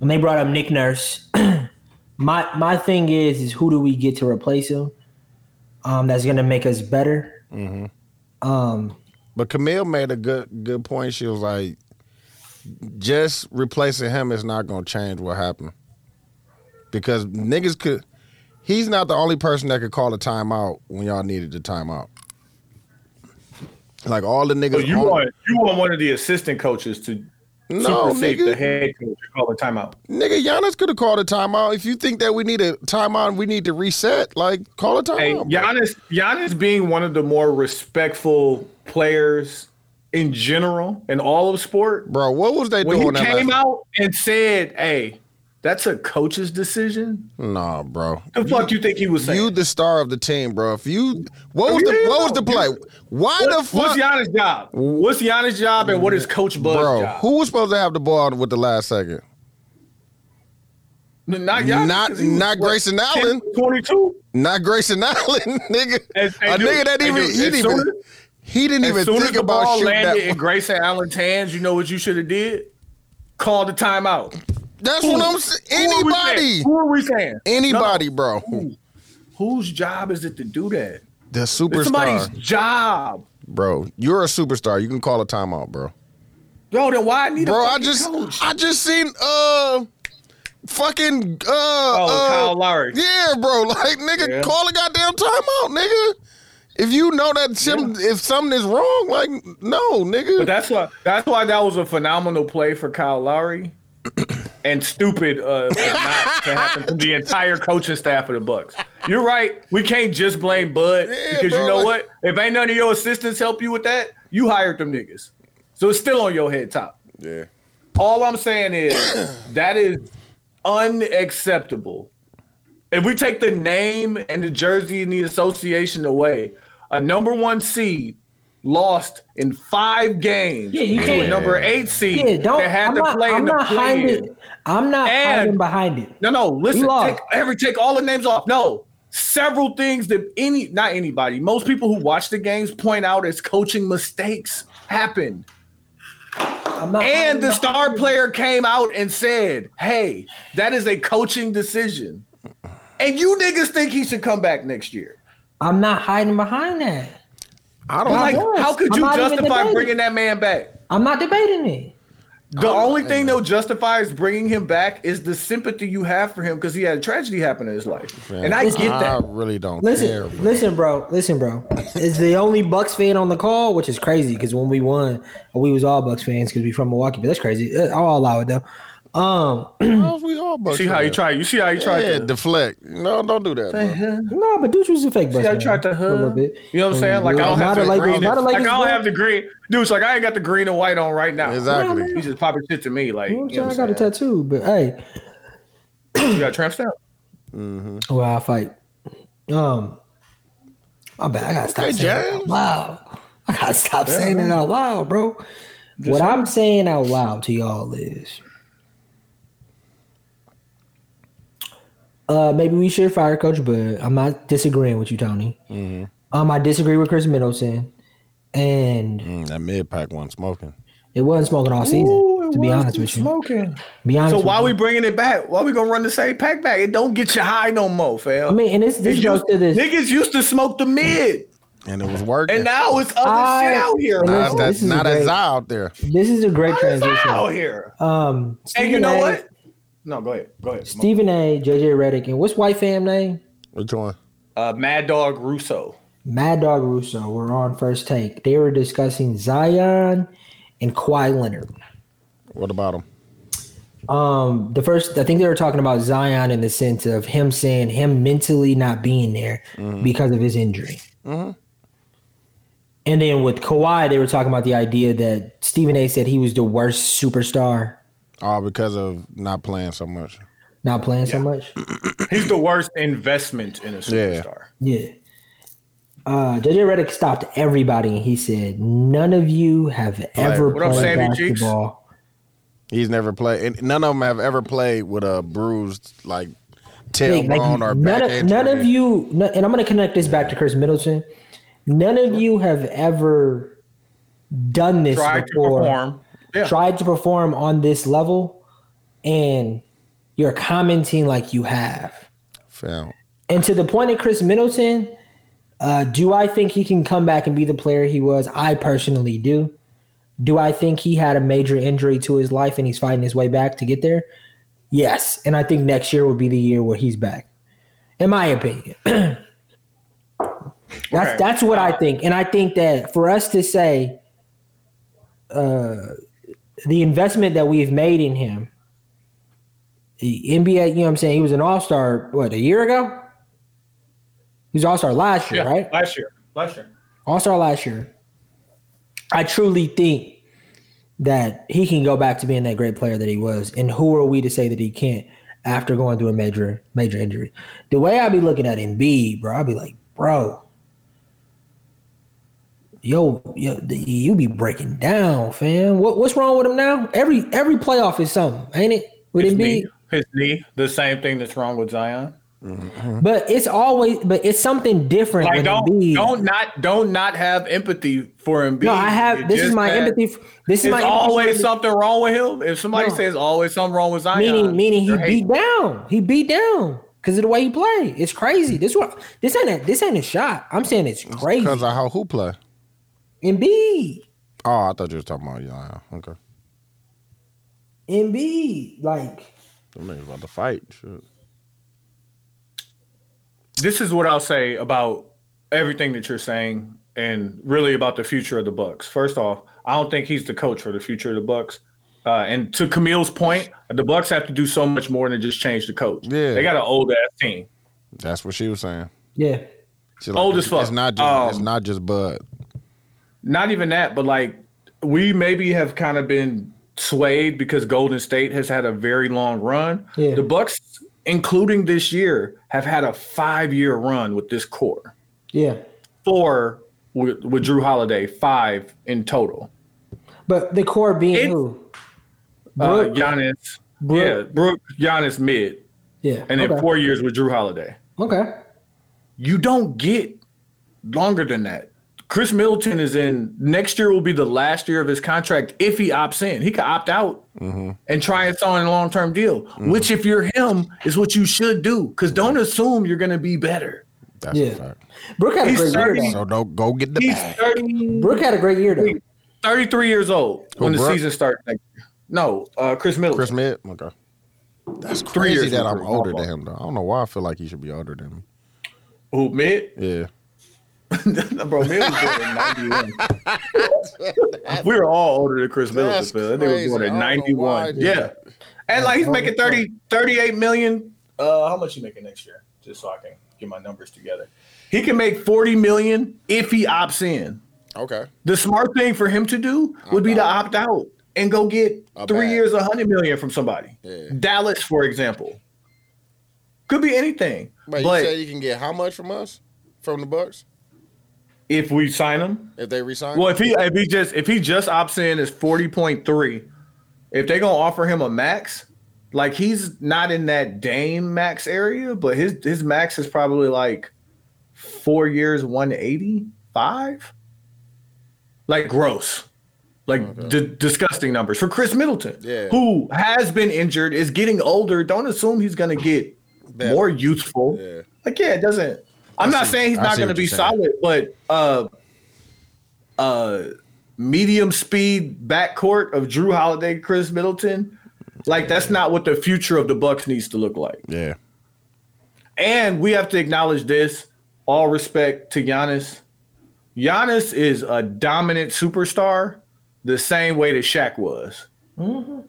[SPEAKER 7] and they brought up Nick Nurse. [CLEARS THROAT] my my thing is, is who do we get to replace him um, that's going to make us better? Um,
[SPEAKER 2] But Camille made a good good point. She was like, just replacing him is not gonna change what happened. Because niggas could he's not the only person that could call a timeout when y'all needed the timeout. Like all the niggas
[SPEAKER 6] So you
[SPEAKER 2] on-
[SPEAKER 6] want you want one of the assistant coaches to
[SPEAKER 2] No,
[SPEAKER 6] supersede
[SPEAKER 2] nigga.
[SPEAKER 6] the head coach and call a timeout.
[SPEAKER 2] nigga Giannis could have called a timeout. If you think that we need a timeout and we need to reset, like call a timeout.
[SPEAKER 6] Hey,
[SPEAKER 2] bro.
[SPEAKER 6] Giannis, Giannis being one of the more respectful players in general in all of sport.
[SPEAKER 2] Bro, what was they
[SPEAKER 6] When
[SPEAKER 2] doing
[SPEAKER 6] he
[SPEAKER 2] that
[SPEAKER 6] came
[SPEAKER 2] last-
[SPEAKER 6] out and said, "Hey, that's a coach's decision,"
[SPEAKER 2] Nah, bro.
[SPEAKER 6] the fuck you think he was saying?
[SPEAKER 2] You the star of the team, bro. If you what was
[SPEAKER 6] Yeah,
[SPEAKER 2] the what was the
[SPEAKER 6] no,
[SPEAKER 2] play? Why the
[SPEAKER 6] What-
[SPEAKER 2] fuck
[SPEAKER 6] What's Giannis' job? What's Giannis' job and what is Coach Bud's
[SPEAKER 2] Bro,
[SPEAKER 6] job?
[SPEAKER 2] who was supposed to have the ball with the last second?
[SPEAKER 6] N- not Giannis,
[SPEAKER 2] not-
[SPEAKER 6] 'cause he was,
[SPEAKER 2] not
[SPEAKER 6] what,
[SPEAKER 2] Grayson
[SPEAKER 6] 10,
[SPEAKER 2] Allen.
[SPEAKER 6] 22.
[SPEAKER 2] Not Grayson [LAUGHS] Allen, nigga.
[SPEAKER 6] Hey, hey,
[SPEAKER 2] a
[SPEAKER 6] dude,
[SPEAKER 2] nigga that
[SPEAKER 6] hey,
[SPEAKER 2] even
[SPEAKER 6] dude,
[SPEAKER 2] he
[SPEAKER 6] as
[SPEAKER 2] didn't
[SPEAKER 6] soon
[SPEAKER 2] even he didn't
[SPEAKER 6] As
[SPEAKER 2] even
[SPEAKER 6] soon as
[SPEAKER 2] think
[SPEAKER 6] the
[SPEAKER 2] about
[SPEAKER 6] ball
[SPEAKER 2] shooting
[SPEAKER 6] landed in
[SPEAKER 2] that.
[SPEAKER 6] Grayson Allen's hands, you know what you should have did? Call the timeout.
[SPEAKER 2] That's
[SPEAKER 6] Who?
[SPEAKER 2] what I'm saying.
[SPEAKER 6] Who are we saying?
[SPEAKER 2] Anybody,
[SPEAKER 6] Who are we saying?
[SPEAKER 2] anybody, bro.
[SPEAKER 6] Whose job is it to do that?
[SPEAKER 2] The
[SPEAKER 6] It's somebody's
[SPEAKER 2] superstar,
[SPEAKER 6] job.
[SPEAKER 2] bro. You're a superstar. You can call a timeout, bro.
[SPEAKER 6] Yo, then why I need
[SPEAKER 2] Bro,
[SPEAKER 6] a
[SPEAKER 2] I
[SPEAKER 6] fucking
[SPEAKER 2] just
[SPEAKER 6] coach?
[SPEAKER 2] I just seen uh fucking uh,
[SPEAKER 6] oh,
[SPEAKER 2] uh,
[SPEAKER 6] Kyle Lowry.
[SPEAKER 2] Yeah, bro. [LAUGHS] Like, nigga,
[SPEAKER 6] Yeah.
[SPEAKER 2] call a goddamn timeout, nigga. If you know that some, if something is wrong, like, no, nigga.
[SPEAKER 6] But that's why that's why that was a phenomenal play for Kyle
[SPEAKER 2] [CLEARS THROAT]
[SPEAKER 6] Lowry. and stupid uh, for not to happen to the entire coaching staff of the Bucks. You're right. We can't just blame Bud
[SPEAKER 2] Yeah,
[SPEAKER 6] because
[SPEAKER 2] bro,
[SPEAKER 6] you know
[SPEAKER 2] like-
[SPEAKER 6] what? If ain't none of your assistants help you with that, you hired them niggas. So it's still on your head top.
[SPEAKER 2] yeah.
[SPEAKER 6] All I'm saying is
[SPEAKER 2] [CLEARS THROAT]
[SPEAKER 6] that is unacceptable. If we take the name and the jersey and the association away, a number one seed lost in five games
[SPEAKER 7] Yeah, you
[SPEAKER 6] to a
[SPEAKER 7] can't-
[SPEAKER 6] number eight seed
[SPEAKER 7] yeah, don't.
[SPEAKER 6] that had
[SPEAKER 7] I'm
[SPEAKER 6] to
[SPEAKER 7] not,
[SPEAKER 6] play
[SPEAKER 7] I'm
[SPEAKER 6] in the
[SPEAKER 7] not hiding
[SPEAKER 6] play.
[SPEAKER 7] it. I'm not
[SPEAKER 6] And-
[SPEAKER 7] hiding behind it.
[SPEAKER 6] No, no, listen.
[SPEAKER 7] Law.
[SPEAKER 6] Take every take all the names off. No. Several things that any not anybody, most people who watch the games point out as coaching mistakes happen.
[SPEAKER 7] I'm not hiding
[SPEAKER 6] And the
[SPEAKER 7] behind
[SPEAKER 6] star
[SPEAKER 7] it.
[SPEAKER 6] player came out and said, "Hey, that is a coaching decision." And you niggas think he should come back next year?
[SPEAKER 7] I'm not hiding behind that.
[SPEAKER 2] I don't
[SPEAKER 6] Like,
[SPEAKER 2] know.
[SPEAKER 7] course.
[SPEAKER 6] how could
[SPEAKER 7] I'm
[SPEAKER 6] you
[SPEAKER 7] not even
[SPEAKER 6] justify
[SPEAKER 7] debating.
[SPEAKER 6] bringing that man back?
[SPEAKER 7] I'm not debating it.
[SPEAKER 6] The only thing that justifies bringing him back is the sympathy you have for him because he had a tragedy happen in his life, and I get
[SPEAKER 2] I
[SPEAKER 6] that.
[SPEAKER 2] really don't
[SPEAKER 7] Listen,
[SPEAKER 2] care. Bro.
[SPEAKER 7] listen, bro. Listen, bro. Is the only Bucks fan on the call, which is crazy because when we won, we was all Bucks fans because we from Milwaukee. But that's crazy. Uh, I'll allow it though. Um,
[SPEAKER 2] How's we all about
[SPEAKER 6] See how you
[SPEAKER 2] you
[SPEAKER 6] try. You see how you tried
[SPEAKER 2] Yeah,
[SPEAKER 6] to.
[SPEAKER 2] deflect. No, don't do that. Bro.
[SPEAKER 7] no, but Dooch was a fake Bucks
[SPEAKER 6] See, I
[SPEAKER 7] fan.
[SPEAKER 6] tried to
[SPEAKER 7] for Uh-huh. a little
[SPEAKER 6] hug.
[SPEAKER 7] bit.
[SPEAKER 6] You know what I'm saying? Like I don't
[SPEAKER 7] Not
[SPEAKER 6] have
[SPEAKER 7] a
[SPEAKER 6] the
[SPEAKER 7] Lakers-
[SPEAKER 6] green.
[SPEAKER 7] not a
[SPEAKER 6] and- Like I
[SPEAKER 7] Lakers
[SPEAKER 6] don't
[SPEAKER 7] fan.
[SPEAKER 6] have the green. Dude's like I ain't got the green and white on right now.
[SPEAKER 2] Exactly.
[SPEAKER 6] He's just popping shit to me. Like
[SPEAKER 7] You know what I'm
[SPEAKER 6] you know
[SPEAKER 7] saying?
[SPEAKER 6] what
[SPEAKER 7] I got a
[SPEAKER 6] I'm saying?
[SPEAKER 7] tattoo, but hey,
[SPEAKER 6] you got tramp stamp.
[SPEAKER 7] well, I'll fight. Um, I'm bad. I gotta stop
[SPEAKER 2] Hey,
[SPEAKER 7] saying it
[SPEAKER 2] James.
[SPEAKER 7] out loud. I gotta stop saying it out loud, bro. what I'm saying out loud to y'all is Uh, maybe we should fire Coach Bud. I'm not disagreeing with you, Tony.
[SPEAKER 6] Mm-hmm.
[SPEAKER 7] Um, I disagree with Chris Middleton, and
[SPEAKER 2] Mm, that mid pack one smoking.
[SPEAKER 7] it wasn't smoking all season.
[SPEAKER 6] Ooh, it
[SPEAKER 7] to be
[SPEAKER 6] was
[SPEAKER 7] honest with
[SPEAKER 6] smoking.
[SPEAKER 7] you, be honest.
[SPEAKER 6] So
[SPEAKER 7] with
[SPEAKER 6] why
[SPEAKER 7] you.
[SPEAKER 6] we bringing it back? Why we gonna run the same pack back? It don't get you high no more, fam.
[SPEAKER 7] I mean, and this this
[SPEAKER 6] Niggas
[SPEAKER 7] goes
[SPEAKER 6] used-
[SPEAKER 7] to this.
[SPEAKER 6] Niggas used to smoke the mid,
[SPEAKER 2] And it was working.
[SPEAKER 6] and now it's other
[SPEAKER 7] I-
[SPEAKER 6] shit out here.
[SPEAKER 7] and
[SPEAKER 6] bro.
[SPEAKER 7] this-
[SPEAKER 3] Not, that's
[SPEAKER 7] this is a
[SPEAKER 3] not as
[SPEAKER 7] great-
[SPEAKER 3] out there.
[SPEAKER 7] This is a great
[SPEAKER 6] What is out
[SPEAKER 7] transition.
[SPEAKER 6] here.
[SPEAKER 7] Um,
[SPEAKER 6] And
[SPEAKER 7] Stephen
[SPEAKER 6] you
[SPEAKER 7] A,
[SPEAKER 6] know what? No, go ahead. Go ahead.
[SPEAKER 7] Stephen A. JJ Reddick and what's white fam name?
[SPEAKER 2] Which one?
[SPEAKER 6] Uh, Mad Dog Russo.
[SPEAKER 7] Mad Dog Russo were on first take. They were discussing Zion and Kawhi Leonard.
[SPEAKER 2] What about him?
[SPEAKER 7] Um, the first, I think they were talking about Zion in the sense of him saying him mentally not being there because of his injury. And then with Kawhi, they were talking about the idea that Stephen A. said he was the worst superstar
[SPEAKER 2] All because of not playing so much.
[SPEAKER 7] not playing so much.
[SPEAKER 6] He's the worst investment in a
[SPEAKER 2] Yeah.
[SPEAKER 6] superstar.
[SPEAKER 7] Yeah. Uh, JJ Reddick stopped everybody and he said, "None of you have ever
[SPEAKER 6] What up,
[SPEAKER 7] played
[SPEAKER 6] Sandy Cheeks?
[SPEAKER 7] basketball."
[SPEAKER 2] He's never played. And none of them have ever played with a bruised like
[SPEAKER 7] Like,
[SPEAKER 2] tailbone
[SPEAKER 7] like,
[SPEAKER 2] or back
[SPEAKER 7] none, of,
[SPEAKER 2] injury.
[SPEAKER 7] none of you, no- and I'm going to connect this back to Chris Middleton. None of you have ever done this
[SPEAKER 6] Try to
[SPEAKER 7] before.
[SPEAKER 6] perform. Yeah.
[SPEAKER 7] Tried to perform on this level, and you're commenting like you have.
[SPEAKER 2] Fam.
[SPEAKER 7] And to the point of Chris Middleton, uh, do I think he can come back and be the player he was? I personally do. Do I think he had a major injury to his life and he's fighting his way back to get there? Yes. And I think next year will be the year where he's back, in my opinion. that's
[SPEAKER 6] Okay.
[SPEAKER 7] that's what I think. And I think that for us to say uh, the investment that we've made in him, the NBA, you know what I'm saying? He was an all star, what, a year ago? He was all star last year,
[SPEAKER 6] Yeah,
[SPEAKER 7] right?
[SPEAKER 6] Last year. Last year.
[SPEAKER 7] All star last year. I truly think that he can go back to being that great player that he was. And who are we to say that he can't after going through a major, major injury? The way I be looking at Embiid, bro, I be like, bro, yo, yo, you be breaking down, fam. What, what's wrong with him now? Every every playoff is something, ain't it? With
[SPEAKER 6] His
[SPEAKER 7] Embiid,
[SPEAKER 6] knee. His knee. The same thing that's wrong with Zion.
[SPEAKER 7] but it's always, but it's something different.
[SPEAKER 6] Like
[SPEAKER 7] with
[SPEAKER 6] don't
[SPEAKER 7] Embiid.
[SPEAKER 6] don't not don't not have empathy for Embiid.
[SPEAKER 7] No, I
[SPEAKER 6] You
[SPEAKER 7] have. This is
[SPEAKER 6] just
[SPEAKER 7] my
[SPEAKER 6] had-
[SPEAKER 7] empathy. f- This is
[SPEAKER 6] It's
[SPEAKER 7] my empathy
[SPEAKER 6] always something wrong with him. If somebody
[SPEAKER 7] No.
[SPEAKER 6] says always something wrong with Zion,
[SPEAKER 7] meaning meaning he
[SPEAKER 6] they're hating.
[SPEAKER 7] beat down. He beat down because of the way he played. It's crazy. This what this ain't a, this ain't a shot. I'm saying it's crazy.
[SPEAKER 2] Because of how who play.
[SPEAKER 7] Embiid,
[SPEAKER 2] Oh, I thought you were talking about Zion. Okay.
[SPEAKER 7] Embiid, like
[SPEAKER 2] Them niggas about to fight. Shit.
[SPEAKER 6] This is what I'll say about everything that you're saying, and really about the future of the Bucks. First off, I don't think he's the coach for the future of the Bucks. Uh, and to Camille's point, the Bucks have to do so much more than just change the coach.
[SPEAKER 2] Yeah.
[SPEAKER 6] they got an old ass team.
[SPEAKER 2] That's what she was saying.
[SPEAKER 7] yeah.
[SPEAKER 2] She's
[SPEAKER 6] Old as
[SPEAKER 2] it's,
[SPEAKER 6] fuck.
[SPEAKER 2] It's not just
[SPEAKER 6] Um,
[SPEAKER 2] it's not just Bud.
[SPEAKER 6] not even that, but like we maybe have kind of been swayed because Golden State has had a very long run.
[SPEAKER 7] Yeah.
[SPEAKER 6] The Bucks, including this year, have had a five-year run with this core.
[SPEAKER 7] Yeah.
[SPEAKER 6] Four with, with Drew Holiday, five in total.
[SPEAKER 7] But the core being
[SPEAKER 6] It-
[SPEAKER 7] who?
[SPEAKER 6] Uh,
[SPEAKER 7] Brooke?
[SPEAKER 6] Giannis,
[SPEAKER 7] Brooke.
[SPEAKER 6] yeah, Brooke, Giannis mid,
[SPEAKER 7] yeah.
[SPEAKER 6] and then
[SPEAKER 7] okay.
[SPEAKER 6] four years with Drew Holiday.
[SPEAKER 7] Okay.
[SPEAKER 6] you don't get longer than that. Chris Middleton is in next year will be the last year of his contract if he opts in. He could opt out
[SPEAKER 2] Mm-hmm.
[SPEAKER 6] and try and sign a long term deal, which if you're him is what you should do. Because don't assume you're going to be better.
[SPEAKER 2] That's
[SPEAKER 7] yeah.
[SPEAKER 2] a fact.
[SPEAKER 7] Brooke had a
[SPEAKER 6] He's
[SPEAKER 7] great year.
[SPEAKER 6] 30.
[SPEAKER 7] Though.
[SPEAKER 2] So don't go get the
[SPEAKER 6] He's
[SPEAKER 2] bag.
[SPEAKER 6] 30,
[SPEAKER 7] Brooke had a great year though.
[SPEAKER 6] 33 years old when
[SPEAKER 2] Who,
[SPEAKER 6] the
[SPEAKER 2] Brooke?
[SPEAKER 6] season starts next year. No, uh, Chris
[SPEAKER 2] [LAUGHS]
[SPEAKER 6] Middleton.
[SPEAKER 2] Chris Mid. Okay. That's
[SPEAKER 6] Three
[SPEAKER 2] crazy
[SPEAKER 6] years
[SPEAKER 2] that I'm older
[SPEAKER 6] older.
[SPEAKER 2] than him though. I don't know why I feel like he should be older than me.
[SPEAKER 6] Who, Mid?
[SPEAKER 2] Yeah.
[SPEAKER 6] Bro, Mid was born in 91. [LAUGHS] we were all older than Chris
[SPEAKER 2] That's
[SPEAKER 6] Middleton. man. That nigga was born
[SPEAKER 2] crazy.
[SPEAKER 6] in
[SPEAKER 2] I don't know why I
[SPEAKER 6] 91.
[SPEAKER 2] did
[SPEAKER 6] Yeah.
[SPEAKER 2] that.
[SPEAKER 6] And like he's making 30, 38 million. Uh, how much he making next year? Just so I can get my numbers together. He can make 40 million if he opts in.
[SPEAKER 2] Okay.
[SPEAKER 6] The smart thing for him to do would be to opt out and go get
[SPEAKER 2] A
[SPEAKER 6] three
[SPEAKER 2] bag.
[SPEAKER 6] years, a hundred million from somebody.
[SPEAKER 2] Yeah.
[SPEAKER 6] Dallas, for example. Could be anything.
[SPEAKER 2] But,
[SPEAKER 6] But,
[SPEAKER 2] you say you can get how much from us? From the Bucks?
[SPEAKER 6] if we sign him,
[SPEAKER 2] If they resign?
[SPEAKER 6] well, if he if he just if he just opts in is 40.3. If they gonna offer him a max, Like he's not in that Dame max area, but his his max is probably like four years, one eighty five. Like gross, like di- disgusting numbers for Chris Middleton,
[SPEAKER 2] Yeah.
[SPEAKER 6] who has been injured, is getting older. Don't assume he's gonna get
[SPEAKER 2] Better.
[SPEAKER 6] more youthful.
[SPEAKER 2] Yeah.
[SPEAKER 6] Like yeah, it doesn't. I'm not saying he's
[SPEAKER 3] I
[SPEAKER 6] not
[SPEAKER 3] see
[SPEAKER 6] going to
[SPEAKER 3] what
[SPEAKER 6] be
[SPEAKER 3] you're saying.
[SPEAKER 6] solid, but uh, uh, medium speed backcourt of Drew Holiday, Chris Middleton, like that's not what the future of the Bucks needs to look like.
[SPEAKER 2] Yeah.
[SPEAKER 6] And we have to acknowledge this. All respect to Giannis. Giannis is a dominant superstar, the same way that Shaq was.
[SPEAKER 2] No,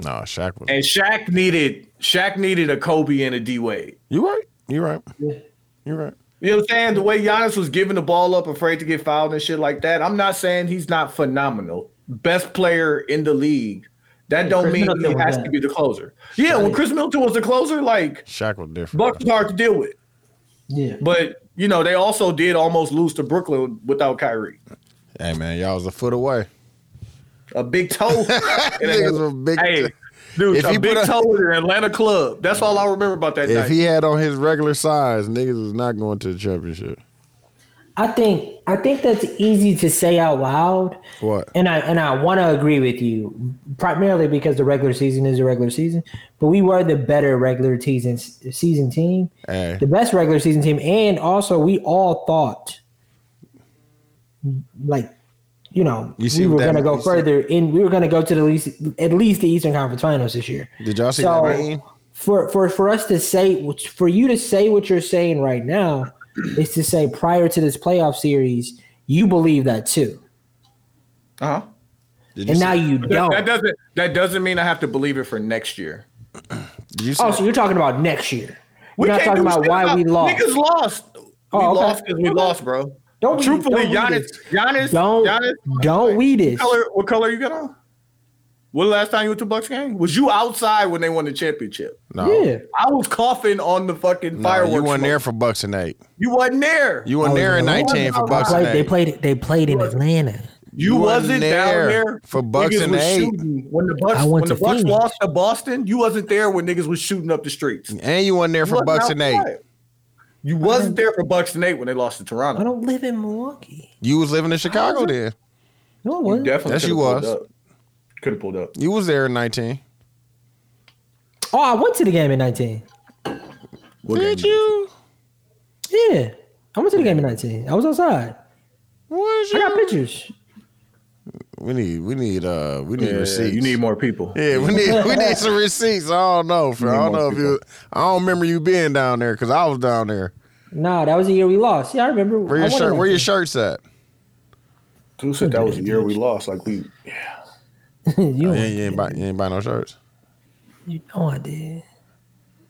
[SPEAKER 2] Shaq was.
[SPEAKER 6] And Shaq needed Shaq needed a Kobe and a D Wade.
[SPEAKER 2] You right. You right. You right.
[SPEAKER 6] You know what I'm saying? The way Giannis was giving the ball up, afraid to get fouled and shit like that. I'm not saying he's not phenomenal, best player in the league. That don't
[SPEAKER 7] Chris
[SPEAKER 6] mean
[SPEAKER 7] Middleton
[SPEAKER 6] he
[SPEAKER 7] was
[SPEAKER 6] has
[SPEAKER 7] that.
[SPEAKER 6] to be the closer. Yeah, when Chris Middleton was the closer, like
[SPEAKER 2] Shaq was different.
[SPEAKER 6] Bucks was hard to deal with.
[SPEAKER 7] Yeah.
[SPEAKER 6] But you know, they also did almost lose to Brooklyn without Kyrie.
[SPEAKER 2] Hey man, y'all was a foot away.
[SPEAKER 6] A big toe. in
[SPEAKER 2] Niggas
[SPEAKER 6] Atlanta.
[SPEAKER 2] were big.
[SPEAKER 6] [LAUGHS] hey, dude,
[SPEAKER 2] If
[SPEAKER 6] a
[SPEAKER 2] he put
[SPEAKER 6] big
[SPEAKER 2] a-
[SPEAKER 6] toe in an Atlanta club. That's all I remember about that
[SPEAKER 2] if
[SPEAKER 6] night.
[SPEAKER 2] he had on his regular size, niggas was not going to the championship.
[SPEAKER 7] I think I think that's easy to say out loud.
[SPEAKER 2] What?
[SPEAKER 7] And I and I want to agree with you primarily because the regular season is the regular season, but we were the better regular season season team,
[SPEAKER 2] Hey,
[SPEAKER 7] the best regular season team, and also we all thought like you know
[SPEAKER 2] You see
[SPEAKER 7] we were
[SPEAKER 2] that-
[SPEAKER 7] going to go
[SPEAKER 2] you see-
[SPEAKER 7] further and we were going to go to the least at least the Eastern Conference Finals this year.
[SPEAKER 2] did y'all see
[SPEAKER 7] So-
[SPEAKER 2] that meme?
[SPEAKER 7] for for for us to say for you to say what you're saying right now is to say prior to this playoff series you believe that too
[SPEAKER 6] Uh-huh.
[SPEAKER 2] Did you,
[SPEAKER 7] and
[SPEAKER 2] see,
[SPEAKER 7] now you
[SPEAKER 6] That, that
[SPEAKER 7] don't
[SPEAKER 6] doesn't that doesn't mean I have to believe it for next year.
[SPEAKER 2] did you see
[SPEAKER 7] oh so you're talking about next year
[SPEAKER 6] We
[SPEAKER 7] you're not
[SPEAKER 6] can't
[SPEAKER 7] talking
[SPEAKER 6] do
[SPEAKER 7] about
[SPEAKER 6] shit
[SPEAKER 7] why we lost
[SPEAKER 6] Niggas lost. we
[SPEAKER 7] okay.
[SPEAKER 6] lost because we lost, bro.
[SPEAKER 7] Don't-
[SPEAKER 6] Truthfully,
[SPEAKER 7] don't read
[SPEAKER 6] Giannis, Giannis,
[SPEAKER 7] don't
[SPEAKER 6] Giannis.
[SPEAKER 7] don't we
[SPEAKER 6] What
[SPEAKER 7] this
[SPEAKER 6] color, what color you got on? What the last time you went to Bucks game? Was you outside when they won the championship?
[SPEAKER 2] no,
[SPEAKER 7] yeah
[SPEAKER 6] I was coughing on the fucking
[SPEAKER 2] no,
[SPEAKER 6] fireworks.
[SPEAKER 2] you weren't there
[SPEAKER 6] smoke.
[SPEAKER 2] for Bucks and eight.
[SPEAKER 6] You wasn't there. You,
[SPEAKER 2] You weren't
[SPEAKER 7] was
[SPEAKER 2] there in
[SPEAKER 7] there.
[SPEAKER 2] nineteen for
[SPEAKER 6] I
[SPEAKER 2] Bucks
[SPEAKER 7] Played-
[SPEAKER 2] and
[SPEAKER 7] Oh, they
[SPEAKER 2] eight.
[SPEAKER 7] played they played in Atlanta
[SPEAKER 6] wasn't
[SPEAKER 2] wasn't
[SPEAKER 6] down
[SPEAKER 2] there
[SPEAKER 6] there
[SPEAKER 2] for Bucks
[SPEAKER 6] niggas
[SPEAKER 2] and
[SPEAKER 6] was
[SPEAKER 2] eight.
[SPEAKER 6] shooting. When the Bucks,
[SPEAKER 7] I went
[SPEAKER 6] when
[SPEAKER 7] to
[SPEAKER 6] the Bucks
[SPEAKER 7] Phoenix.
[SPEAKER 6] lost to Boston, you wasn't there when niggas was shooting up the streets. You
[SPEAKER 2] And you weren't there for
[SPEAKER 6] wasn't
[SPEAKER 2] Bucks and eight.
[SPEAKER 6] outside. You wasn't there for Bucks and eight when they lost to Toronto.
[SPEAKER 7] I don't live in Milwaukee
[SPEAKER 2] You was living in Chicago then.
[SPEAKER 7] no I wasn't.
[SPEAKER 6] Definitely.
[SPEAKER 2] Yes, you was.
[SPEAKER 6] Could have pulled up.
[SPEAKER 2] You was there in nineteen.
[SPEAKER 7] oh I went to the game in 19
[SPEAKER 2] Did you?
[SPEAKER 7] yeah I went to the game in 19 I was outside
[SPEAKER 2] Was
[SPEAKER 7] I got
[SPEAKER 2] you?
[SPEAKER 7] pictures
[SPEAKER 2] We need. We need. Uh. We need
[SPEAKER 6] Yeah,
[SPEAKER 2] receipts.
[SPEAKER 6] you need more people.
[SPEAKER 2] Yeah, we need
[SPEAKER 6] [LAUGHS]
[SPEAKER 2] we need some receipts. I don't know. For, I don't
[SPEAKER 6] more
[SPEAKER 2] know if you. I don't remember you being down there because I was down there.
[SPEAKER 7] nah that was the year we lost yeah I remember
[SPEAKER 2] Where
[SPEAKER 7] I
[SPEAKER 2] your
[SPEAKER 7] won in
[SPEAKER 2] shirt? Where
[SPEAKER 7] 19.
[SPEAKER 2] your shirts at?
[SPEAKER 6] Dude said that was the year we lost. Like we,
[SPEAKER 7] [LAUGHS] you,
[SPEAKER 2] Oh, Yeah, you ain't buy. You ain't buy no shirts.
[SPEAKER 7] you know I did.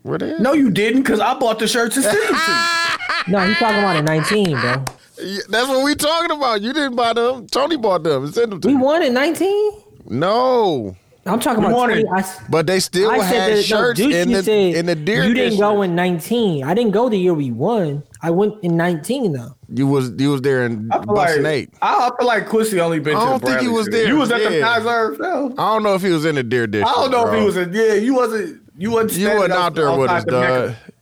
[SPEAKER 2] Where they? At?
[SPEAKER 6] no, you didn't, because I bought the shirts and sent them to
[SPEAKER 2] [LAUGHS]
[SPEAKER 6] you.
[SPEAKER 7] No, he's talking about a 19, bro.
[SPEAKER 2] Yeah, That's what we talking about. You didn't buy them. Tony bought them and sent them to
[SPEAKER 7] We
[SPEAKER 2] me.
[SPEAKER 7] won in 19?
[SPEAKER 2] No,
[SPEAKER 7] I'm talking about
[SPEAKER 6] won it.
[SPEAKER 7] 20. I, s-
[SPEAKER 2] but they still
[SPEAKER 7] I
[SPEAKER 2] had
[SPEAKER 7] said that,
[SPEAKER 2] shirts
[SPEAKER 7] no, Deuce,
[SPEAKER 2] in
[SPEAKER 7] you
[SPEAKER 2] the
[SPEAKER 7] said
[SPEAKER 2] in the deer.
[SPEAKER 7] You didn't
[SPEAKER 2] district.
[SPEAKER 7] go in 19. I didn't go the year we won. I went in 19, though.
[SPEAKER 2] You was you was there in
[SPEAKER 6] I feel
[SPEAKER 2] Boston
[SPEAKER 6] like-
[SPEAKER 2] eight.
[SPEAKER 6] I, I feel like Quincy only been.
[SPEAKER 2] I
[SPEAKER 6] to
[SPEAKER 2] don't
[SPEAKER 6] the
[SPEAKER 2] think he
[SPEAKER 6] Bradley
[SPEAKER 2] was
[SPEAKER 6] today.
[SPEAKER 2] there,
[SPEAKER 6] You was at the
[SPEAKER 2] yeah.
[SPEAKER 6] Kaiser. No.
[SPEAKER 2] I don't know if he was in the deer district.
[SPEAKER 6] I don't know if
[SPEAKER 2] bro.
[SPEAKER 6] he was a yeah. You wasn't. You wasn't.
[SPEAKER 2] You
[SPEAKER 6] standing
[SPEAKER 2] wasn't out there with us,
[SPEAKER 6] outside the Mecca.
[SPEAKER 2] dog.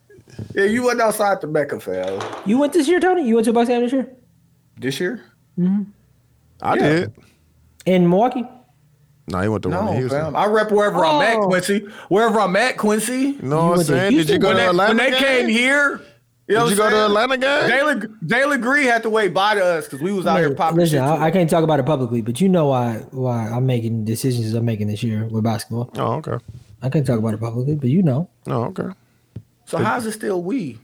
[SPEAKER 6] Yeah, you wasn't outside the Mecca, fell
[SPEAKER 7] You went this year, Tony? You went to a Bucks game this year?
[SPEAKER 6] This year?
[SPEAKER 2] I
[SPEAKER 6] Yeah.
[SPEAKER 2] did.
[SPEAKER 7] In Milwaukee?
[SPEAKER 2] No, he went to one in
[SPEAKER 6] No,
[SPEAKER 2] Houston.
[SPEAKER 6] fam. I rep wherever I'm at,
[SPEAKER 7] Oh.
[SPEAKER 6] Quincy. Wherever I'm at, Quincy.
[SPEAKER 2] You know what I'm
[SPEAKER 7] went to
[SPEAKER 2] saying? Did you
[SPEAKER 7] Houston?
[SPEAKER 2] go
[SPEAKER 6] When
[SPEAKER 2] to
[SPEAKER 6] they,
[SPEAKER 2] Atlanta?
[SPEAKER 6] when they
[SPEAKER 2] game?
[SPEAKER 6] came here, you know
[SPEAKER 2] Did you go
[SPEAKER 6] what
[SPEAKER 2] to
[SPEAKER 6] I'm saying?
[SPEAKER 2] Atlanta game?
[SPEAKER 6] Jalen Jalen Green had to wait by to us because we was out here popping
[SPEAKER 7] Listen,
[SPEAKER 6] shit. too.
[SPEAKER 7] I, I can't talk about it publicly, but you know why why I'm making decisions I'm making this year with basketball.
[SPEAKER 2] Oh, okay.
[SPEAKER 7] I can't talk about it publicly, but you know.
[SPEAKER 2] Oh, okay.
[SPEAKER 6] so how's it still we?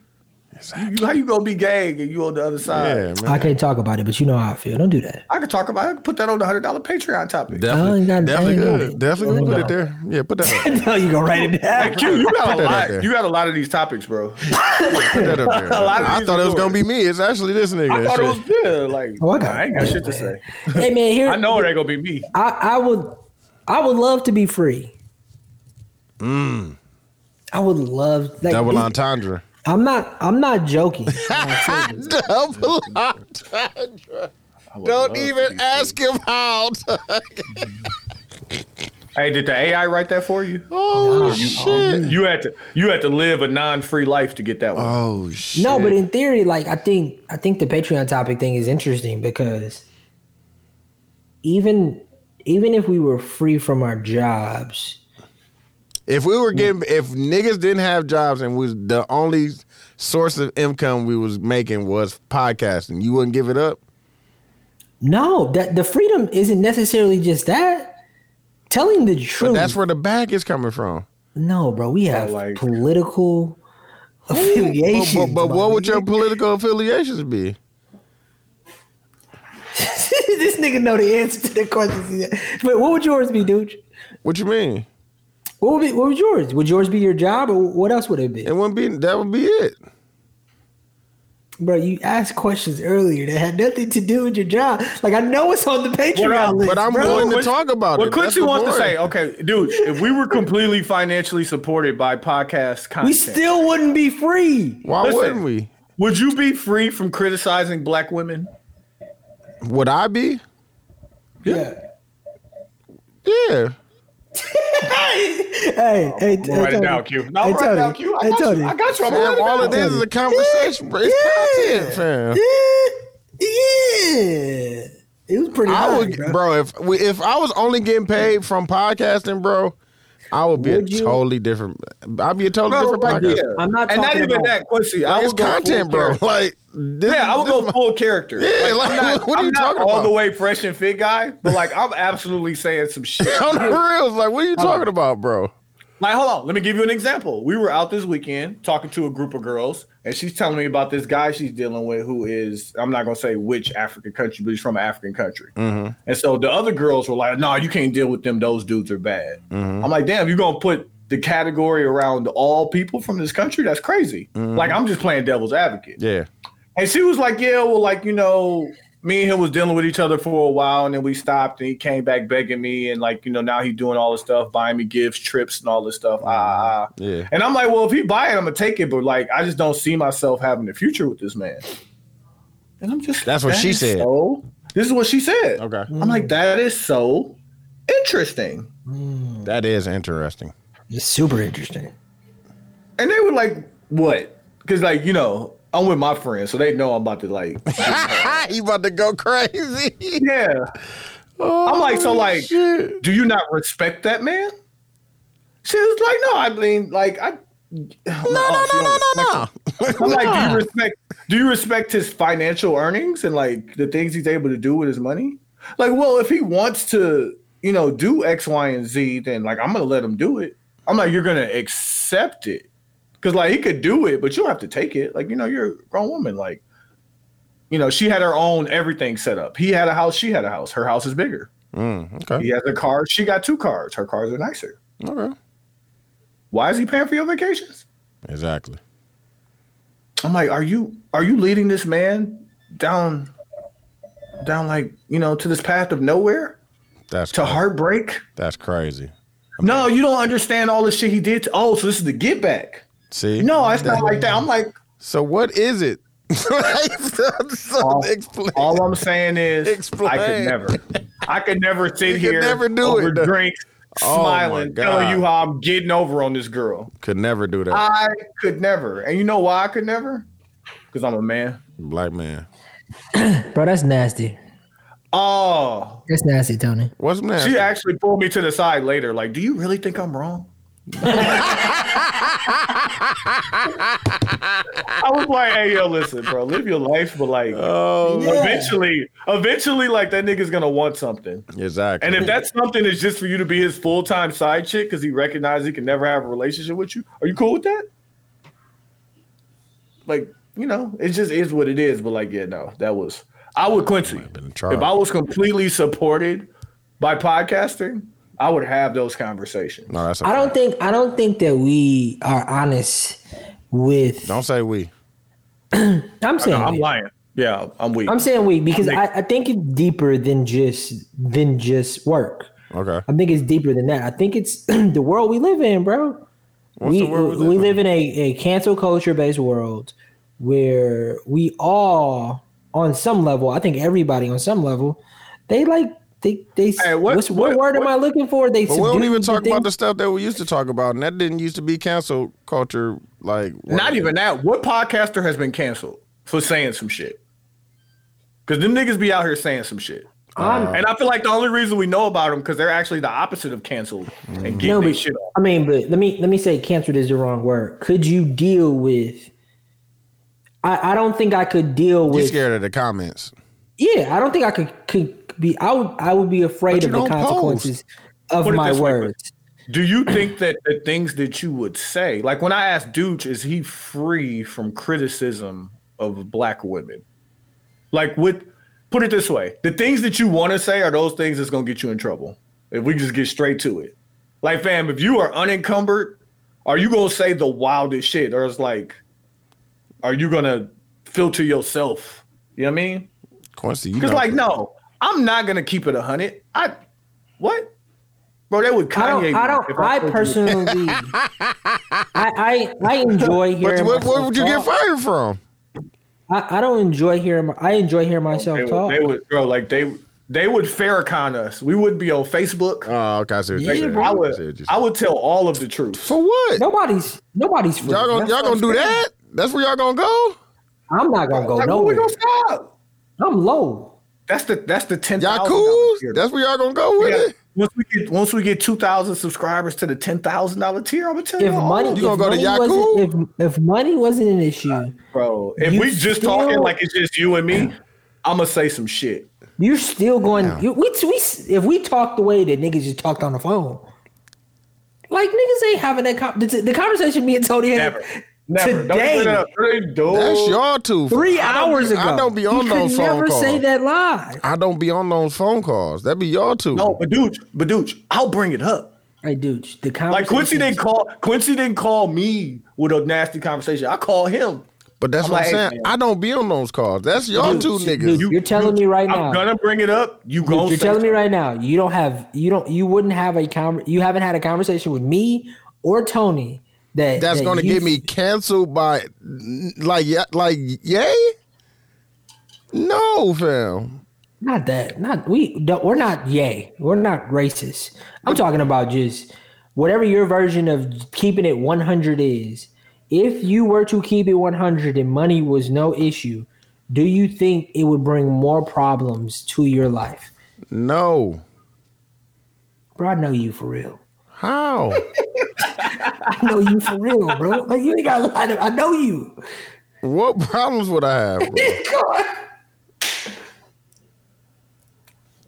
[SPEAKER 6] You, how you gonna be gang and you on the other side?
[SPEAKER 2] Yeah, man.
[SPEAKER 7] I can't talk about it, but you know how I feel. Don't do that.
[SPEAKER 6] I could talk about. I could put that on the hundred dollar Patreon topic.
[SPEAKER 7] I ain't got-
[SPEAKER 2] definitely
[SPEAKER 7] I ain't got
[SPEAKER 2] good.
[SPEAKER 7] it. [LAUGHS]
[SPEAKER 2] Definitely good.
[SPEAKER 7] I
[SPEAKER 2] Put
[SPEAKER 7] ain't
[SPEAKER 2] it there. Yeah, put
[SPEAKER 6] [LAUGHS]
[SPEAKER 2] that.
[SPEAKER 7] No, you gonna write it down.
[SPEAKER 6] Q, you got a
[SPEAKER 2] that out there.
[SPEAKER 6] lot. You got a lot of these topics, bro.
[SPEAKER 2] put that up there.
[SPEAKER 6] lot of
[SPEAKER 2] I
[SPEAKER 6] these
[SPEAKER 2] thought it was
[SPEAKER 6] are
[SPEAKER 2] gonna be me. It's actually this nigga.
[SPEAKER 6] I
[SPEAKER 2] and
[SPEAKER 6] thought it
[SPEAKER 2] shit.
[SPEAKER 6] was yeah, like
[SPEAKER 7] Oh, I got-
[SPEAKER 6] I ain't got shit to say.
[SPEAKER 7] [LAUGHS] hey man, here
[SPEAKER 6] I know it ain't gonna be me.
[SPEAKER 7] I, I would I would love to be free. I would love like,
[SPEAKER 2] double
[SPEAKER 7] this-
[SPEAKER 6] [LAUGHS]
[SPEAKER 2] entendre.
[SPEAKER 7] I'm not I'm not joking.
[SPEAKER 2] double entendre. Don't even ask him how.
[SPEAKER 6] Hey, did the AI write that for you?
[SPEAKER 2] Oh
[SPEAKER 7] Nah.
[SPEAKER 2] shit!
[SPEAKER 6] You had to you had to live a non-free life to get that one.
[SPEAKER 2] Oh shit!
[SPEAKER 7] No, but in theory, like I think I think the Patreon topic thing is interesting because even even if we were free from our jobs,
[SPEAKER 2] if we were getting, if niggas didn't have jobs and was the only source of income we was making was podcasting, you wouldn't give it up.
[SPEAKER 7] no, that the freedom isn't necessarily just that. Telling the truth.
[SPEAKER 2] But that's where the bag is coming from.
[SPEAKER 7] no, bro, we have
[SPEAKER 6] like-
[SPEAKER 7] political
[SPEAKER 2] But,
[SPEAKER 7] affiliations.
[SPEAKER 2] but, but
[SPEAKER 7] my
[SPEAKER 2] what would your
[SPEAKER 7] nigga.
[SPEAKER 2] political affiliations be?
[SPEAKER 7] [LAUGHS] this nigga know the answer to the question? But what would yours be, dude?
[SPEAKER 2] What you mean?
[SPEAKER 7] What would be, what would yours? Would yours be your job, or what else would it be?
[SPEAKER 2] It wouldn't be. That would be it.
[SPEAKER 7] Bro, you asked questions earlier that had nothing to do with your job. Like I know it's on the Patreon
[SPEAKER 6] I'm-
[SPEAKER 7] list.
[SPEAKER 2] But I'm
[SPEAKER 7] bro.
[SPEAKER 2] willing to
[SPEAKER 6] Quincy-
[SPEAKER 2] talk about
[SPEAKER 6] What
[SPEAKER 2] it. That's
[SPEAKER 6] Quincy
[SPEAKER 2] the
[SPEAKER 6] wants to
[SPEAKER 2] point.
[SPEAKER 6] say, okay, dude, if we were completely financially supported by podcast content,
[SPEAKER 7] we still wouldn't be free.
[SPEAKER 2] Why
[SPEAKER 6] Listen.
[SPEAKER 2] wouldn't we?
[SPEAKER 6] would you be free from criticizing black women?
[SPEAKER 2] Would I be?
[SPEAKER 7] Yeah.
[SPEAKER 2] Yeah. Oh,
[SPEAKER 7] Hey, hey, hey,
[SPEAKER 6] write it
[SPEAKER 7] Tony. [LAUGHS]
[SPEAKER 6] down, Q. No,
[SPEAKER 7] Hey,
[SPEAKER 6] write it
[SPEAKER 7] Tony.
[SPEAKER 6] down, Q. I
[SPEAKER 7] Hey,
[SPEAKER 6] got you.
[SPEAKER 7] Tony.
[SPEAKER 6] I got you. I'm
[SPEAKER 2] Fam, all
[SPEAKER 6] all
[SPEAKER 2] of
[SPEAKER 6] of
[SPEAKER 2] this is a conversation, bro. It's content, fam.
[SPEAKER 7] Yeah. Yeah. It was pretty
[SPEAKER 2] I
[SPEAKER 7] high,
[SPEAKER 2] would,
[SPEAKER 7] bro.
[SPEAKER 2] bro. If we, if I was only getting paid from podcasting, bro, I would be
[SPEAKER 7] Would
[SPEAKER 2] a
[SPEAKER 7] you-
[SPEAKER 2] totally different. I'd be a totally different podcaster.
[SPEAKER 7] I'm not
[SPEAKER 6] and not
[SPEAKER 7] talking
[SPEAKER 6] even
[SPEAKER 7] about-
[SPEAKER 6] that, Quincy. I
[SPEAKER 2] It's
[SPEAKER 6] would go full
[SPEAKER 2] content, bro.
[SPEAKER 6] character.
[SPEAKER 2] Like, this,
[SPEAKER 6] Yeah, I would go full [LAUGHS] character.
[SPEAKER 2] Yeah, like,
[SPEAKER 6] I'm
[SPEAKER 2] what are you
[SPEAKER 6] I'm not
[SPEAKER 2] talking
[SPEAKER 6] all
[SPEAKER 2] about?
[SPEAKER 6] the way fresh and fit guy, but like I'm absolutely saying some shit.
[SPEAKER 2] [LAUGHS] on the reels. Like, what are you talking about, bro?
[SPEAKER 6] Like, hold on, let me give you an example. We were out this weekend talking to a group of girls, and she's telling me about this guy she's dealing with who is, I'm not gonna say which African country, but he's from an African country. And so the other girls were like, nah, you can't deal with them. Those dudes are bad. I'm like, damn, you're gonna put the category around all people from this country? That's crazy. Like, I'm just playing devil's advocate.
[SPEAKER 2] Yeah,
[SPEAKER 6] And she was like, Yeah, well, like, you know, me and him was dealing with each other for a while and then we stopped and he came back begging me and like, you know, now he's doing all this stuff, buying me gifts, trips and all this stuff. Ah, ah, ah.
[SPEAKER 2] yeah.
[SPEAKER 6] And I'm like, well, if he buy it, I'm gonna take it, but like I just don't see myself having a future with this man. And I'm just
[SPEAKER 2] That's what
[SPEAKER 6] "That
[SPEAKER 2] she
[SPEAKER 6] is
[SPEAKER 2] said."
[SPEAKER 6] So, this is what she said.
[SPEAKER 2] Okay,
[SPEAKER 6] I'm like, that is so interesting.
[SPEAKER 2] that is interesting. [LAUGHS]
[SPEAKER 7] It's super interesting.
[SPEAKER 6] And they were like, what? Because like, you know, I'm with my friends, so they know I'm about
[SPEAKER 2] [LAUGHS]
[SPEAKER 6] to like
[SPEAKER 2] you about to go crazy? [LAUGHS]
[SPEAKER 6] Yeah. I'm like, so like,
[SPEAKER 2] Oh, shit.
[SPEAKER 6] do you not respect that man? She was like, no, I mean, like, I. [SIGHS] No,
[SPEAKER 2] no, no, no, no, no.
[SPEAKER 6] I'm like, do you respect? Do you respect his financial earnings and like the things he's able to do with his money? Like, well, if he wants to, you know, do X, Y, and Z, then like I'm gonna let him do it. I'm like, you're gonna accept it, because like he could do it, but you don't have to take it. Like, you know, you're a grown woman. Like, you know, she had her own everything set up. He had a house. She had a house. Her house is bigger.
[SPEAKER 2] Mm, okay,
[SPEAKER 6] He has a car. She got two cars. Her cars are nicer.
[SPEAKER 2] okay,
[SPEAKER 6] Why is he paying for your vacations?
[SPEAKER 2] exactly.
[SPEAKER 6] I'm like, are you are you leading this man down down like, you know, to this path of nowhere?
[SPEAKER 2] That's
[SPEAKER 6] To heartbreak?
[SPEAKER 2] that's crazy.
[SPEAKER 6] No, you don't understand all the shit he did. To, oh, so this is the get back.
[SPEAKER 2] See,
[SPEAKER 6] No, it's not like that. I'm like,
[SPEAKER 2] So what is it? [LAUGHS] Like, so- so
[SPEAKER 6] All-
[SPEAKER 2] explain.
[SPEAKER 6] all I'm saying is I could
[SPEAKER 2] Explain.
[SPEAKER 6] never. I could never sit
[SPEAKER 2] You could
[SPEAKER 6] here
[SPEAKER 2] never do
[SPEAKER 6] over
[SPEAKER 2] it, though.
[SPEAKER 6] drinks,
[SPEAKER 2] [LAUGHS] Oh, my
[SPEAKER 6] smiling, telling
[SPEAKER 2] God.
[SPEAKER 6] you how I'm getting over on this girl.
[SPEAKER 2] Could never do that.
[SPEAKER 6] I could never. And you know why I could never? Because I'm a man.
[SPEAKER 2] Black man.
[SPEAKER 7] Bro, that's nasty.
[SPEAKER 6] Oh,
[SPEAKER 7] That's nasty, Tony.
[SPEAKER 2] What's next?
[SPEAKER 6] she actually pulled me to the side later. Like, do you really think I'm wrong? I was like, hey, yo, listen, bro, live your life, but like,
[SPEAKER 2] oh,
[SPEAKER 6] eventually, eventually, like, that nigga's gonna want something.
[SPEAKER 2] exactly.
[SPEAKER 6] And if that something is just for you to be his full time side chick because he recognizes he can never have a relationship with you, are you cool with that? Like, you know, it just is what it is. But like, yeah, no, that was I would Quincy.
[SPEAKER 2] been in
[SPEAKER 6] If
[SPEAKER 2] trouble.
[SPEAKER 6] I was completely supported by podcasting, I would have those conversations.
[SPEAKER 2] no, that's.
[SPEAKER 7] I don't think I don't think that we are honest with.
[SPEAKER 2] Don't say we.
[SPEAKER 7] I'm saying
[SPEAKER 6] I'm
[SPEAKER 7] we.
[SPEAKER 6] lying. Yeah, I'm weak.
[SPEAKER 7] I'm saying weak because
[SPEAKER 6] Nick.
[SPEAKER 7] I, I think it's deeper than just than just work.
[SPEAKER 2] Okay.
[SPEAKER 7] I think it's deeper than that. I think it's [CLEARS THROAT] the world we live in, bro.
[SPEAKER 2] What's
[SPEAKER 7] we
[SPEAKER 2] the world we live
[SPEAKER 7] we
[SPEAKER 2] in?
[SPEAKER 7] live in a, a cancel culture based world where we all on some level, I think everybody on some level, they like They they
[SPEAKER 6] Hey, what-
[SPEAKER 7] what, what's, what,
[SPEAKER 6] what-
[SPEAKER 7] word am I looking for? They
[SPEAKER 2] But we don't
[SPEAKER 7] subdued
[SPEAKER 2] even talk about
[SPEAKER 7] thing-
[SPEAKER 2] the stuff that we used to talk about, and that didn't used to be cancel culture. Like
[SPEAKER 6] Not even that. What podcaster has been canceled for saying some shit? Because them niggas be out here saying some shit. and I feel like the only reason we know about them because they're actually the opposite of canceled and getting
[SPEAKER 7] Mm. No,
[SPEAKER 6] their
[SPEAKER 7] but
[SPEAKER 6] shit off.
[SPEAKER 7] I mean, but let me let me say canceled is the wrong word. Could you deal with? I, I don't think I could deal
[SPEAKER 2] You
[SPEAKER 7] with.
[SPEAKER 2] scared of the comments.
[SPEAKER 7] Yeah, I don't think I could could be. I would I would be afraid
[SPEAKER 2] you
[SPEAKER 7] of the
[SPEAKER 2] don't post.
[SPEAKER 7] consequences
[SPEAKER 6] Put
[SPEAKER 7] of
[SPEAKER 6] it
[SPEAKER 7] my
[SPEAKER 6] this way,
[SPEAKER 7] words.
[SPEAKER 6] Do you think that the things that you would say, like when I asked Dooch, is he free from criticism of black women? Like, with put it this way, the things that you want to say are those things that's gonna get you in trouble. If we just get straight to it, like, fam, if you are unencumbered, are you gonna say the wildest shit, or it's like, are you gonna filter yourself? You know what I mean?
[SPEAKER 2] Quincy, you
[SPEAKER 6] Because
[SPEAKER 2] know-
[SPEAKER 6] like, no, I'm not gonna keep it a hundred. I what? Bro, that would Kanye.
[SPEAKER 7] I don't. I
[SPEAKER 6] me if told
[SPEAKER 7] don't. I
[SPEAKER 2] [LAUGHS]
[SPEAKER 6] you.
[SPEAKER 7] personally. I, I I enjoy
[SPEAKER 2] What,
[SPEAKER 7] hearing.
[SPEAKER 2] what, what
[SPEAKER 7] myself
[SPEAKER 2] would you get
[SPEAKER 7] talk.
[SPEAKER 2] fired from?
[SPEAKER 7] I, I don't enjoy hearing. my- I enjoy hearing myself
[SPEAKER 6] They would,
[SPEAKER 7] talk.
[SPEAKER 6] they would, bro. Like they, they would Farrakhan us. We would be on Facebook.
[SPEAKER 2] Oh, okay. I see what
[SPEAKER 7] Yeah,
[SPEAKER 2] you said.
[SPEAKER 7] bro.
[SPEAKER 6] I
[SPEAKER 2] I see what
[SPEAKER 6] would,
[SPEAKER 2] you
[SPEAKER 6] I
[SPEAKER 2] said.
[SPEAKER 6] would tell all of the truth.
[SPEAKER 2] For what?
[SPEAKER 7] nobody's. Nobody's. Free.
[SPEAKER 2] Y'all gonna
[SPEAKER 7] That's
[SPEAKER 2] y'all
[SPEAKER 7] what I'm
[SPEAKER 2] gonna do
[SPEAKER 7] saying.
[SPEAKER 2] that? That's where y'all gonna go?
[SPEAKER 7] I'm not gonna go
[SPEAKER 6] Like, when we
[SPEAKER 7] nowhere.
[SPEAKER 6] gonna stop?
[SPEAKER 7] I'm low.
[SPEAKER 6] That's the that's the ten
[SPEAKER 2] Y'all
[SPEAKER 6] thousand.
[SPEAKER 2] cool?
[SPEAKER 6] tier.
[SPEAKER 2] That's where y'all gonna go with
[SPEAKER 6] Yeah.
[SPEAKER 2] it?
[SPEAKER 6] Once we get once we get two thousand subscribers to the ten thousand dollar tier, I'm gonna tell
[SPEAKER 7] If
[SPEAKER 6] you, all.
[SPEAKER 7] money,
[SPEAKER 2] you gonna
[SPEAKER 7] if
[SPEAKER 2] go to
[SPEAKER 7] money
[SPEAKER 2] Yahoo?
[SPEAKER 7] wasn't, if, if money wasn't an issue,
[SPEAKER 6] bro. If
[SPEAKER 7] You
[SPEAKER 6] we just
[SPEAKER 7] still-
[SPEAKER 6] talking like it's just you and me, I'm gonna say some shit.
[SPEAKER 7] you're still going. You, we, we, if we talk the way that niggas just talked on the phone, like niggas ain't having that. Com- the, the conversation me and Tony had
[SPEAKER 6] Never, never. Don't
[SPEAKER 7] today,
[SPEAKER 6] bring it up. Don't do it.
[SPEAKER 2] That's y'all two.
[SPEAKER 7] three
[SPEAKER 2] I don't
[SPEAKER 7] hours
[SPEAKER 2] be-
[SPEAKER 7] ago.
[SPEAKER 2] I don't be
[SPEAKER 7] You
[SPEAKER 2] on
[SPEAKER 7] could
[SPEAKER 2] those phone
[SPEAKER 7] never say
[SPEAKER 2] calls.
[SPEAKER 7] that live.
[SPEAKER 2] I don't be on those phone calls. That'd be y'all two.
[SPEAKER 6] No, but dude, but dude, I'll bring it up.
[SPEAKER 7] Hey, dude, the conversation.
[SPEAKER 6] Like Quincy didn't call Quincy didn't call me with a nasty conversation. I call him.
[SPEAKER 2] But that's
[SPEAKER 6] I'm
[SPEAKER 2] what I'm
[SPEAKER 6] like, hey,
[SPEAKER 2] saying.
[SPEAKER 6] man.
[SPEAKER 2] I don't be on those calls. That's y'all
[SPEAKER 7] Dude,
[SPEAKER 2] two
[SPEAKER 7] dude,
[SPEAKER 2] niggas.
[SPEAKER 7] dude, You're telling me right
[SPEAKER 6] I'm
[SPEAKER 7] now.
[SPEAKER 6] gonna bring it up. You
[SPEAKER 7] You're,
[SPEAKER 6] go.
[SPEAKER 7] you're telling me right now, you don't have, you don't, you wouldn't have a con. You haven't had a conversation with me or Tony that
[SPEAKER 2] that's
[SPEAKER 7] that
[SPEAKER 2] gonna
[SPEAKER 7] you-
[SPEAKER 2] get me canceled by like yeah, like yay? No, fam.
[SPEAKER 7] Not that. Not we. Don't, we're not. Yay. We're not racist. I'm talking about just whatever your version of keeping it 100 is. If you were to keep it 100 and money was no issue, do you think it would bring more problems to your life?
[SPEAKER 2] No.
[SPEAKER 7] Bro, I know you for real.
[SPEAKER 2] How?
[SPEAKER 7] I know you for real, bro. [LAUGHS] Like you ain't got to lie to. I know you.
[SPEAKER 2] what problems would I
[SPEAKER 6] [LAUGHS]
[SPEAKER 2] have? bro?
[SPEAKER 7] Come on.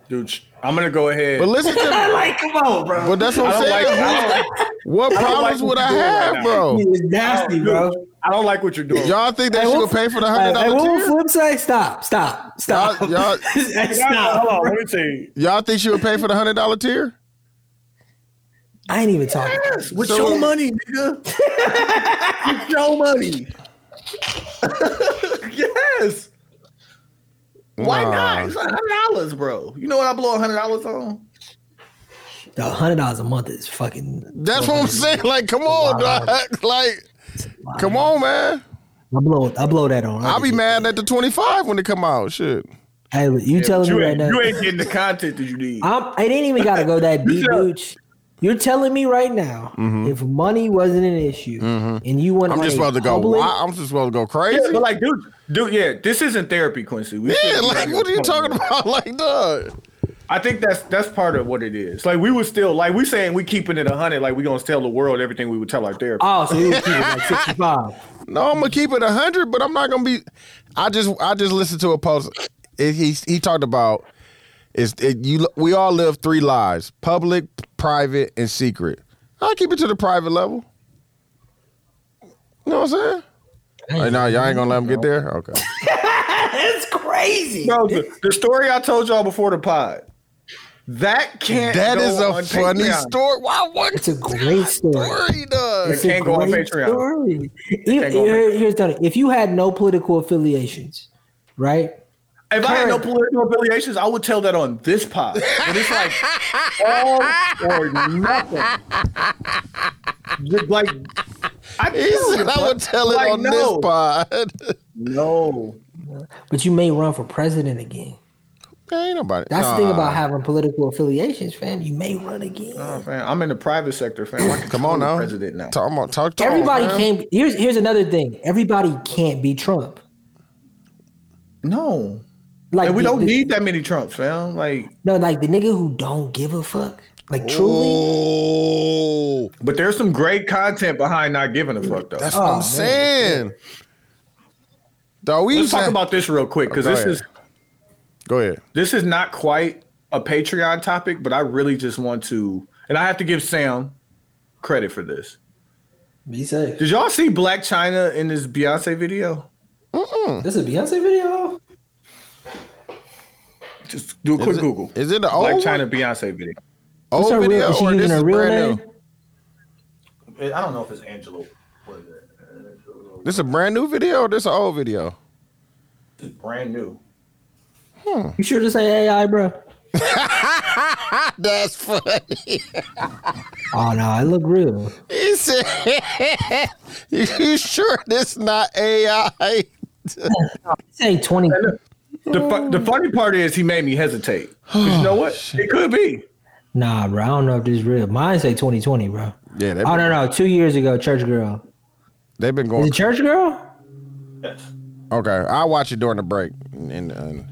[SPEAKER 6] dude. I'm gonna go ahead.
[SPEAKER 2] But listen to
[SPEAKER 7] like, come on, bro.
[SPEAKER 2] But that's what
[SPEAKER 6] I
[SPEAKER 2] I'm
[SPEAKER 6] don't like.
[SPEAKER 2] saying.
[SPEAKER 6] I don't like,
[SPEAKER 2] what
[SPEAKER 6] don't like
[SPEAKER 2] problems
[SPEAKER 6] what
[SPEAKER 2] would I
[SPEAKER 6] you're doing right
[SPEAKER 2] have,
[SPEAKER 6] now.
[SPEAKER 2] bro?
[SPEAKER 7] It was nasty, bro.
[SPEAKER 6] I don't like what you're doing.
[SPEAKER 2] Y'all think that
[SPEAKER 7] Hey,
[SPEAKER 2] she
[SPEAKER 7] what-
[SPEAKER 2] would pay for the
[SPEAKER 7] Hey,
[SPEAKER 2] hundred
[SPEAKER 7] hey, what
[SPEAKER 2] dollar
[SPEAKER 7] would
[SPEAKER 2] tier?
[SPEAKER 7] Flip say? Stop, stop,
[SPEAKER 3] [LAUGHS]
[SPEAKER 7] stop.
[SPEAKER 2] Y'all, y'all,
[SPEAKER 7] Hey,
[SPEAKER 6] Nah, nah,
[SPEAKER 7] stop.
[SPEAKER 6] hold on. Let me tell you.
[SPEAKER 2] y'all think she would pay for the hundred dollar tier?
[SPEAKER 7] I ain't even talking.
[SPEAKER 6] With
[SPEAKER 2] So-
[SPEAKER 6] your money, [LAUGHS] nigga. With your money. [LAUGHS] yes. Why not? It's hundred dollars, bro. You know what I blow hundred dollars on?
[SPEAKER 7] The hundred dollars a month is fucking.
[SPEAKER 2] That's what I'm saying. [LAUGHS] Like, come on, dog. [LAUGHS] Like, come on, man.
[SPEAKER 7] I blow. I blow that on.
[SPEAKER 2] I'll be mad at the twenty five when it come out. Shit.
[SPEAKER 7] Hey, look, you telling
[SPEAKER 6] You
[SPEAKER 7] me right
[SPEAKER 6] ain't,
[SPEAKER 7] now?
[SPEAKER 6] you ain't getting the content that you need.
[SPEAKER 7] I'm, I didn't even gotta go that deep, Gooch. You're telling me right now, if money wasn't an issue and you want,
[SPEAKER 2] Mm-hmm. I'm just about to go.
[SPEAKER 7] Public,
[SPEAKER 2] wi- I'm just about to go crazy.
[SPEAKER 6] [LAUGHS] Yeah, but like, dude, dude, yeah, this isn't therapy, Quincy. We
[SPEAKER 2] Yeah,
[SPEAKER 6] shouldn't be
[SPEAKER 2] like, what are you
[SPEAKER 6] this
[SPEAKER 2] talking
[SPEAKER 6] point.
[SPEAKER 2] about? [LAUGHS] Like, dog.
[SPEAKER 6] I think that's that's part of what it is. Like, we were still like we saying we keeping it hundred. Like, we gonna tell the world everything we would tell our therapist.
[SPEAKER 7] oh,
[SPEAKER 2] [LAUGHS]
[SPEAKER 7] so you would keep it like sixty-five.
[SPEAKER 2] No, I'm gonna keep it hundred, but I'm not gonna be. I just I just listened to a post. It, he he talked about is it, you. We all live three lives: public, private, and secret. I keep it to the private level. You know what I'm saying? Hey, no, y'all ain't gonna let him get there. Okay.
[SPEAKER 6] [LAUGHS]
[SPEAKER 7] That's crazy.
[SPEAKER 6] Bro, the, the story I told y'all before the pod. That can't.
[SPEAKER 2] That
[SPEAKER 6] go
[SPEAKER 2] is a
[SPEAKER 6] on
[SPEAKER 2] funny
[SPEAKER 6] Patreon.
[SPEAKER 2] story. Why what
[SPEAKER 7] It's a great story.
[SPEAKER 2] story, dog?
[SPEAKER 7] It's
[SPEAKER 6] Can't
[SPEAKER 7] a
[SPEAKER 6] go on
[SPEAKER 7] great
[SPEAKER 6] Patreon.
[SPEAKER 7] story. If,
[SPEAKER 6] go on
[SPEAKER 7] here- here's the thing. If you had no political affiliations, right?
[SPEAKER 6] If I had no
[SPEAKER 7] Current.
[SPEAKER 6] political affiliations, I would tell that on this pod. But
[SPEAKER 2] [LAUGHS]
[SPEAKER 6] it's like all or nothing. Just Like I
[SPEAKER 2] He said I would tell it
[SPEAKER 6] Like,
[SPEAKER 2] on
[SPEAKER 6] no.
[SPEAKER 2] this pod. [LAUGHS]
[SPEAKER 6] no.
[SPEAKER 7] But you may run for president again.
[SPEAKER 2] Man, ain't nobody.
[SPEAKER 7] That's the thing
[SPEAKER 2] Nah.
[SPEAKER 7] about having political affiliations, fam. You may run again.
[SPEAKER 6] Oh, man, I'm in the private sector, fam. I can
[SPEAKER 2] Come on
[SPEAKER 6] control the
[SPEAKER 2] now.
[SPEAKER 6] president now.
[SPEAKER 2] Talk, about- talk, talk,
[SPEAKER 7] Everybody
[SPEAKER 2] man.
[SPEAKER 7] can't. Here's here's another thing. Everybody can't be Trump.
[SPEAKER 6] No,
[SPEAKER 7] Like
[SPEAKER 6] and we
[SPEAKER 7] the-
[SPEAKER 6] don't
[SPEAKER 7] the-
[SPEAKER 6] need that many Trumps, fam. Like,
[SPEAKER 7] no, like the nigga who don't give a fuck. Like truly,
[SPEAKER 2] Oh,
[SPEAKER 6] but there's some great content behind not giving a fuck though.
[SPEAKER 2] that's what I'm
[SPEAKER 7] Oh, man.
[SPEAKER 2] saying. Dog, we
[SPEAKER 6] Let's
[SPEAKER 2] used to
[SPEAKER 6] talk
[SPEAKER 2] have-
[SPEAKER 6] about this real quick because
[SPEAKER 2] Go
[SPEAKER 6] this
[SPEAKER 2] ahead.
[SPEAKER 6] is
[SPEAKER 2] Go ahead.
[SPEAKER 6] this is not quite a Patreon topic, but I really just want to, and I have to give Sam credit for this.
[SPEAKER 7] be safe.
[SPEAKER 6] Did y'all see Black China in this Beyonce video?
[SPEAKER 7] This is a Beyonce video.
[SPEAKER 6] Just do a quick
[SPEAKER 2] it-
[SPEAKER 6] Google.
[SPEAKER 2] Is it the old
[SPEAKER 6] Black
[SPEAKER 2] one?
[SPEAKER 6] China Beyonce video?
[SPEAKER 7] What's
[SPEAKER 2] old
[SPEAKER 7] her real?
[SPEAKER 2] video
[SPEAKER 7] Is she
[SPEAKER 2] or
[SPEAKER 7] using
[SPEAKER 2] this
[SPEAKER 7] her
[SPEAKER 2] is
[SPEAKER 7] real
[SPEAKER 2] brand
[SPEAKER 7] name?
[SPEAKER 2] new?
[SPEAKER 1] I don't know if it's Angelo. What is it?
[SPEAKER 2] This a brand new video or this an old video?
[SPEAKER 1] This is brand new.
[SPEAKER 7] You sure to say AI, bro?
[SPEAKER 2] That's funny.
[SPEAKER 7] Oh no, it look real.
[SPEAKER 2] He said, [LAUGHS] "You you sure this not AI?"
[SPEAKER 7] This ain't twenty.
[SPEAKER 6] The, fu- the funny part is he made me hesitate. 'Cause you know what?
[SPEAKER 2] [SIGHS]
[SPEAKER 6] It could be.
[SPEAKER 7] Nah, bro. I don't know if this real. Mine say twenty twenty, bro.
[SPEAKER 2] Yeah, they've
[SPEAKER 7] Oh
[SPEAKER 2] been,
[SPEAKER 7] no, no. Two years ago, church girl.
[SPEAKER 2] they been
[SPEAKER 7] Is
[SPEAKER 2] going.
[SPEAKER 7] it church girl?
[SPEAKER 1] Yes.
[SPEAKER 2] Okay, I'll watch it during the break. And, and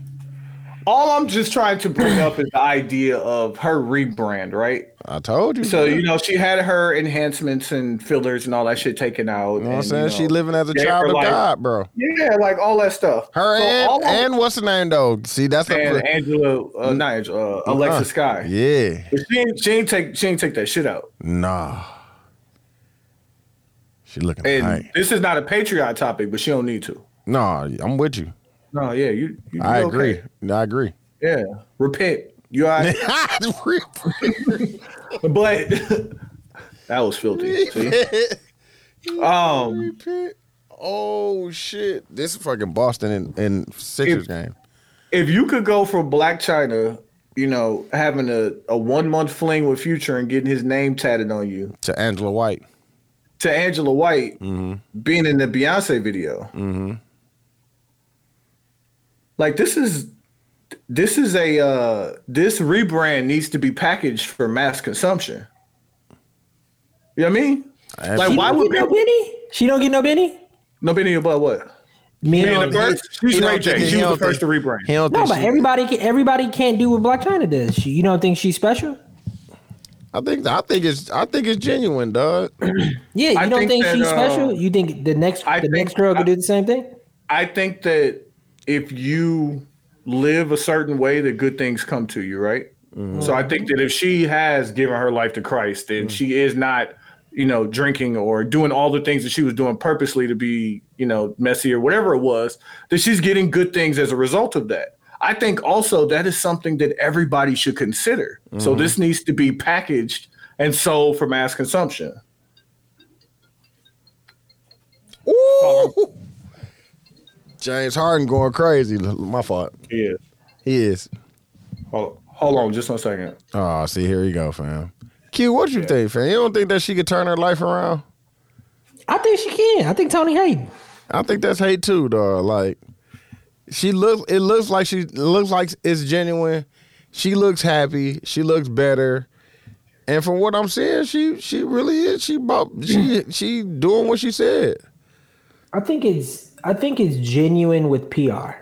[SPEAKER 6] All I'm just trying to bring up is the idea of her rebrand, right?
[SPEAKER 2] I told you.
[SPEAKER 6] So you know she had her enhancements and fillers and all that shit taken out.
[SPEAKER 2] You know what I'm saying? she living as a
[SPEAKER 6] gave her
[SPEAKER 2] child of
[SPEAKER 6] life.
[SPEAKER 2] God, bro.
[SPEAKER 6] Yeah, like all that stuff.
[SPEAKER 2] Her
[SPEAKER 6] So all
[SPEAKER 2] and,
[SPEAKER 6] I'm
[SPEAKER 2] and what's the name though? See, that's the-
[SPEAKER 6] saying, Angela, uh, not Angela, uh, Alexa
[SPEAKER 2] Uh,
[SPEAKER 6] Sky.
[SPEAKER 2] Yeah,
[SPEAKER 6] But She ain't, she ain't take she ain't take that shit out.
[SPEAKER 2] nah. She looking
[SPEAKER 6] And
[SPEAKER 2] tight.
[SPEAKER 6] this is not a Patreon topic, but she don't need to.
[SPEAKER 2] Nah, I'm with you.
[SPEAKER 6] No, yeah, you. you
[SPEAKER 2] I
[SPEAKER 6] you
[SPEAKER 2] agree.
[SPEAKER 6] okay.
[SPEAKER 2] I agree.
[SPEAKER 6] Yeah, repent. You all
[SPEAKER 2] [LAUGHS]
[SPEAKER 6] right? [LAUGHS] but [LAUGHS] that was filthy. See? Um,
[SPEAKER 2] [LAUGHS] oh shit! This is fucking Boston in, in Sixers
[SPEAKER 6] If-
[SPEAKER 2] game.
[SPEAKER 6] if you could go from Black China, you know, having a, a one month fling with Future and getting his name tatted on you
[SPEAKER 2] to Angela White.
[SPEAKER 6] to Angela White being in the Beyonce video, like this is this is a uh, this rebrand needs to be packaged for mass consumption. You know what I mean? Like,
[SPEAKER 2] She
[SPEAKER 6] why
[SPEAKER 7] She
[SPEAKER 6] would
[SPEAKER 7] don't get no
[SPEAKER 6] people?
[SPEAKER 7] Benny? She don't get no Benny.
[SPEAKER 6] No, Benny about what?
[SPEAKER 7] Me
[SPEAKER 6] Being
[SPEAKER 7] and
[SPEAKER 6] the first, she's Ray J. She was the first to rebrand.
[SPEAKER 2] He don't
[SPEAKER 7] No,
[SPEAKER 2] think
[SPEAKER 7] but
[SPEAKER 2] she-
[SPEAKER 7] everybody can, everybody can't do what Black China does. She, you don't think she's special?
[SPEAKER 2] I think I think it's I think it's genuine, dog.
[SPEAKER 7] Yeah, you
[SPEAKER 6] I
[SPEAKER 7] don't
[SPEAKER 6] think
[SPEAKER 7] think,
[SPEAKER 6] that,
[SPEAKER 7] she's
[SPEAKER 6] uh,
[SPEAKER 7] special. You think the next
[SPEAKER 6] I
[SPEAKER 7] the
[SPEAKER 6] think-
[SPEAKER 7] next girl could do the same thing?
[SPEAKER 6] I think that if you live a certain way, that good things come to you, right? So I think that if she has given her life to Christ and she is not, you know, drinking or doing all the things that she was doing purposely to be, you know, messy or whatever it was, that she's getting good things as a result of that. I think also that is something that everybody should consider. So this needs to be packaged and sold for mass consumption.
[SPEAKER 2] Ooh. James Harden going crazy. My fault.
[SPEAKER 6] Yeah.
[SPEAKER 2] He is.
[SPEAKER 6] Hold, hold on just one second.
[SPEAKER 2] Oh, see, here you go, fam. Q, what you think, fam? You don't think that she could turn her life around?
[SPEAKER 7] I think she can. I think Tony Hayden.
[SPEAKER 2] I think that's hate too, dog. Like she looks it looks like she it looks like it's genuine. She looks happy. She looks better. And from what I'm seeing, she she really is. She about she she doing what she said.
[SPEAKER 7] I think it's I think it's genuine with PR,